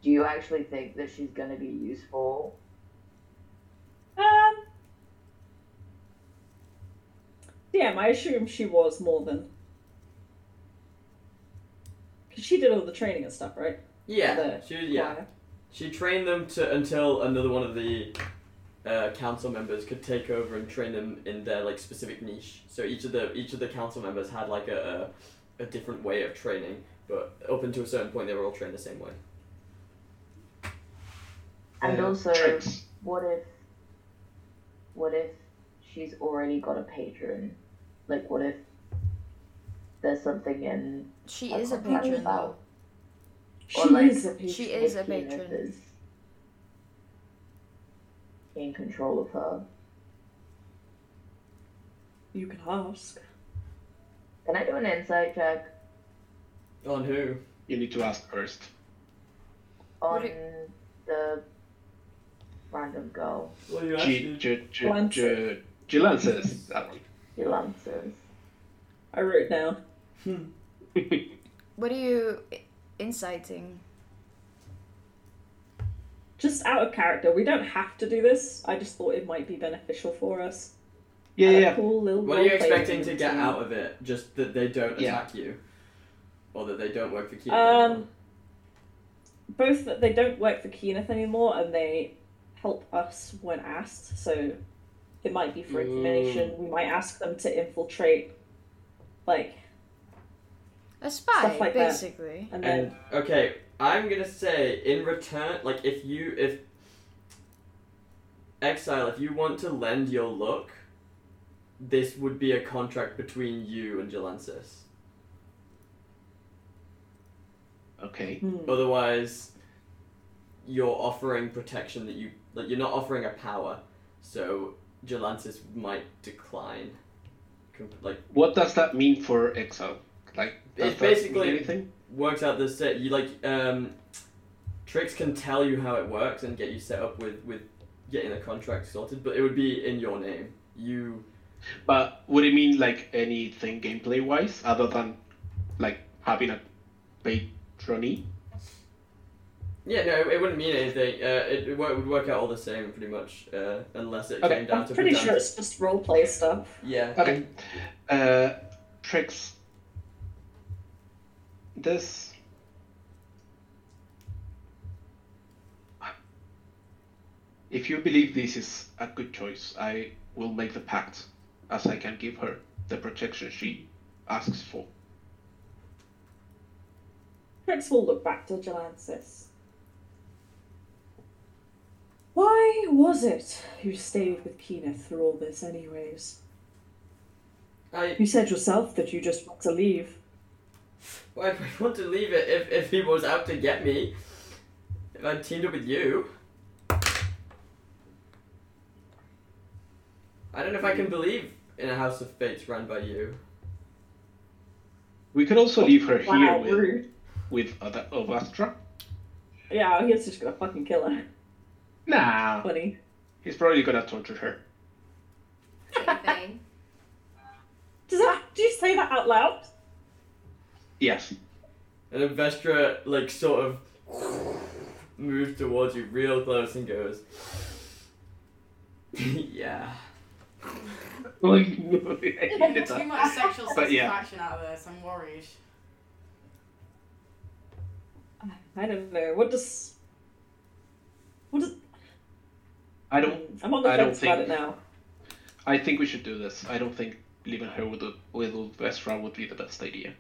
S8: Do you actually think that she's going to be useful?
S10: Um. Damn, I assume she was more than. Because she did all the training and stuff, right?
S1: Yeah.
S10: The
S1: She yeah. She trained them to until another one of the uh, council members could take over and train them in their like specific niche. So each of the each of the council members had like a a, a different way of training, but up until a certain point they were all trained the same way.
S8: And
S2: Uh,
S8: also,
S2: Trix.
S8: what if, what if she's already got a patron? Like, what if there's something in
S4: She
S8: her
S4: is a
S8: contract
S4: patron, though.
S8: about-
S9: She
S8: Or, like,
S9: is a patron.
S4: She is a
S8: Kina
S4: patron.
S8: is in control of her?
S9: You can ask.
S8: Can I do an insight check
S1: On who?
S2: You need to ask first.
S8: on
S4: Would
S8: the random girl?
S1: Well, you
S2: G
S1: actually.
S2: G G
S10: Lances.
S2: G G Lances. That one.
S8: She lances.
S10: I wrote it down.
S4: What are you i- inciting?
S10: Just out of character, we don't have to do this. I just thought it might be beneficial for us.
S2: yeah,
S10: And a
S2: yeah.
S10: Cool little
S1: What are you
S10: role-playing
S1: expecting to get
S10: routine.
S1: out of it? Just that they don't
S2: Yeah.
S1: attack you, or that they don't work for Keaton.
S10: Um, both that they don't work for Keeneth anymore and they help us when asked. So it might be for information.
S1: Mm.
S10: We might ask them to infiltrate, like,
S4: A spy,
S10: like that.
S4: basically.
S10: and then
S1: And okay, I'm gonna say in return, like if you if exile, if you want to lend your look, this would be a contract between you and Jalensis.
S2: Okay.
S10: hmm.
S1: Otherwise, you're offering protection that you like. You're not offering a power, so Gelantis might decline. Com- Like
S2: What does that mean for exile? Like, does
S1: It's
S2: that mean
S1: basically-
S2: anything?
S1: works out the set. You like um, Tricks can tell you how it works and get you set up with with getting a contract sorted, but it would be in your name. You
S2: But would it mean like anything gameplay wise other than like having a patronee?
S1: yeah no, it wouldn't mean anything. Uh, it, it wo- would work out all the same pretty much, uh, unless it
S2: Okay,
S1: came down
S10: I'm
S1: to
S10: pretty
S1: Vedanta.
S10: sure it's just roleplay stuff.
S1: Yeah.
S2: Okay. Uh, Trix. This. If you believe this is a good choice, I will make the pact, as I can give her the protection she asks for.
S10: Trix will look back to Gelansis.
S9: Why was it you stayed with Kenneth through all this, anyways?
S1: I
S9: You said yourself that you just want to leave.
S1: why would I want to leave it if if he was out to get me? If I teamed up with you. I don't know if I can believe in a house of fates run by you.
S2: We could also leave her here
S10: Wow,
S2: with,
S10: rude.
S2: with other, Ovastra.
S10: Yeah, he's just gonna fucking kill her.
S2: Nah,
S10: Funny.
S2: he's probably gonna torture her.
S3: Same <laughs> thing.
S10: Does that? Did you say that out loud?
S2: <laughs> Yes.
S1: And then Vestra like sort of moves towards you real close and goes <laughs> Yeah.
S2: It's
S6: Too
S2: a-
S6: much sexual <laughs>
S2: But yeah.
S6: satisfaction out of this. I'm worried.
S10: I don't know. What does? What does?
S2: <laughs> I don't.
S10: I'm on the
S2: I don't
S10: fence about it
S2: think-
S10: now.
S2: I think we should do this. I don't think leaving her with the, with Vestra would be the best idea.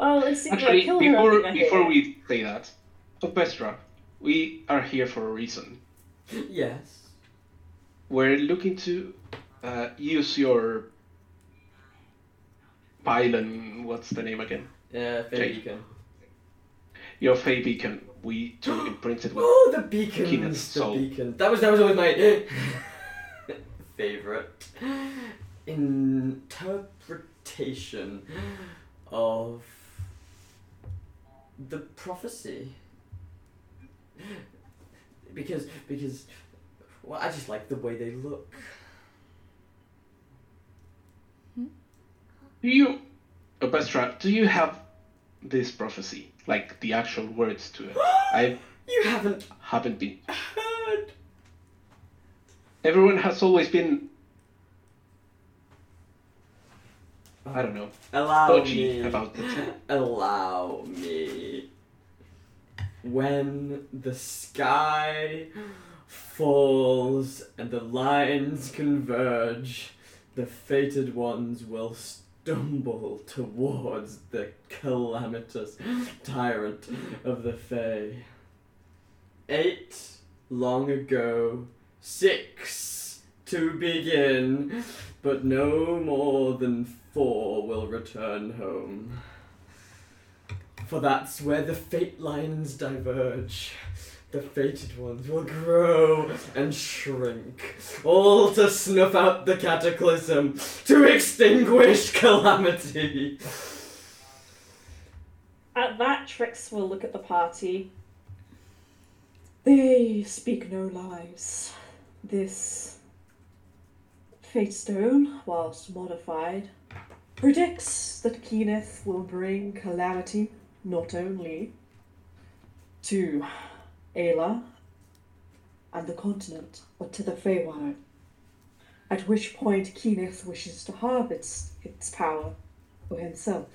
S10: Well, it seems
S2: Actually,
S10: like kill her. I
S2: before
S10: think I
S2: before
S10: hate it.
S2: we say that, Opestra, we are here for a reason.
S1: Yes.
S2: We're looking to uh, use your pylon. What's the name again?
S1: Yeah, Fey
S2: Jake.
S1: Beacon.
S2: Your Fey beacon. We to
S10: <gasps>
S2: imprint it with.
S1: Oh the beacons,
S2: Keenan,
S1: the
S2: so-
S1: beacon. That was that was always my <laughs> favorite interpretation of the prophecy. Because because well, I just like the way they look.
S2: Do you, Opestra? Do you have this prophecy, like the actual words
S10: <gasps>
S2: to it? I
S1: you haven't
S2: haven't been.
S1: heard.
S2: Everyone has always been. I don't know.
S1: Allow
S2: Dodgy
S1: me.
S2: about it.
S1: Allow me. When the sky falls and the lines converge, the fated ones will stumble towards the calamitous tyrant of the Fae. Eight long ago, six to begin, but no more than four will return home. For that's where the fate lines diverge. The fated ones will grow and shrink, all to snuff out the cataclysm, to extinguish calamity.
S10: At that, Trix will look at the party.
S9: They speak no lies. This fate stone, whilst modified, predicts that Kenneth will bring calamity not only to Ayla and the continent, but to the Feywild. At which point Kenneth wishes to harvest its power for himself.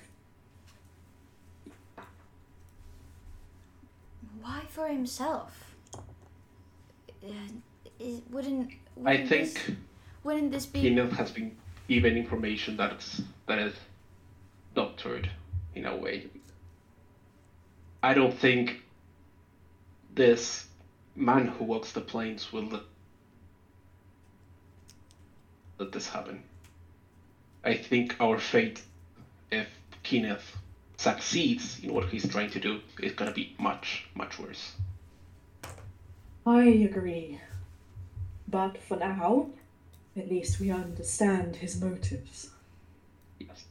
S4: Why for himself? Uh, It
S5: <laughs>
S4: wouldn't.
S2: I
S4: wouldn't
S2: think.
S4: This, wouldn't this be?
S2: Email has been given information that is that is doctored in a way. I don't think this man who walks the plains will let, let this happen. I think our fate, if Kenneth succeeds in what he's trying to do, it's gonna be much, much worse.
S9: I agree. But for now, at least we understand his motives.
S2: Yes.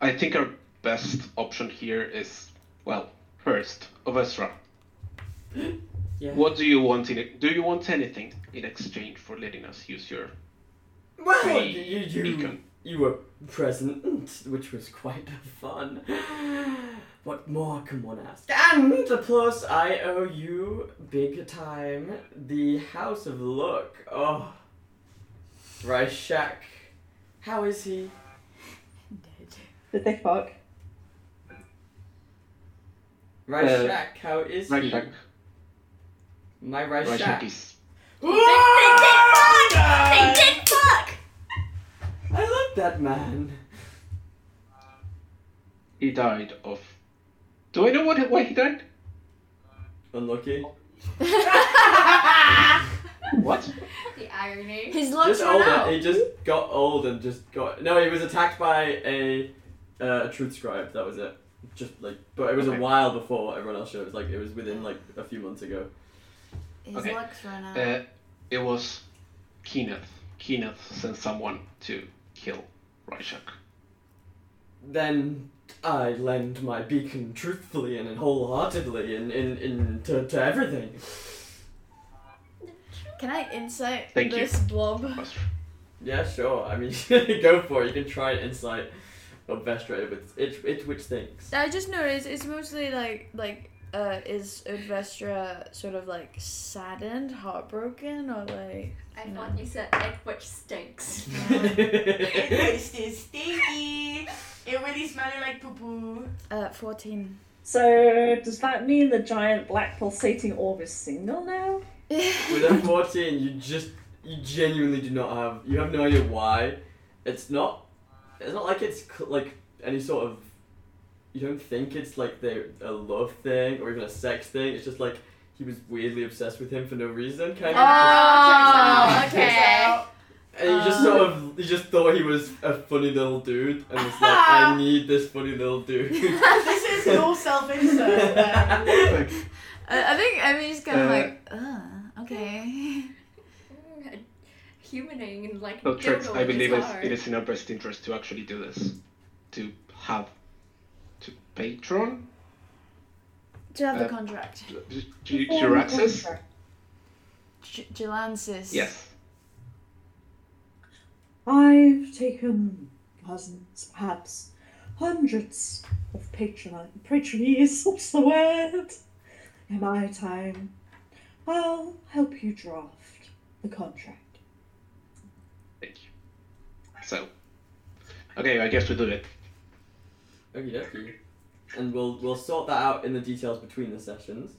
S2: I think our best option here is, well, first, Ovesra.
S1: <gasps> Yeah.
S2: What do you want in? Do you want anything in exchange for letting us use your
S1: Well,
S2: free
S1: you you,
S2: beacon?
S1: you were present, which was quite fun. What more can one ask? And plus, I owe you big time the House of Look. Oh, Ryshak, how is he?
S10: Did they fuck?
S1: Ryshak, how is he?
S2: Ryshak,
S1: My
S2: Ryshak
S1: Ryshak.
S2: is
S3: They
S1: I
S3: did fuck!
S1: love that man.
S2: he died of. Do I know what why he died?
S1: Unlucky. <laughs>
S2: What?
S1: Uh-huh.
S3: The irony.
S4: His looks
S1: just
S4: run
S1: old.
S4: out.
S1: He just got old and just got. No, he was attacked by a uh, truth scribe. That was it. Just like, but it was
S2: Okay.
S1: a while before everyone else showed. It was like it was within like a few months ago.
S4: His
S2: Okay.
S4: looks run out.
S2: Uh, it was Kenneth. Kenneth sent someone to kill Ryshak.
S1: Then I lend my beacon truthfully and wholeheartedly in in, in to, to everything.
S5: Can I insight
S2: Thank you.
S5: this blob?
S2: Was-
S1: Yeah, sure. I mean, <laughs> go for it. You can try and insight or best trade with it. It which things.
S5: <laughs> I just noticed it's mostly like like uh is Odvestra sort of like saddened, heartbroken, or like
S3: I thought you said egg which stinks.
S6: It's <laughs> just stinky. It really smelling like poo poo.
S5: uh
S2: <laughs>
S5: fourteen.
S10: So does that mean the giant black pulsating orb is single now?
S1: With a 14, you just you genuinely do not have you have no idea why. It's not it's not like it's cl- like any sort of you don't think it's like they a love thing or even a sex thing. It's just like he was weirdly obsessed with him for no reason, kind of.
S6: Ah.
S3: Oh, okay.
S1: and you just sort of you just thought he was a funny little dude, and was like, I need this funny little dude.
S6: <laughs> This is no self <laughs> insert. man.
S5: I, I think Emmy's kind of
S2: Uh,
S5: like uh okay.
S3: Humaning and like
S2: No tricks.
S3: dildo
S2: I
S3: is
S2: believe it's,
S3: hard.
S2: it is in our best interest to actually do this. To have to patron
S5: <laughs> To have the
S2: Uh,
S5: contract,
S2: Ju- Ju- Juraxis.
S5: J- Jalansis.
S2: Yes.
S9: I've taken dozens, perhaps hundreds of patron patronies, <laughs> what's the word? In my time, I'll help you draft the contract.
S2: Thank you. So, okay, I guess we do it.
S1: Okie dokie. And we'll we'll sort that out in the details between the sessions.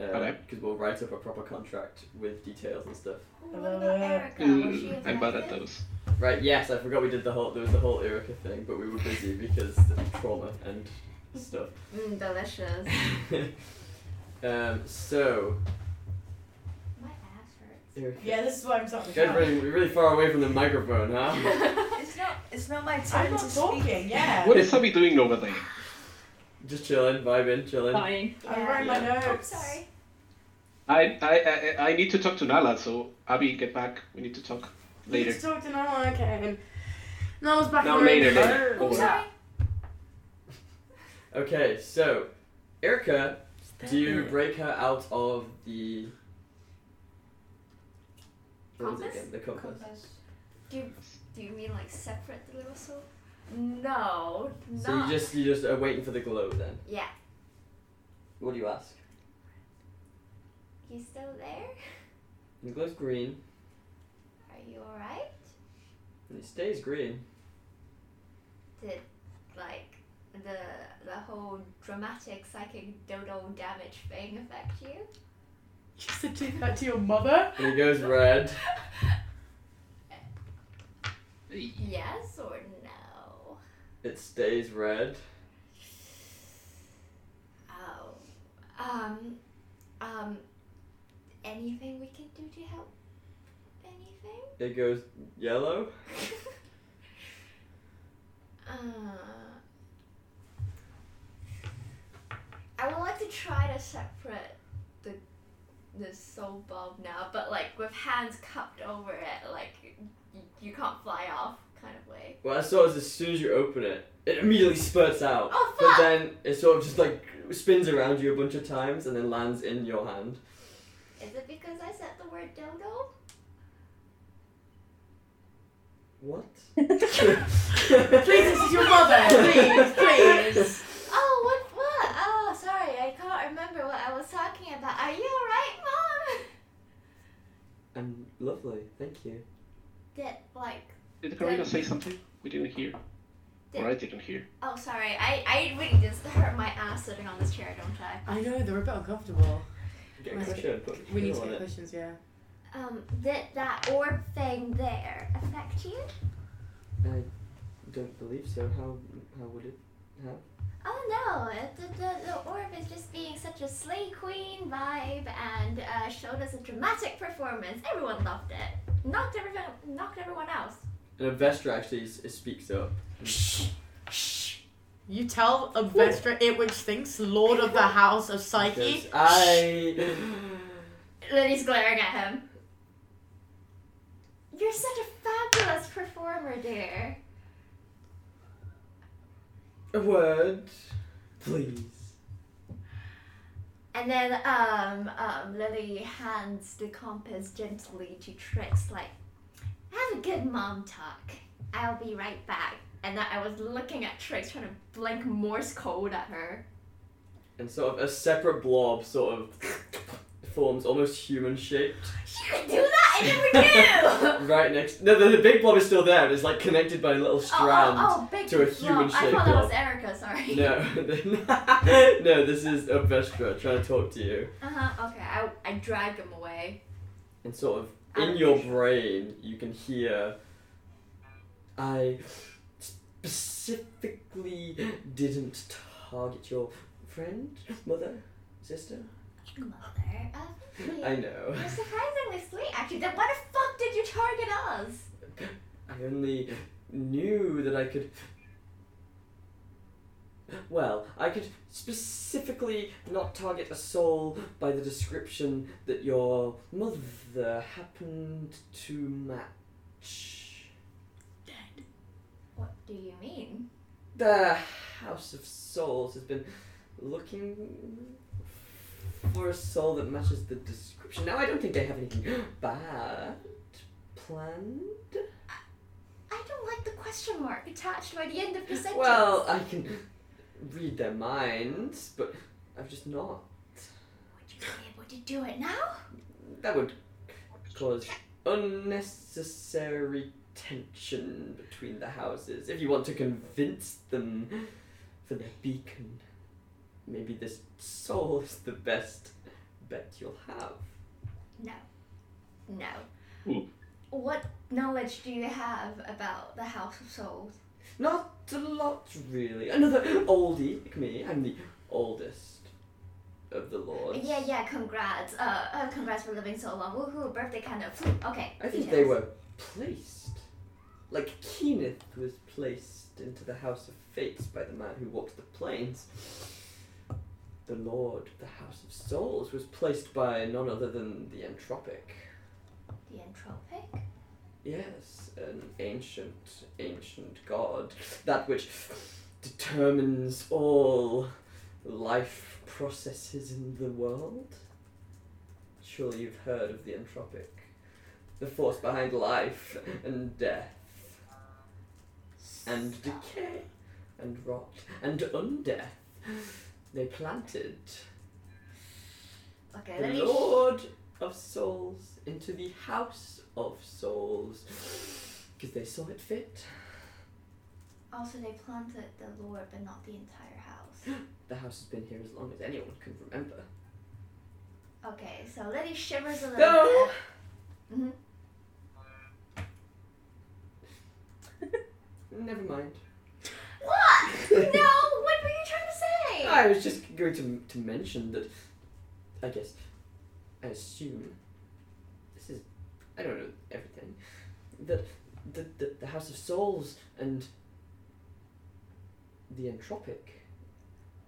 S1: Uh,
S2: Okay.
S1: Because we'll write up a proper contract with details and stuff.
S3: What about Erica? Was she
S2: Mm, I'm bad at
S3: affected?
S2: those.
S1: Right, yes, I forgot we did the whole there was the whole Erica thing, but we were busy because trauma and stuff. <laughs>
S3: Mm, delicious.
S1: um, so
S3: My <laughs> ass
S1: Erica
S6: Yeah, this is why I'm talking.
S1: Guys, we're really, we're really far away from the microphone, huh?
S3: hurts.
S5: It's not. It's not my
S6: I'm
S5: turn to
S6: not
S5: speak.
S6: talking. Yeah.
S2: What is Abby doing over there?
S1: Just chilling, vibing, chilling.
S10: Dying.
S6: I'm writing my notes.
S3: I'm sorry.
S2: I, I I I need to talk to Nala. So Abby, get back. We need to talk
S6: You
S2: later.
S6: just talked to Nala. Okay. And Nala's back.
S2: No,
S6: in the room.
S2: later, later.
S3: I'm
S2: Over.
S3: sorry.
S1: Okay, so Erica, do you break her out of the what was it
S3: Compass?
S1: again? The compass.
S3: Do you, do you mean like separate the little soul? No, not.
S1: So you just you just are waiting for the glow then.
S3: Yeah.
S1: What do you ask?
S3: He's still there?
S1: The glow's green
S3: Are you alright?
S1: and it stays green.
S3: Did like the the whole dramatic psychic dodo damage thing affect you?
S6: You said do that to your mother.
S1: And it goes red.
S3: Yes or no?
S1: It stays red.
S3: Oh. Um um anything we can do to help? Anything?
S1: It goes yellow.
S3: Uh, I would like to try to separate the the soul bulb now, but like with hands cupped over it, like you, you can't fly off kind of way.
S1: What I saw is as soon as you open it, it immediately spurts out.
S3: Oh,
S1: But
S3: fuck!
S1: then it sort of just like spins around you a bunch of times and then lands in your hand.
S3: Is it because I said the word dildo? <laughs>
S1: What? <laughs>
S6: Please, this is your <laughs> mother. Please, please.
S3: Oh, what? What? Oh, sorry, I can't remember what I was talking about. Are you alright, mom?
S1: I'm lovely, thank you.
S3: Did like
S2: Did Karina say something? We didn't hear. Or I didn't hear.
S3: oh sorry, I I really just hurt my ass sitting on this chair, don't I?
S6: I know they're a bit uncomfortable.
S1: Get
S6: Let's
S1: cushion, put
S6: We need
S1: cushion on
S6: to get
S1: it.
S6: questions. Yeah.
S3: Um, did that orb thing there affect you?
S1: Don't believe so. How how would it have?
S3: Oh no, it- the, the, the orb is just being such a Slay Queen vibe and uh, showed us a dramatic performance. Everyone loved it. Knocked everyone, knocked everyone else.
S1: And a Vestra actually s- speaks up.
S6: You tell a Vestra it which thinks Lord of the <laughs> House of Psyche.
S1: Goes, I.
S3: Liddy's glaring at him. You're such a fabulous performer, dear.
S1: A word, please.
S3: And then um, um, Lily hands the compass gently to Trix, like, have a good mom talk. I'll be right back. And I I was looking at Trix, trying to blink Morse code at her.
S1: And sort of a separate blob sort of forms almost human shaped
S3: She could do that? I
S1: <laughs>
S3: never knew!
S1: right next. No, the, the big blob is still there, but it's like connected by a little
S3: oh,
S1: strand.
S3: oh, oh, big
S1: to a
S3: blob.
S1: human-shaped
S3: I thought that
S1: blob.
S3: was Erica, sorry.
S1: No, <laughs> no, this is a Vestra trying to talk to you.
S3: Uh-huh, okay, I, I dragged him away.
S1: And sort of in your brain, you can hear. I specifically didn't target your friend, mother, sister.
S3: Mother of me.
S1: I know.
S3: You're surprisingly sweet, actually. Then why the fuck did you target us?
S1: I only knew that I could. Well, I could specifically not target a soul by the description that your mother happened to match.
S3: What do you mean?
S1: The House of Souls has been looking for a soul that matches the description. Now, I don't think they have anything <gasps> bad planned.
S3: I don't like the question mark attached by the end of the sentence.
S1: Well, uh, I can read their minds, but I'm just not.
S3: would you be able to do it now?
S1: That would cause unnecessary tension between the houses. If you want to convince them for the beacon, maybe this soul is the best bet you'll have.
S3: No. No.
S1: Hmm.
S2: Ooh.
S3: What knowledge do you have about the House of Souls?
S1: Not a lot, really. Another oldie like me. I'm the oldest of the lords.
S3: Yeah, yeah, congrats. Uh, uh, congrats for living so long. Woohoo, birthday candle. Okay.
S1: I think
S3: details.
S1: they were placed. Like Keeneth was placed into the House of Fates by the man who walked the plains. The Lord of the House of Souls was placed by none other than the Entropic.
S3: The entropic?
S1: Yes, an ancient, ancient god. That which determines all life processes in the world. Surely you've heard of the Entropic, the force behind life and death, and decay, and rot, and undeath. They planted
S3: Okay, let me.
S1: the Lord of Souls into the House of Souls because they saw it fit.
S3: Also, they planted the Lord, but not the entire house.
S1: <gasps> The house has been here as long as anyone can remember.
S3: Okay, so Lily shivers a little
S1: No!
S3: bit. hmm
S1: Never mind.
S3: What?
S1: <laughs>
S3: no, what were you trying to say?
S1: I was just going to, to mention that, I guess, I assume, this is, I don't know everything, that the, the, the House of Souls and the entropic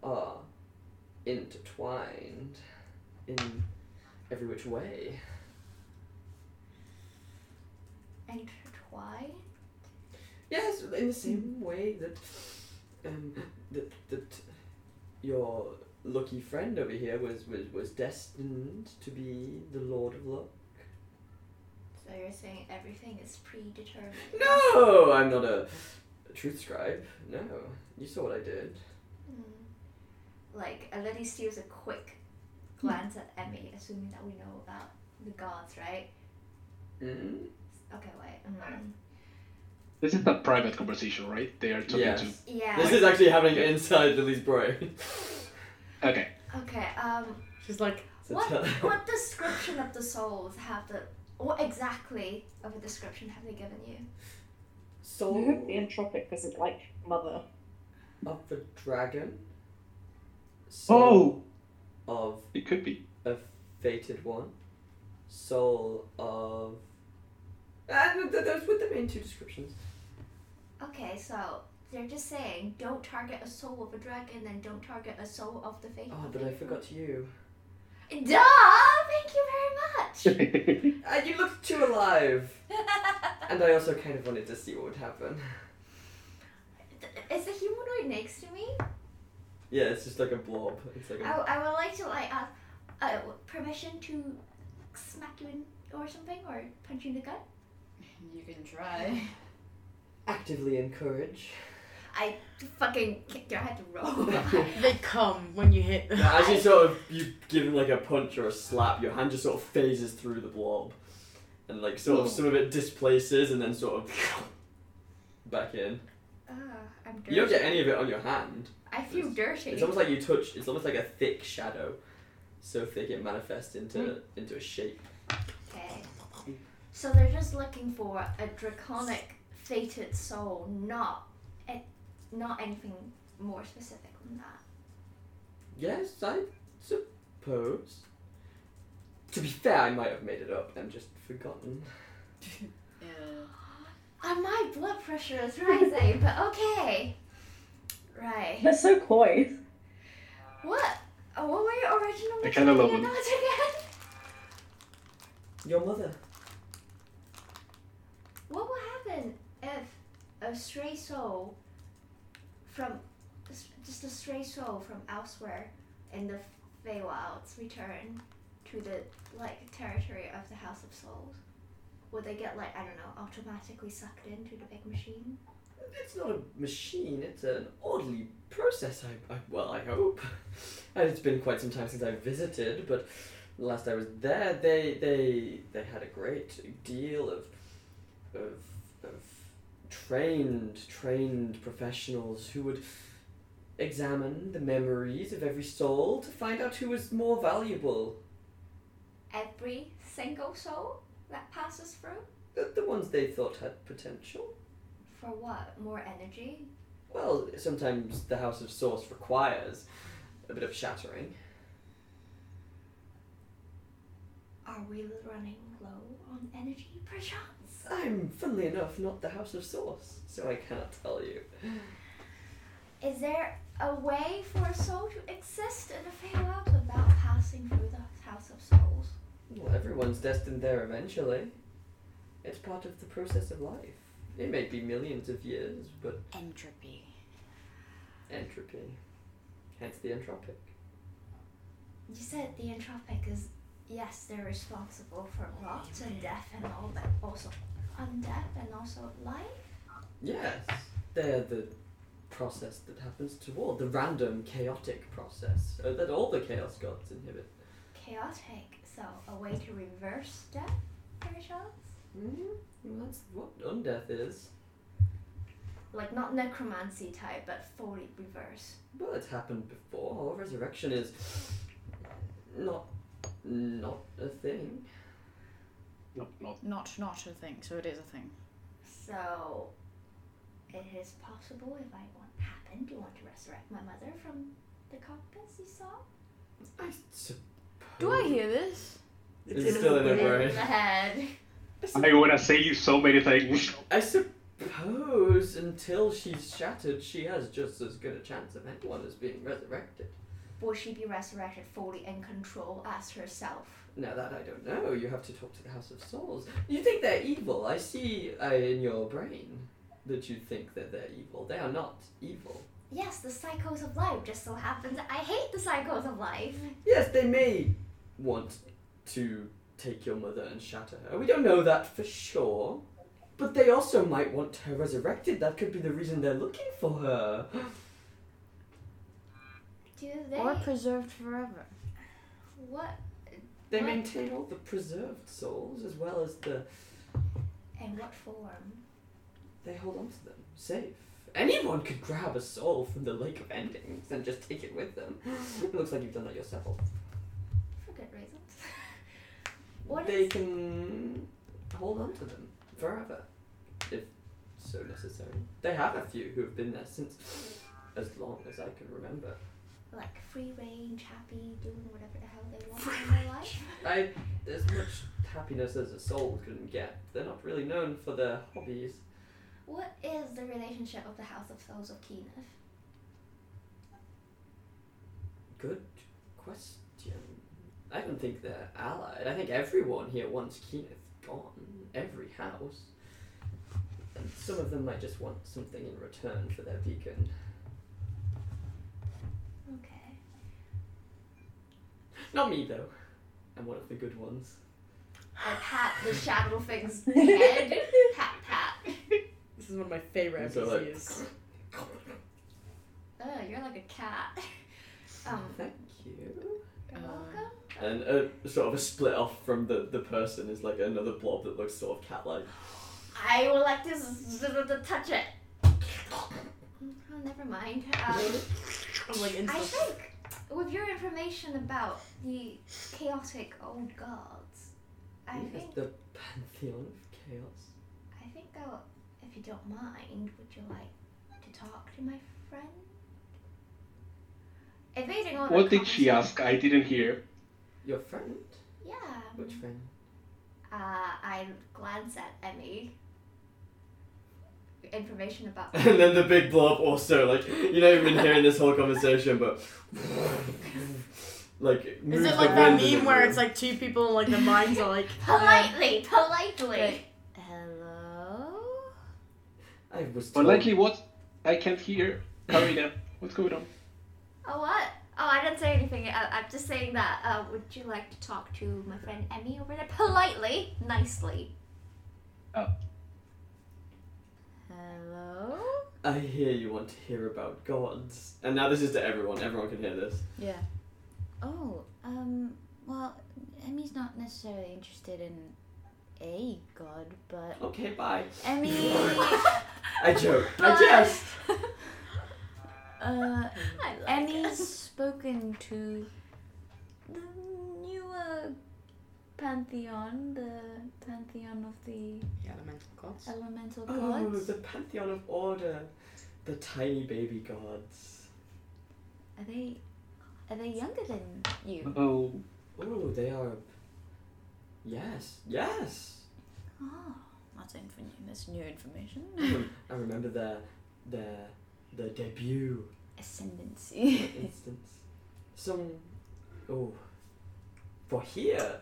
S1: are intertwined in every which way.
S3: Intertwined?
S1: Yes, in the same way that um, that that your lucky friend over here was, was, was destined to be the Lord of Luck.
S3: So you're saying everything is predetermined?
S1: No, I'm not a truth scribe. No, you saw what I did.
S3: Mm. Like, uh, Lily steals a quick glance at Emmy, assuming that we know about the gods, right?
S1: mm
S3: Okay, wait. mm.
S2: This is a private conversation, right? They are talking
S1: Yes.
S3: Yeah.
S1: This is actually happening inside Lily's brain.
S2: to. Okay.
S3: Okay. Um.
S6: She's like,
S1: So
S3: What
S1: tell-
S3: What description of the souls have the? What exactly of a description have they given you?
S1: <laughs> Soul
S10: I hope the
S1: <laughs>
S10: entropic isn't like mother.
S1: of the dragon. Soul
S2: Oh,
S1: of
S2: it could be. <laughs>
S1: a fated one. Soul of. And th- those were the main two descriptions.
S3: Okay, so they're just saying don't target a soul of a dragon and don't target a soul of the fake.
S1: Oh, that I forgot you.
S3: Duh! Thank you very much.
S1: Uh, you looked too alive! And I also kind of wanted to see what would happen.
S3: is the humanoid next to me?
S1: Yeah, it's just like a blob. It's like
S3: I,
S1: a.
S3: w- I would like to like ask uh, permission to smack you in or something or punch you in the gut.
S5: You can try.
S1: Actively encourage.
S3: I fucking kicked your head to roll.
S1: <laughs>
S3: <laughs>
S6: they come when you hit them.
S1: As you sort of you give him like a punch or a slap, your hand just sort of phases through the blob, and like sort of
S2: Whoa.
S1: some of it displaces and then sort of <laughs> back in.
S3: Ugh, Ah, I'm dirty.
S1: You don't get any of it on your hand.
S3: I feel dirty.
S1: It's almost like you touch. It's almost like a thick shadow, so thick it manifests into into a shape.
S3: Okay. So they're just looking for a draconic fated soul, not a, not anything more specific than that.
S1: Yes, I suppose. To be fair, I might have made it up and just forgotten.
S3: Uh, my blood pressure is rising, but okay. Right.
S10: They're so coy.
S3: What? Oh, what were your original
S2: I kinda love
S3: Wikipedia
S2: them.
S3: notes again?
S1: Your mother.
S3: What will happen if a stray soul from just a stray soul from elsewhere in the Feywilds return to the like territory of the House of Souls? Would they get like I don't know automatically sucked into the big machine?
S1: It's not a machine, it's an orderly process, I, I well, I hope. <laughs> And it's been quite some time since I visited, but last I was there, they they they had a great deal of of, of trained trained professionals who would examine the memories of every soul to find out who was more valuable.
S3: Every single soul that passes through
S1: The, the ones they thought had potential.
S3: for what? More energy?
S1: Well, sometimes the House of Source requires a bit of shattering.
S3: Are we running low on energy perchance?
S1: I'm, funnily enough, not the House of Source, so I cannot tell you.
S3: Is there a way for a soul to exist in a Feywild without passing through the House of Souls?
S1: Well, everyone's destined there eventually. It's part of the process of life. It may be millions of years, but
S4: Entropy.
S1: entropy. Hence the entropic.
S3: You said the Entropic is, yes, they're responsible for rot and death and all, but also undeath and also life?
S1: Yes, they're the process that happens to all, the random, chaotic process uh, that all the Chaos Gods inhibit.
S3: Chaotic, so a way to reverse death, perchance?
S1: mm Well, that's what undeath is.
S3: Like, not necromancy type, but fully reverse.
S1: Well, it's happened before. Resurrection is not not a thing.
S2: No, no.
S5: Not not a thing, so it is a thing.
S3: So, it is possible if I want, happen to want to resurrect my mother from the corpse you saw?
S1: I suppose.
S5: Do I hear this?
S1: It's still in her
S3: In
S1: brain.
S3: the head.
S2: I want to say you so many things.
S1: I suppose suppose until she's shattered, she has just as good a chance of anyone as being resurrected.
S3: Will she be resurrected fully in control as herself?
S1: Now that I don't know, you have to talk to the House of Souls. You think they're evil. I see uh, in your brain that you think that they're evil. They are not evil.
S3: Yes, the cycles of life just so happens. I hate the cycles of life.
S1: Yes, they may want to take your mother and shatter her. We don't know that for sure. But they also might want her resurrected. That could be the reason they're looking for her.
S3: Do they?
S4: Or preserved forever.
S3: what?
S1: They
S3: What?
S1: maintain all the preserved souls as well as the.
S3: In what form?
S1: They hold on to them safe. Anyone could grab a soul from the Lake of Endings and just take it with
S3: <gasps>
S1: them. it looks like you've done that yourself.
S3: For good reasons. What
S1: they
S3: is-
S1: can hold on to them forever, if so necessary. They have a few who have been there since as long as I can remember.
S3: like free range, happy, doing whatever the hell they want in their life?
S1: I as much happiness as a soul can get. They're not really known for their hobbies.
S3: What is the relationship of the House of Souls of Keeneth?
S1: Good question. I don't think they're allied. I think everyone here wants Kenneth gone. Every house. And some of them might just want something in return for their beacon.
S3: Okay.
S1: Not me though. I'm one of the good ones.
S3: I pat <laughs> the shadow thing's head. pat, pat.
S6: This is one of my favorite
S1: So, like- <laughs>
S6: NPCs.
S3: Oh, you're like a <laughs> cat. Um,
S1: Thank you.
S3: you're welcome.
S1: And uh, sort of a split off from the, the person is like another blob that looks sort of cat like.
S3: I would like to s- s- s- touch it. Oh, never mind. Um,
S6: I'm like
S3: I
S6: insta- <laughs>
S3: think with your information about the chaotic old gods, I think
S1: The pantheon of chaos.
S3: I think I'll, if you don't mind, would you like to talk to my friend? Evading all the
S2: What did she
S3: conversa-
S2: ask? I didn't hear.
S1: Your friend?
S3: Yeah.
S1: Which
S3: Um,
S1: friend?
S3: Uh, I glance at Emmy.
S1: <laughs>
S3: Information about.
S1: And then the big blob also like you know you've been hearing this whole conversation, but <laughs> like moves
S6: Is it
S1: the
S6: like that
S1: wind in the
S6: meme where
S1: room.
S6: it's like two people and like their minds are like
S3: politely, politely.
S4: Hello?
S1: I was told.
S2: Unlikely what? I can't hear. Karina, what's going on?
S3: Oh what? Oh, I didn't say anything. I, I'm just saying that. Uh, would you like to talk to my friend Emmy over there? Politely, nicely.
S4: Hello?
S1: I hear you want to hear about gods. And now this is to everyone. Everyone can hear this.
S5: Yeah.
S4: Oh, um, well, Emmy's not necessarily interested in a god, but
S1: Okay, bye.
S5: <laughs>
S4: Emmy.
S1: I
S6: <laughs>
S1: joke. I jest.
S4: uh,
S3: I like
S4: Emmy's
S3: it.
S4: spoken to the newer pantheon, the pantheon of the
S6: yeah, the mental gods.
S4: elemental
S1: Oh,
S4: gods.
S1: the pantheon of order. The tiny baby gods.
S4: Are they are they younger than you?
S2: Oh,
S1: Oh, they are. Yes,
S6: <laughs>
S1: yes.
S4: Oh, that's infinite. That's new information.
S1: I remember their their their debut, for
S4: Ascendancy.
S1: instance. Some, oh, for here,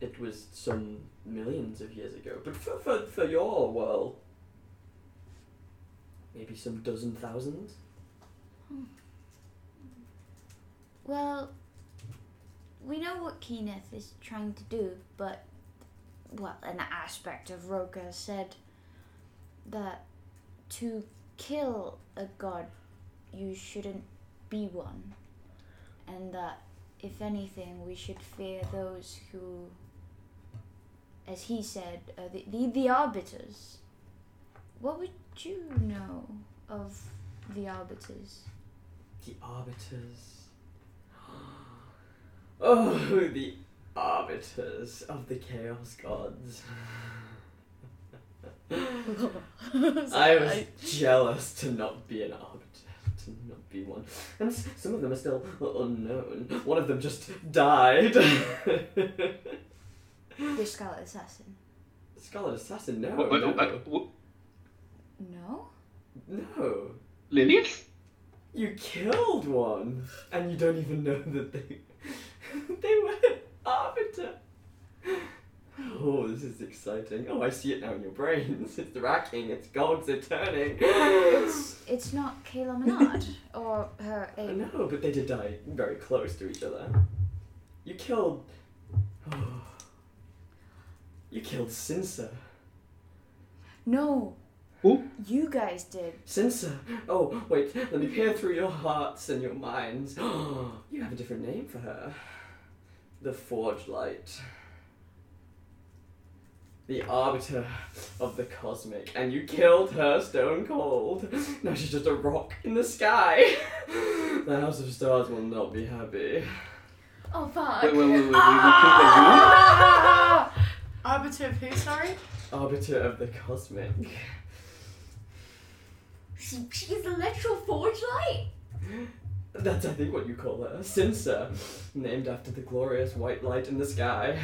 S1: it was some millions of years ago. But for for, for your world, maybe some dozen thousands.
S4: Well, we know what Kenneth is trying to do, but well, an aspect of Roka said that to kill a god, you shouldn't be one, and that if anything, we should fear those who, as he said, are the the, the arbiters. What would you know of the arbiters?
S1: The arbiters. <gasps> Oh, the arbiters of the chaos gods. I was jealous to not be an arbiter, to not be one. And s- some of them are still unknown. One of them just died. <laughs>
S4: The Scarlet Assassin.
S1: Scarlet Assassin, no.
S2: Wait, wait,
S1: no.
S2: wait, wait,
S11: No?
S1: No.
S2: Lilius?
S1: You killed one, and you don't even know that they <laughs> they were an arbiter. Oh, this is exciting. Oh, I see it now in your brains. It's racking. Its cogs are <gasps> turning.
S3: It's not Kayla
S1: <laughs>
S3: Minard or her
S1: I
S3: ape.
S1: know, but they did die very close to each other. You killed. <sighs> you killed Sinsa.
S3: No.
S2: Who?
S3: You guys did.
S1: Sinsa. Oh, wait. Let me peer through your hearts and your minds. <gasps> you have a different name for her. The Forge Light. The Arbiter of the Cosmic. And you killed her stone cold. Now she's just a rock in the sky. <laughs> the House of Stars will not be happy.
S5: Oh fuck.
S2: Wait, wait, wait, wait. wait. We killed <laughs> a human?
S6: Arbiter of who, sorry?
S1: Arbiter of the Cosmic.
S5: She, she's a literal forge light.
S1: That's, I think, what you call her. Sinsa. Named after the glorious white light in the sky.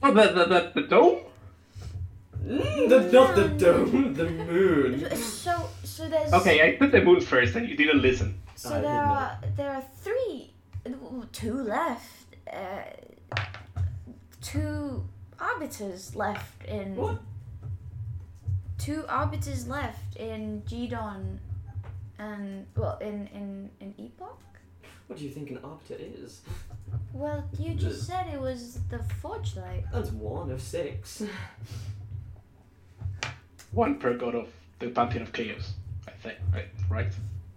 S2: Oh, the, the, the, the dome?
S1: Mm, the, not the dome,
S5: <laughs>
S1: the moon.
S3: So so there's
S2: Okay, I put the moon first and you didn't listen.
S3: so
S1: I didn't
S3: there
S1: know.
S3: are there are three two left. Uh, two arbiters left in
S1: What?
S3: two arbiters left in Gidon and well in in in Epoch?
S1: What do you think an arbiter is?
S3: Well, you just said it was the forge light.
S1: That's one of six.
S2: One per god of the pantheon of chaos, I think. Right? right?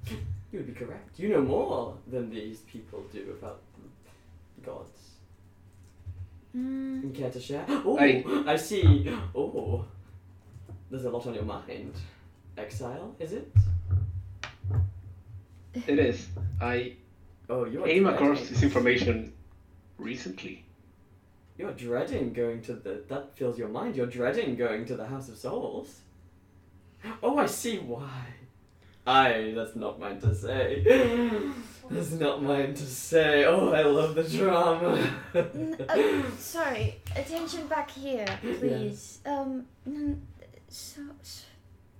S1: You would be correct. You know more than these people do about gods.
S3: Mm,
S1: You care to share? Oh,
S2: I-
S1: I see. Oh, there's a lot on your mind. Exile, is it?
S2: It is. I
S1: Oh, you're
S2: came
S1: dreading-
S2: across this information recently.
S1: You're dreading going to the. That fills your mind. You're dreading going to the House of Souls. Oh, I see why. I. That's not mine to say. <laughs> That's not mine to say. Oh, I love the drama.
S3: n- uh, sorry, attention back here, please. Um, n- so, so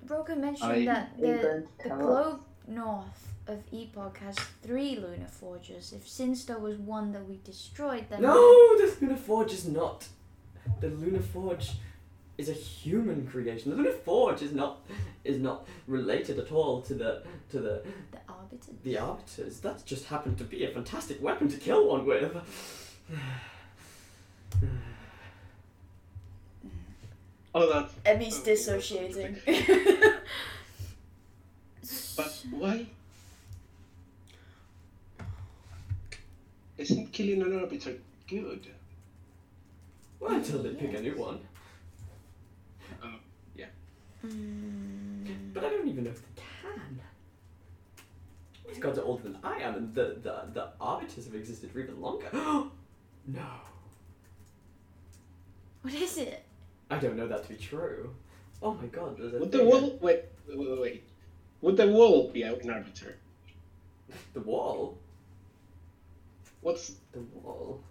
S3: Roka mentioned
S2: I-
S3: that
S8: Are you
S3: the
S8: going to
S3: the
S8: tell us?
S3: globe north of Epoch has three lunar forges. If Sinster was one that we destroyed, then
S1: No, the Lunar Forge is not. The Lunar Forge is a human creation. The Lunar Forge is not is not related at all to the to the
S3: the Arbiter.
S1: the arbiters. That just happened to be a fantastic weapon to kill one with.
S2: Oh, that's.
S11: Emmy's
S2: dissociating. But why? Isn't killing an arbiter good?
S1: Well, until they pick a new one.
S2: Oh, yeah.
S3: mm,
S1: But I don't even know if they can. These gods are older than I am, and the, the, the arbiters have existed for even longer. <gasps> no.
S3: What is it?
S1: I don't know that to be true. Oh my god, there's a
S2: Would the
S1: thing-
S2: wall. Wait, wait, wait, wait. Would the wall be out an arbiter?
S1: The wall?
S2: What's.
S1: The wall.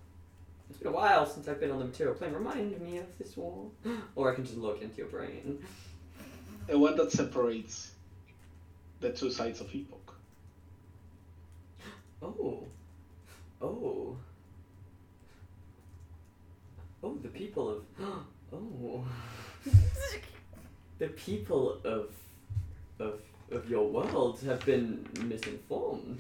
S1: It's been a while since I've been on the material plane. Remind me of this wall. <gasps> Or I can just look into your brain.
S2: The one that separates the two sides of Epoch.
S1: Oh. Oh. Oh, the people of. <gasps> <laughs> Oh. the people of. of. of your world have been misinformed.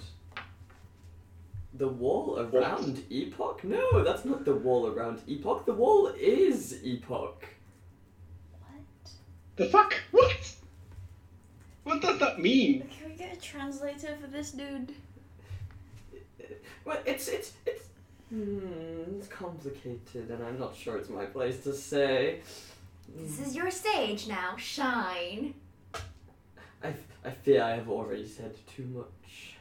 S1: The wall around Epoch? No, that's not the wall around Epoch. The wall is Epoch.
S2: The fuck? What? What does that mean?
S3: Can we get a translator for this dude?
S1: Well, it's it's it's hmm, it's complicated, and I'm not sure it's my place to say.
S5: This is your stage now. Shine.
S1: I I fear I have already said too much.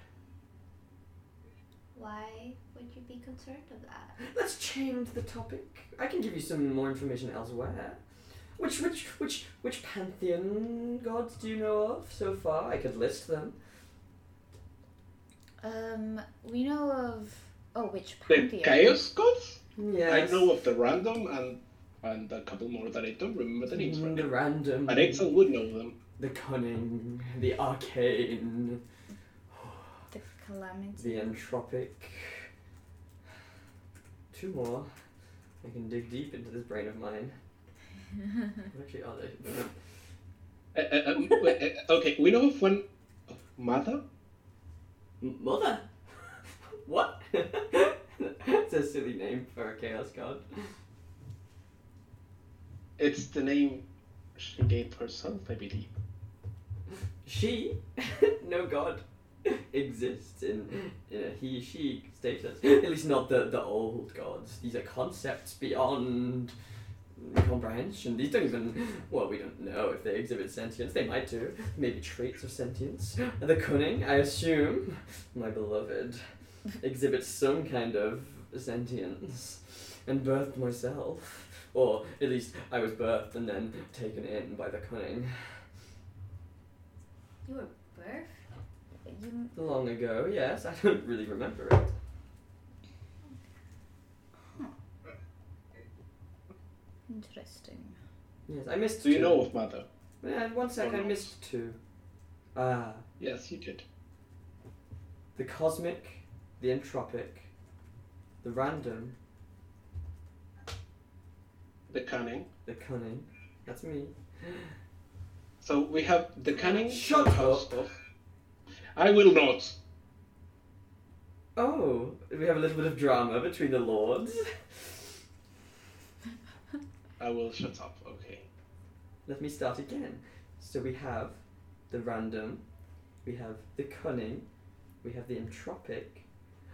S5: Why would you be concerned of that?
S1: Let's change the topic. I can give you some more information elsewhere. Which which which which pantheon gods do you know of so far? I could list them.
S3: Um, we know of. Oh, which
S2: The
S3: pantheon?
S2: Chaos Gods?
S1: Yes.
S2: I know of the random and and a couple more that I don't remember the names
S1: Mm,
S2: right
S1: The
S2: now.
S1: random,
S2: And Excel would know them.
S1: the cunning, the arcane,
S5: The calamity.
S1: the entropic. Two more. I can dig deep into this brain of mine. what actually are they?
S2: Uh, uh, um, wait, uh, okay, we know of one oh, mother.
S1: M- <laughs> Mother? what? <laughs> It's a silly name for a chaos god.
S2: It's the name she gave herself, I believe.
S1: She, <laughs> no god, exists in, in a he she status. At least not the, the old gods. These are concepts beyond comprehension. These don't even, well, we don't know if they exhibit sentience. They might do. Maybe traits of sentience. The cunning, I assume, my beloved, exhibits some kind of sentience and birthed myself. Or at least I was birthed and then taken in by the cunning.
S3: You were birth?
S4: You,
S1: Long ago, yes. <laughs> I don't really remember it.
S4: interesting.
S1: Yes, I missed
S2: Do you
S1: two.
S2: know of mother?
S1: Yeah, one sec, I
S2: no.
S1: missed two. Ah,
S2: Yes, you did.
S1: the cosmic, the entropic, the random,
S2: The cunning.
S1: the cunning. That's me.
S2: So we have the cunning.
S1: Shut
S2: the house
S1: up.
S2: of- I will not.
S1: Oh, we have a little bit of drama between the
S2: <laughs>
S1: lords.
S2: I will shut up. Okay.
S1: Let me start again. So we have the random, we have the cunning, we have the entropic,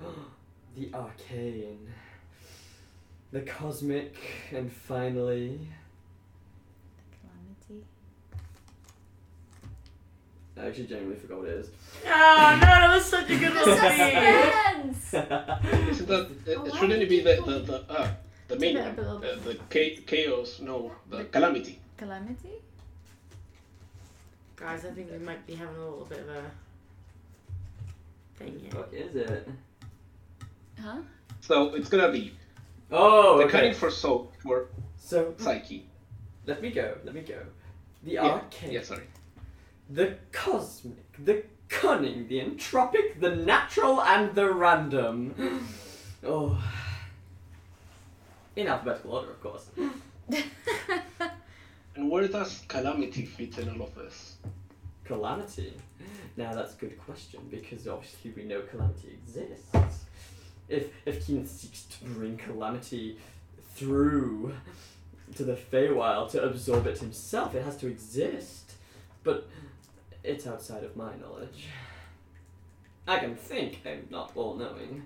S1: <gasps> the arcane, the cosmic, and finally.
S4: Calamity.
S1: I actually genuinely forgot what it is. <laughs>
S6: Oh no, that was such a good one. Steve.
S3: Friends!
S2: Isn't that? It,
S5: why
S2: it shouldn't it
S5: did
S2: be
S5: you
S2: the
S5: call
S2: the
S5: me?
S2: the uh, the main
S5: Give it
S2: one,
S5: a bit of-
S2: the, the cha- chaos. No, the calamity.
S4: Calamity?
S6: Guys, I think we might be having a little bit of a thing here.
S1: What is it?
S4: Huh?
S2: So it's gonna be
S1: Oh,
S2: the
S1: okay.
S2: cunning for soul for
S1: So
S2: psyche.
S1: let me go. Let me go. The
S2: Yeah,
S1: arcane,
S2: Yeah, sorry.
S1: the cosmic, the cunning, the entropic, the natural, and the random. <gasps> Oh, in alphabetical order, of course.
S2: And where does calamity fit in all of this?
S1: Calamity. Now that's a good question because obviously we know calamity exists. If if Keen seeks to bring calamity through to the Feywild to absorb it himself, it has to exist. But it's outside of my knowledge. I can think I'm not all knowing.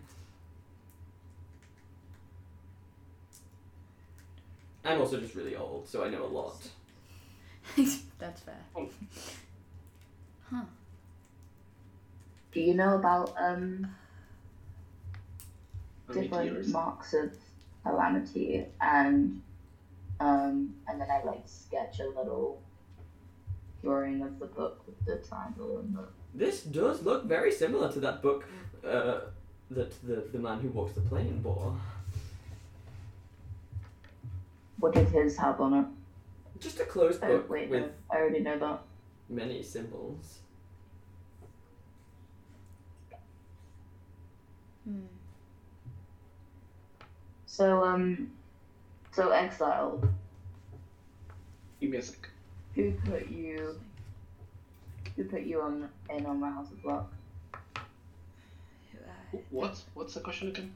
S1: I'm also just really old, so I know a lot.
S4: <laughs> That's fair.
S8: Do you know about um, different
S2: Meteors.
S8: marks of calamity and um, and then I like sketch a little drawing of the book with the triangle and the
S1: This does look very similar to that book uh, that the, the man who walks the plane bore.
S8: what did his have on it?
S1: Just a closed
S8: Oh
S1: book
S8: wait,
S1: with
S8: no, I already know that.
S1: many symbols.
S4: Hmm.
S8: So um, so exile.
S2: Give me a sec.
S8: Who put you? Who put you on in on my house of luck?
S2: Wh- What? What's the question again?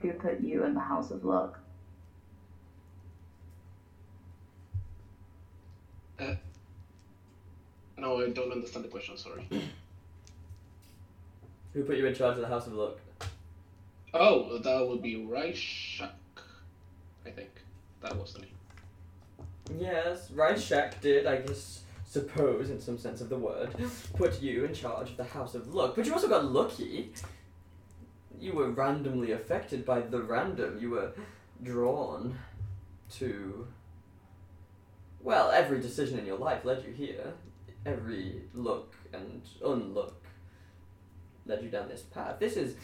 S8: Who put you in the house of luck?
S2: No, I don't understand the question. Sorry.
S1: Who put you in charge of the House of Luck?
S2: Oh, that would be Ryshak, I think. That was the name.
S1: Yes, Rynshak did, I guess, suppose in some sense of the word, put you in charge of the House of Luck. But you also got lucky. You were randomly affected by the random. You were drawn to. Well, every decision in your life led you here. Every look and unlook led you down this path. This is,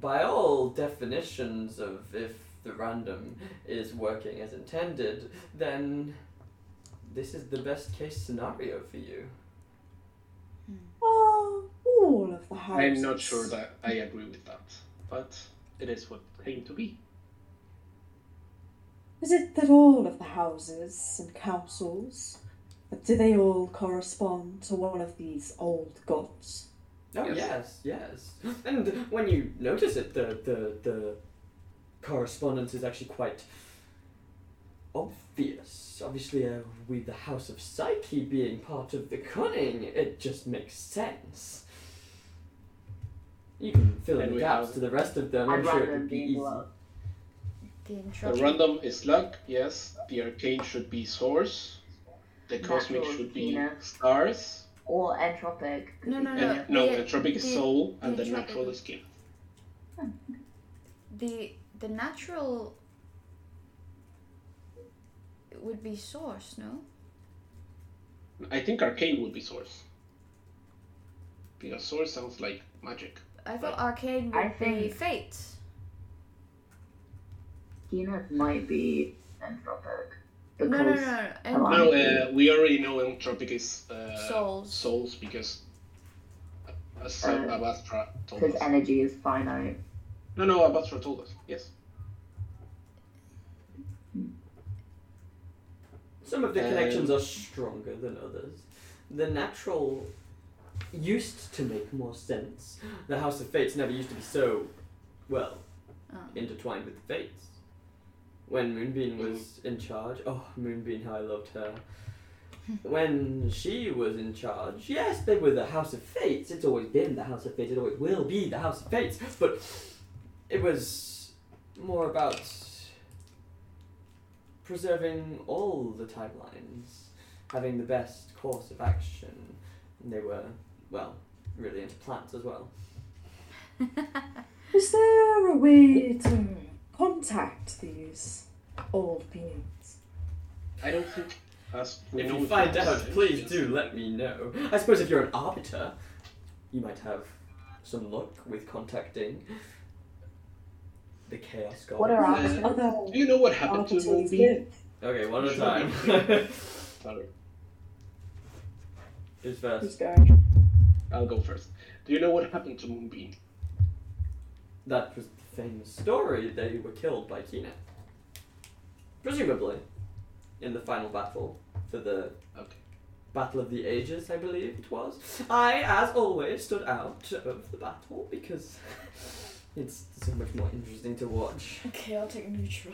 S1: by all definitions of if the random is working as intended, then this is the best case scenario for you.
S9: Oh, all of the houses.
S2: I'm not sure that I agree with that, but it is what came to be.
S9: Is it that all of the houses and councils, do they all correspond to one of these old gods?
S1: Oh yes.
S2: Yes.
S1: yes, <laughs> And when you notice it, the the the correspondence is actually quite obvious. Obviously, uh, with the House of Psyche being part of the Cunning, it just makes sense. You can fill in
S2: And
S1: the
S2: we
S1: gaps
S2: have-
S1: to the rest of them. I'm
S8: I'd
S1: sure it
S8: rather
S1: would be
S8: be
S1: easy.
S8: blocked.
S4: The
S2: The
S4: introduction.
S2: random is luck, yes. The arcane should be source. The cosmic
S8: Natural
S2: should be
S8: arcana.
S2: stars.
S8: Or entropic.
S4: No, no,
S2: And
S4: no.
S2: no,
S4: the-
S2: entropic is
S4: the-
S2: soul, and
S4: the
S2: the
S4: entropic-
S2: natural is gift.
S4: the the natural would be source, no?
S2: I think arcane would be source. Because source sounds like magic.
S4: I thought arcane would
S8: I
S4: be
S8: think-
S4: fate.
S8: Zenith might be entropic.
S4: No,
S8: Because
S4: no, no, no. And
S8: Hello.
S2: No, uh, we already know entropic is uh,
S4: Souls.
S2: souls because a- a son-
S8: Uh,
S2: Abastra told
S8: Because
S2: us.
S8: energy is finite.
S2: No, no, Abastra told us. Yes.
S1: Some of the
S2: Um,
S1: connections are stronger than others. The natural used to make more sense. The House of Fates never used to be so, well,
S4: Oh.
S5: Uh-huh. <laughs>
S1: intertwined with the Fates. When Moonbeam was in charge, oh, Moonbeam, how I loved her. when she was in charge, yes, they were the House of Fates. It's always been the House of Fates. It always will be the House of Fates. But it was more about preserving all the timelines, having the best course of action. And they were, well, really into plants as well.
S9: Is there a way to contact these old beings?
S2: I don't think. As we
S1: If
S2: know
S1: you
S2: it
S1: find
S2: is.
S1: out, please do let me know. I suppose if you're an arbiter, you might have some luck with contacting the Chaos God.
S7: What are
S2: Uh,
S7: options?
S9: Other
S2: Do you know what happened to
S9: architects
S2: Moonbeam?
S9: live?
S1: okay, one at a
S2: Sure.
S1: time. <laughs>
S2: Sorry,
S1: Who's first?
S10: Who's going?
S2: I'll go first. Do you know what happened to Moonbeam?
S1: That was the famous story. They were killed by Kina. Presumably, in the final battle for the
S2: Okay.
S1: Battle of the Ages, I believe it was. I, as always, stood out of the battle because <laughs> it's so much more interesting to watch.
S5: Chaotic neutral.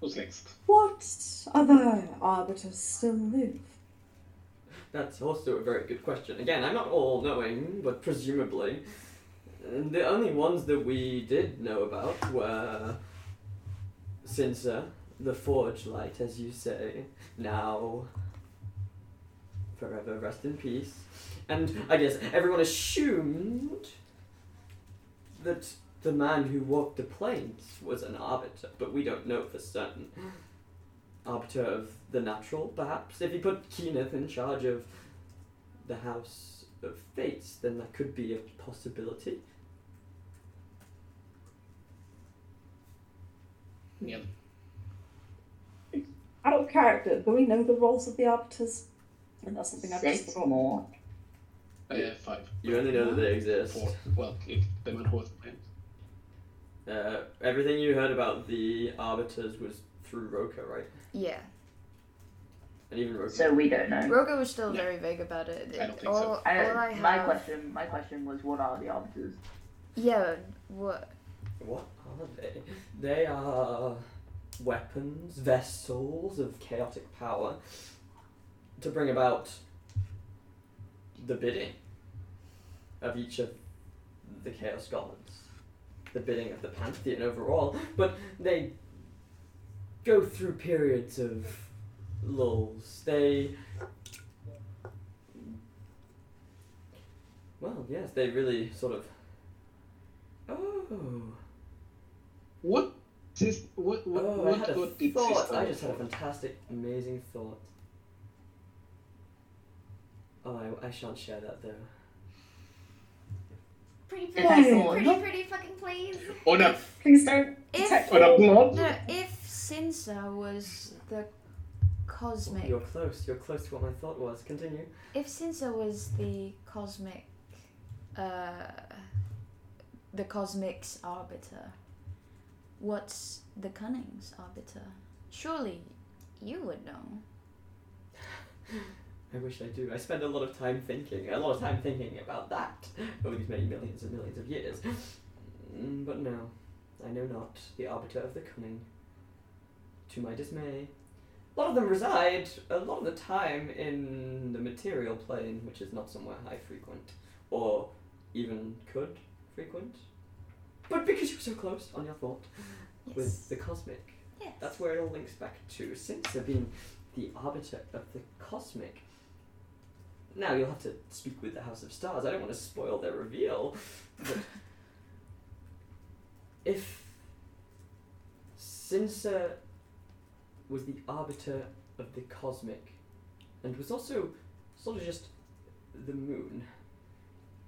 S2: Who's next?
S9: What other arbiters still live?
S1: That's also a very good question. Again, I'm not all knowing, but presumably. And The only ones that we did know about were Cinsa, the Forge Light, as you say, now forever rest in peace. And I guess everyone assumed that the man who walked the plains was an arbiter, but we don't know for certain. Arbiter of the natural, perhaps. If you put Kenneth in charge of the House of Fates, then that could be a possibility.
S2: Yeah.
S10: Out of character. Do we know the roles of the arbiters? And that's something I've just
S8: Six
S10: forgotten.
S8: more.
S2: Uh, five,
S1: You only know that they exist.
S2: four. Well, if the man who was blind.
S1: Uh, everything you heard about the Arbiters was through Roka, right?
S4: yeah.
S1: And even Roka.
S8: So we don't know.
S4: Rogo was still
S2: No.
S4: very vague about it.
S2: I don't think
S4: all,
S2: so.
S4: all
S8: I,
S4: I have,
S8: my question, my question was, what are
S4: <laughs>
S8: the arbiters?
S4: Yeah, what?
S1: What are they? They are weapons, vessels of chaotic power to bring about the bidding of each of the Chaos Gods, the bidding of the Pantheon overall, but they go through periods of lulls. They. Well, yes, they really sort of. Oh.
S2: What? Sis, what? What?
S1: Oh, I
S2: what
S1: had a
S2: god did
S1: thought.
S2: sister
S1: I just had a
S2: for?
S1: fantastic, amazing thought. Oh, I, I shan't share that though.
S5: Pretty,
S2: If
S5: pretty,
S2: I
S5: pretty,
S2: fall.
S5: pretty, pretty fucking please.
S2: On a
S12: Please don't.
S3: If
S12: Detect
S2: on a blood.
S3: no, if Sinsa was the cosmic,
S1: You're close. You're close to what my thought was. Continue.
S3: if Sinsa was the cosmic, uh, the cosmic's arbiter, what's the cunning's arbiter? Surely you would know.
S1: I wish I do. I spend a lot of time thinking, a lot of time thinking about that over these many millions and millions of years. Mm, But no, I know not the arbiter of the cunning. To my dismay, a lot of them reside a lot of the time in the material plane, which is not somewhere I frequent or even could frequent. But because you were so close on your thought with the cosmic,
S3: Yes.
S1: that's where it all links back to Sinsa being the arbiter of the cosmic. Now you'll have to speak with the House of Stars. I don't want to spoil their reveal. But if Sinsa was the arbiter of the cosmic and was also sort of just the moon,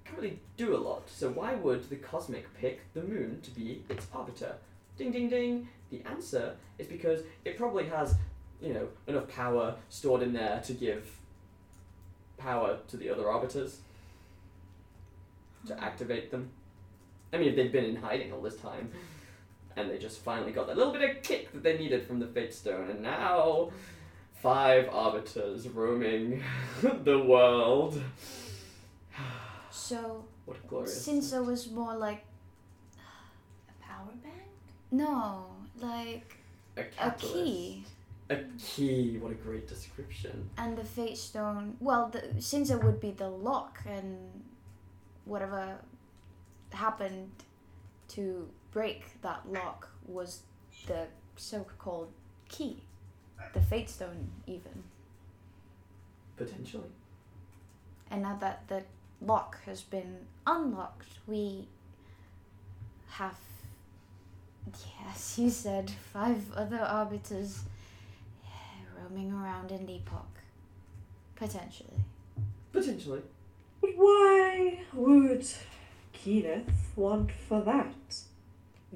S1: can't really do a lot. So why would the cosmic pick the moon to be its arbiter? Ding ding ding. The answer is because it probably has, you know, enough power stored in there to give power to the other arbiters to activate them. I mean, if they've been in hiding all this time, and they just finally got that little bit of kick that they needed from the Fate Stone, and now five arbiters roaming <laughs> the world.
S3: So
S1: What a glorious.
S3: Sinsa was more like
S5: A power bank?
S3: no, like
S1: a,
S3: a
S1: catalyst.
S3: key.
S1: A key. What a great description.
S3: And the fate stone. Well, the, Sinza would be the lock, and whatever happened to break that lock was the so-called key, the fate stone, even.
S1: Potentially.
S3: And now that the lock has been unlocked, we have, yes, <laughs> you said, five other arbiters roaming around in Depok. Potentially.
S1: Potentially.
S10: But why would Kenneth want for that?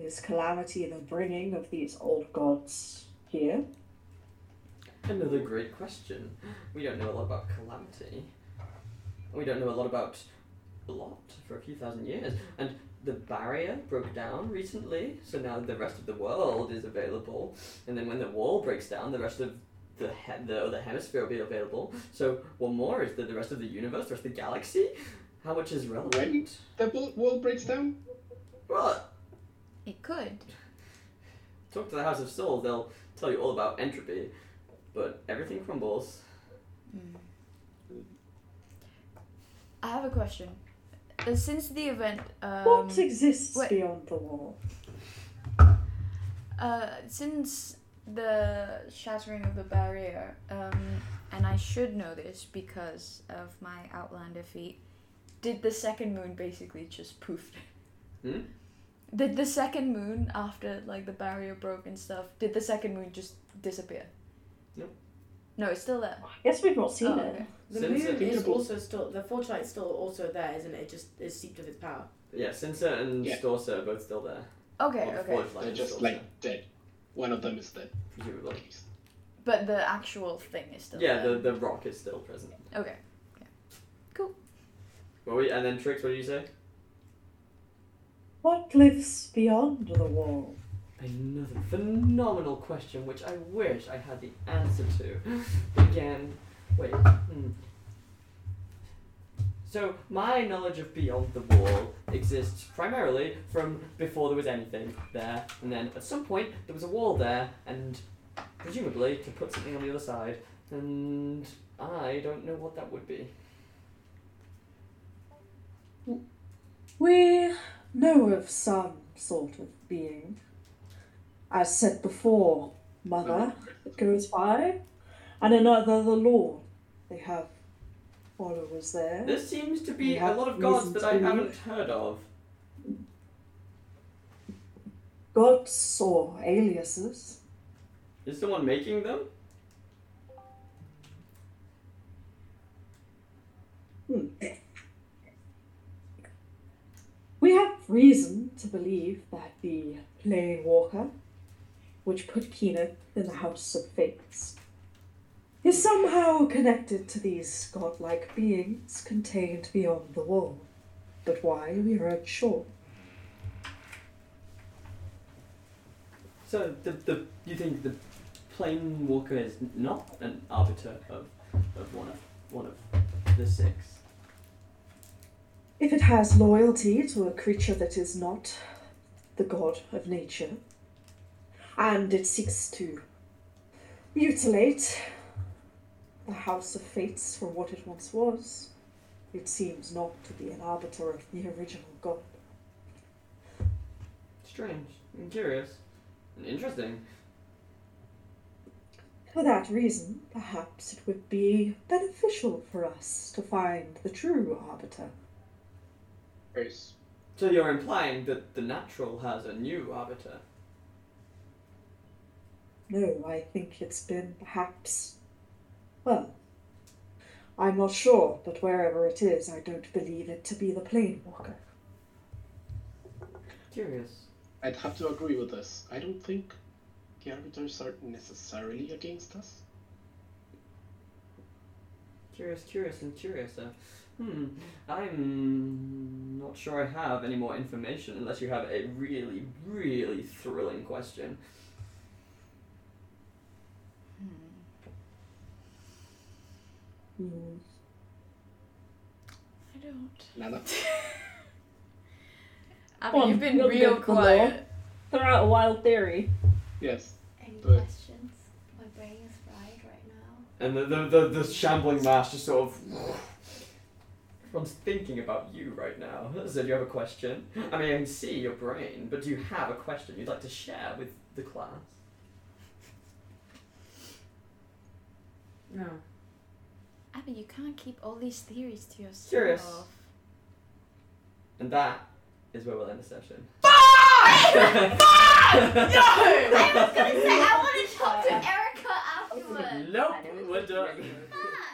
S10: Is calamity the bringing of these old gods here?
S1: Another great question. We don't know a lot about calamity. We don't know a lot about a lot for a few thousand years. And the barrier broke down recently, so now the rest of the world is available. And then when the wall breaks down, the rest of the he- the other hemisphere will be available. So what more is there? The rest of the universe, the rest of the galaxy. How much is relevant?
S2: The bu- wall breaks down.
S1: Well,
S3: It could.
S1: talk to the House of Souls. They'll tell you all about entropy, but everything crumbles.
S3: I have a question. Uh, Since the event, um,
S10: what exists
S3: wait.
S10: beyond the wall?
S3: uh, since the shattering of the barrier, um, and I should know this because of my Outlander feat, did the second moon basically just poof?
S1: Hmm?
S3: Did the second moon after like the barrier broke and stuff? Did the second moon just disappear?
S1: Nope.
S3: No, it's still there.
S10: Yes, we've not seen
S3: Oh,
S10: it.
S3: okay.
S6: The
S1: Since
S6: moon
S1: it-
S6: is also still the fortnight's still also there, isn't it? It just is seeped of its power.
S1: Yeah, Sinsa and
S2: Yeah.
S1: Storsa are both still there.
S3: Okay,
S1: Well, the
S3: okay.
S1: Forge Light
S2: They're
S1: is
S2: just
S1: still
S2: like
S1: there,
S2: dead. One of them is dead.
S1: presumably.
S3: But the actual thing is still
S1: Yeah,
S3: there.
S1: the, the rock is still present.
S3: the okay.
S1: Well, we, and then Trix, what did you say?
S10: What lives beyond the wall?
S1: Another phenomenal question, which I wish I had the answer to. <gasps> Again, wait. Hmm. So, my knowledge of Beyond the Wall exists primarily from before there was anything there, and then at some point there was a wall there, and presumably to put something on the other side, and I don't know what that would be.
S10: We know of some sort of being. As said before, Mother that goes by, and another, the Lord. They have followers there.
S1: There seems to be
S10: You
S1: a
S10: have
S1: lot of gods
S10: reason
S1: that
S10: to
S1: I
S10: believe.
S1: haven't heard of.
S10: Gods or aliases.
S1: Is someone making them?
S10: Hmm. We have reason to believe that the plain walker, which put Keenan in the House of Fates, is somehow connected to these godlike beings contained beyond the wall. But why, we are unsure.
S1: So the the you think the plane walker is not an arbiter of of one of one of the six?
S10: If it has loyalty to a creature that is not the god of nature, and it seeks to mutilate the House of Fates for what it once was, it seems not to be an arbiter of the original god.
S1: Strange and curious and interesting.
S10: For that reason, perhaps it would be beneficial for us to find the true arbiter.
S2: There's
S1: So you're implying that the natural has a new arbiter.
S10: No, I think it's been perhaps. Well, I'm not sure, but wherever it is, I don't believe it to be the plane walker.
S1: Curious.
S2: I'd have to agree with this. I don't think the arbiters are necessarily against us.
S1: Curious, curious, and curious. Uh, hmm, I'm not sure I have any more information unless you have a really, really thrilling question.
S10: Hmm.
S5: I don't.
S2: Nana?
S5: Abby,
S13: Well,
S5: you've been
S13: we'll
S5: real
S13: go for the
S5: quiet.
S13: Throw out a wild theory.
S2: Yes.
S8: Any
S2: But-
S8: questions? My brain is fried right now.
S1: And the the, the, the shambling mass just sort of. Everyone's thinking about you right now. <laughs> So do you have a question? I mean, I can see your brain, but do you have a question you'd like to share with the class?
S14: No.
S3: Abby, you can't keep all these theories to yourself.
S1: Curious. And that is where we'll end the session. <laughs>
S8: <laughs> I was gonna say I want to talk to Erica afterwards.
S1: Nope, we're done.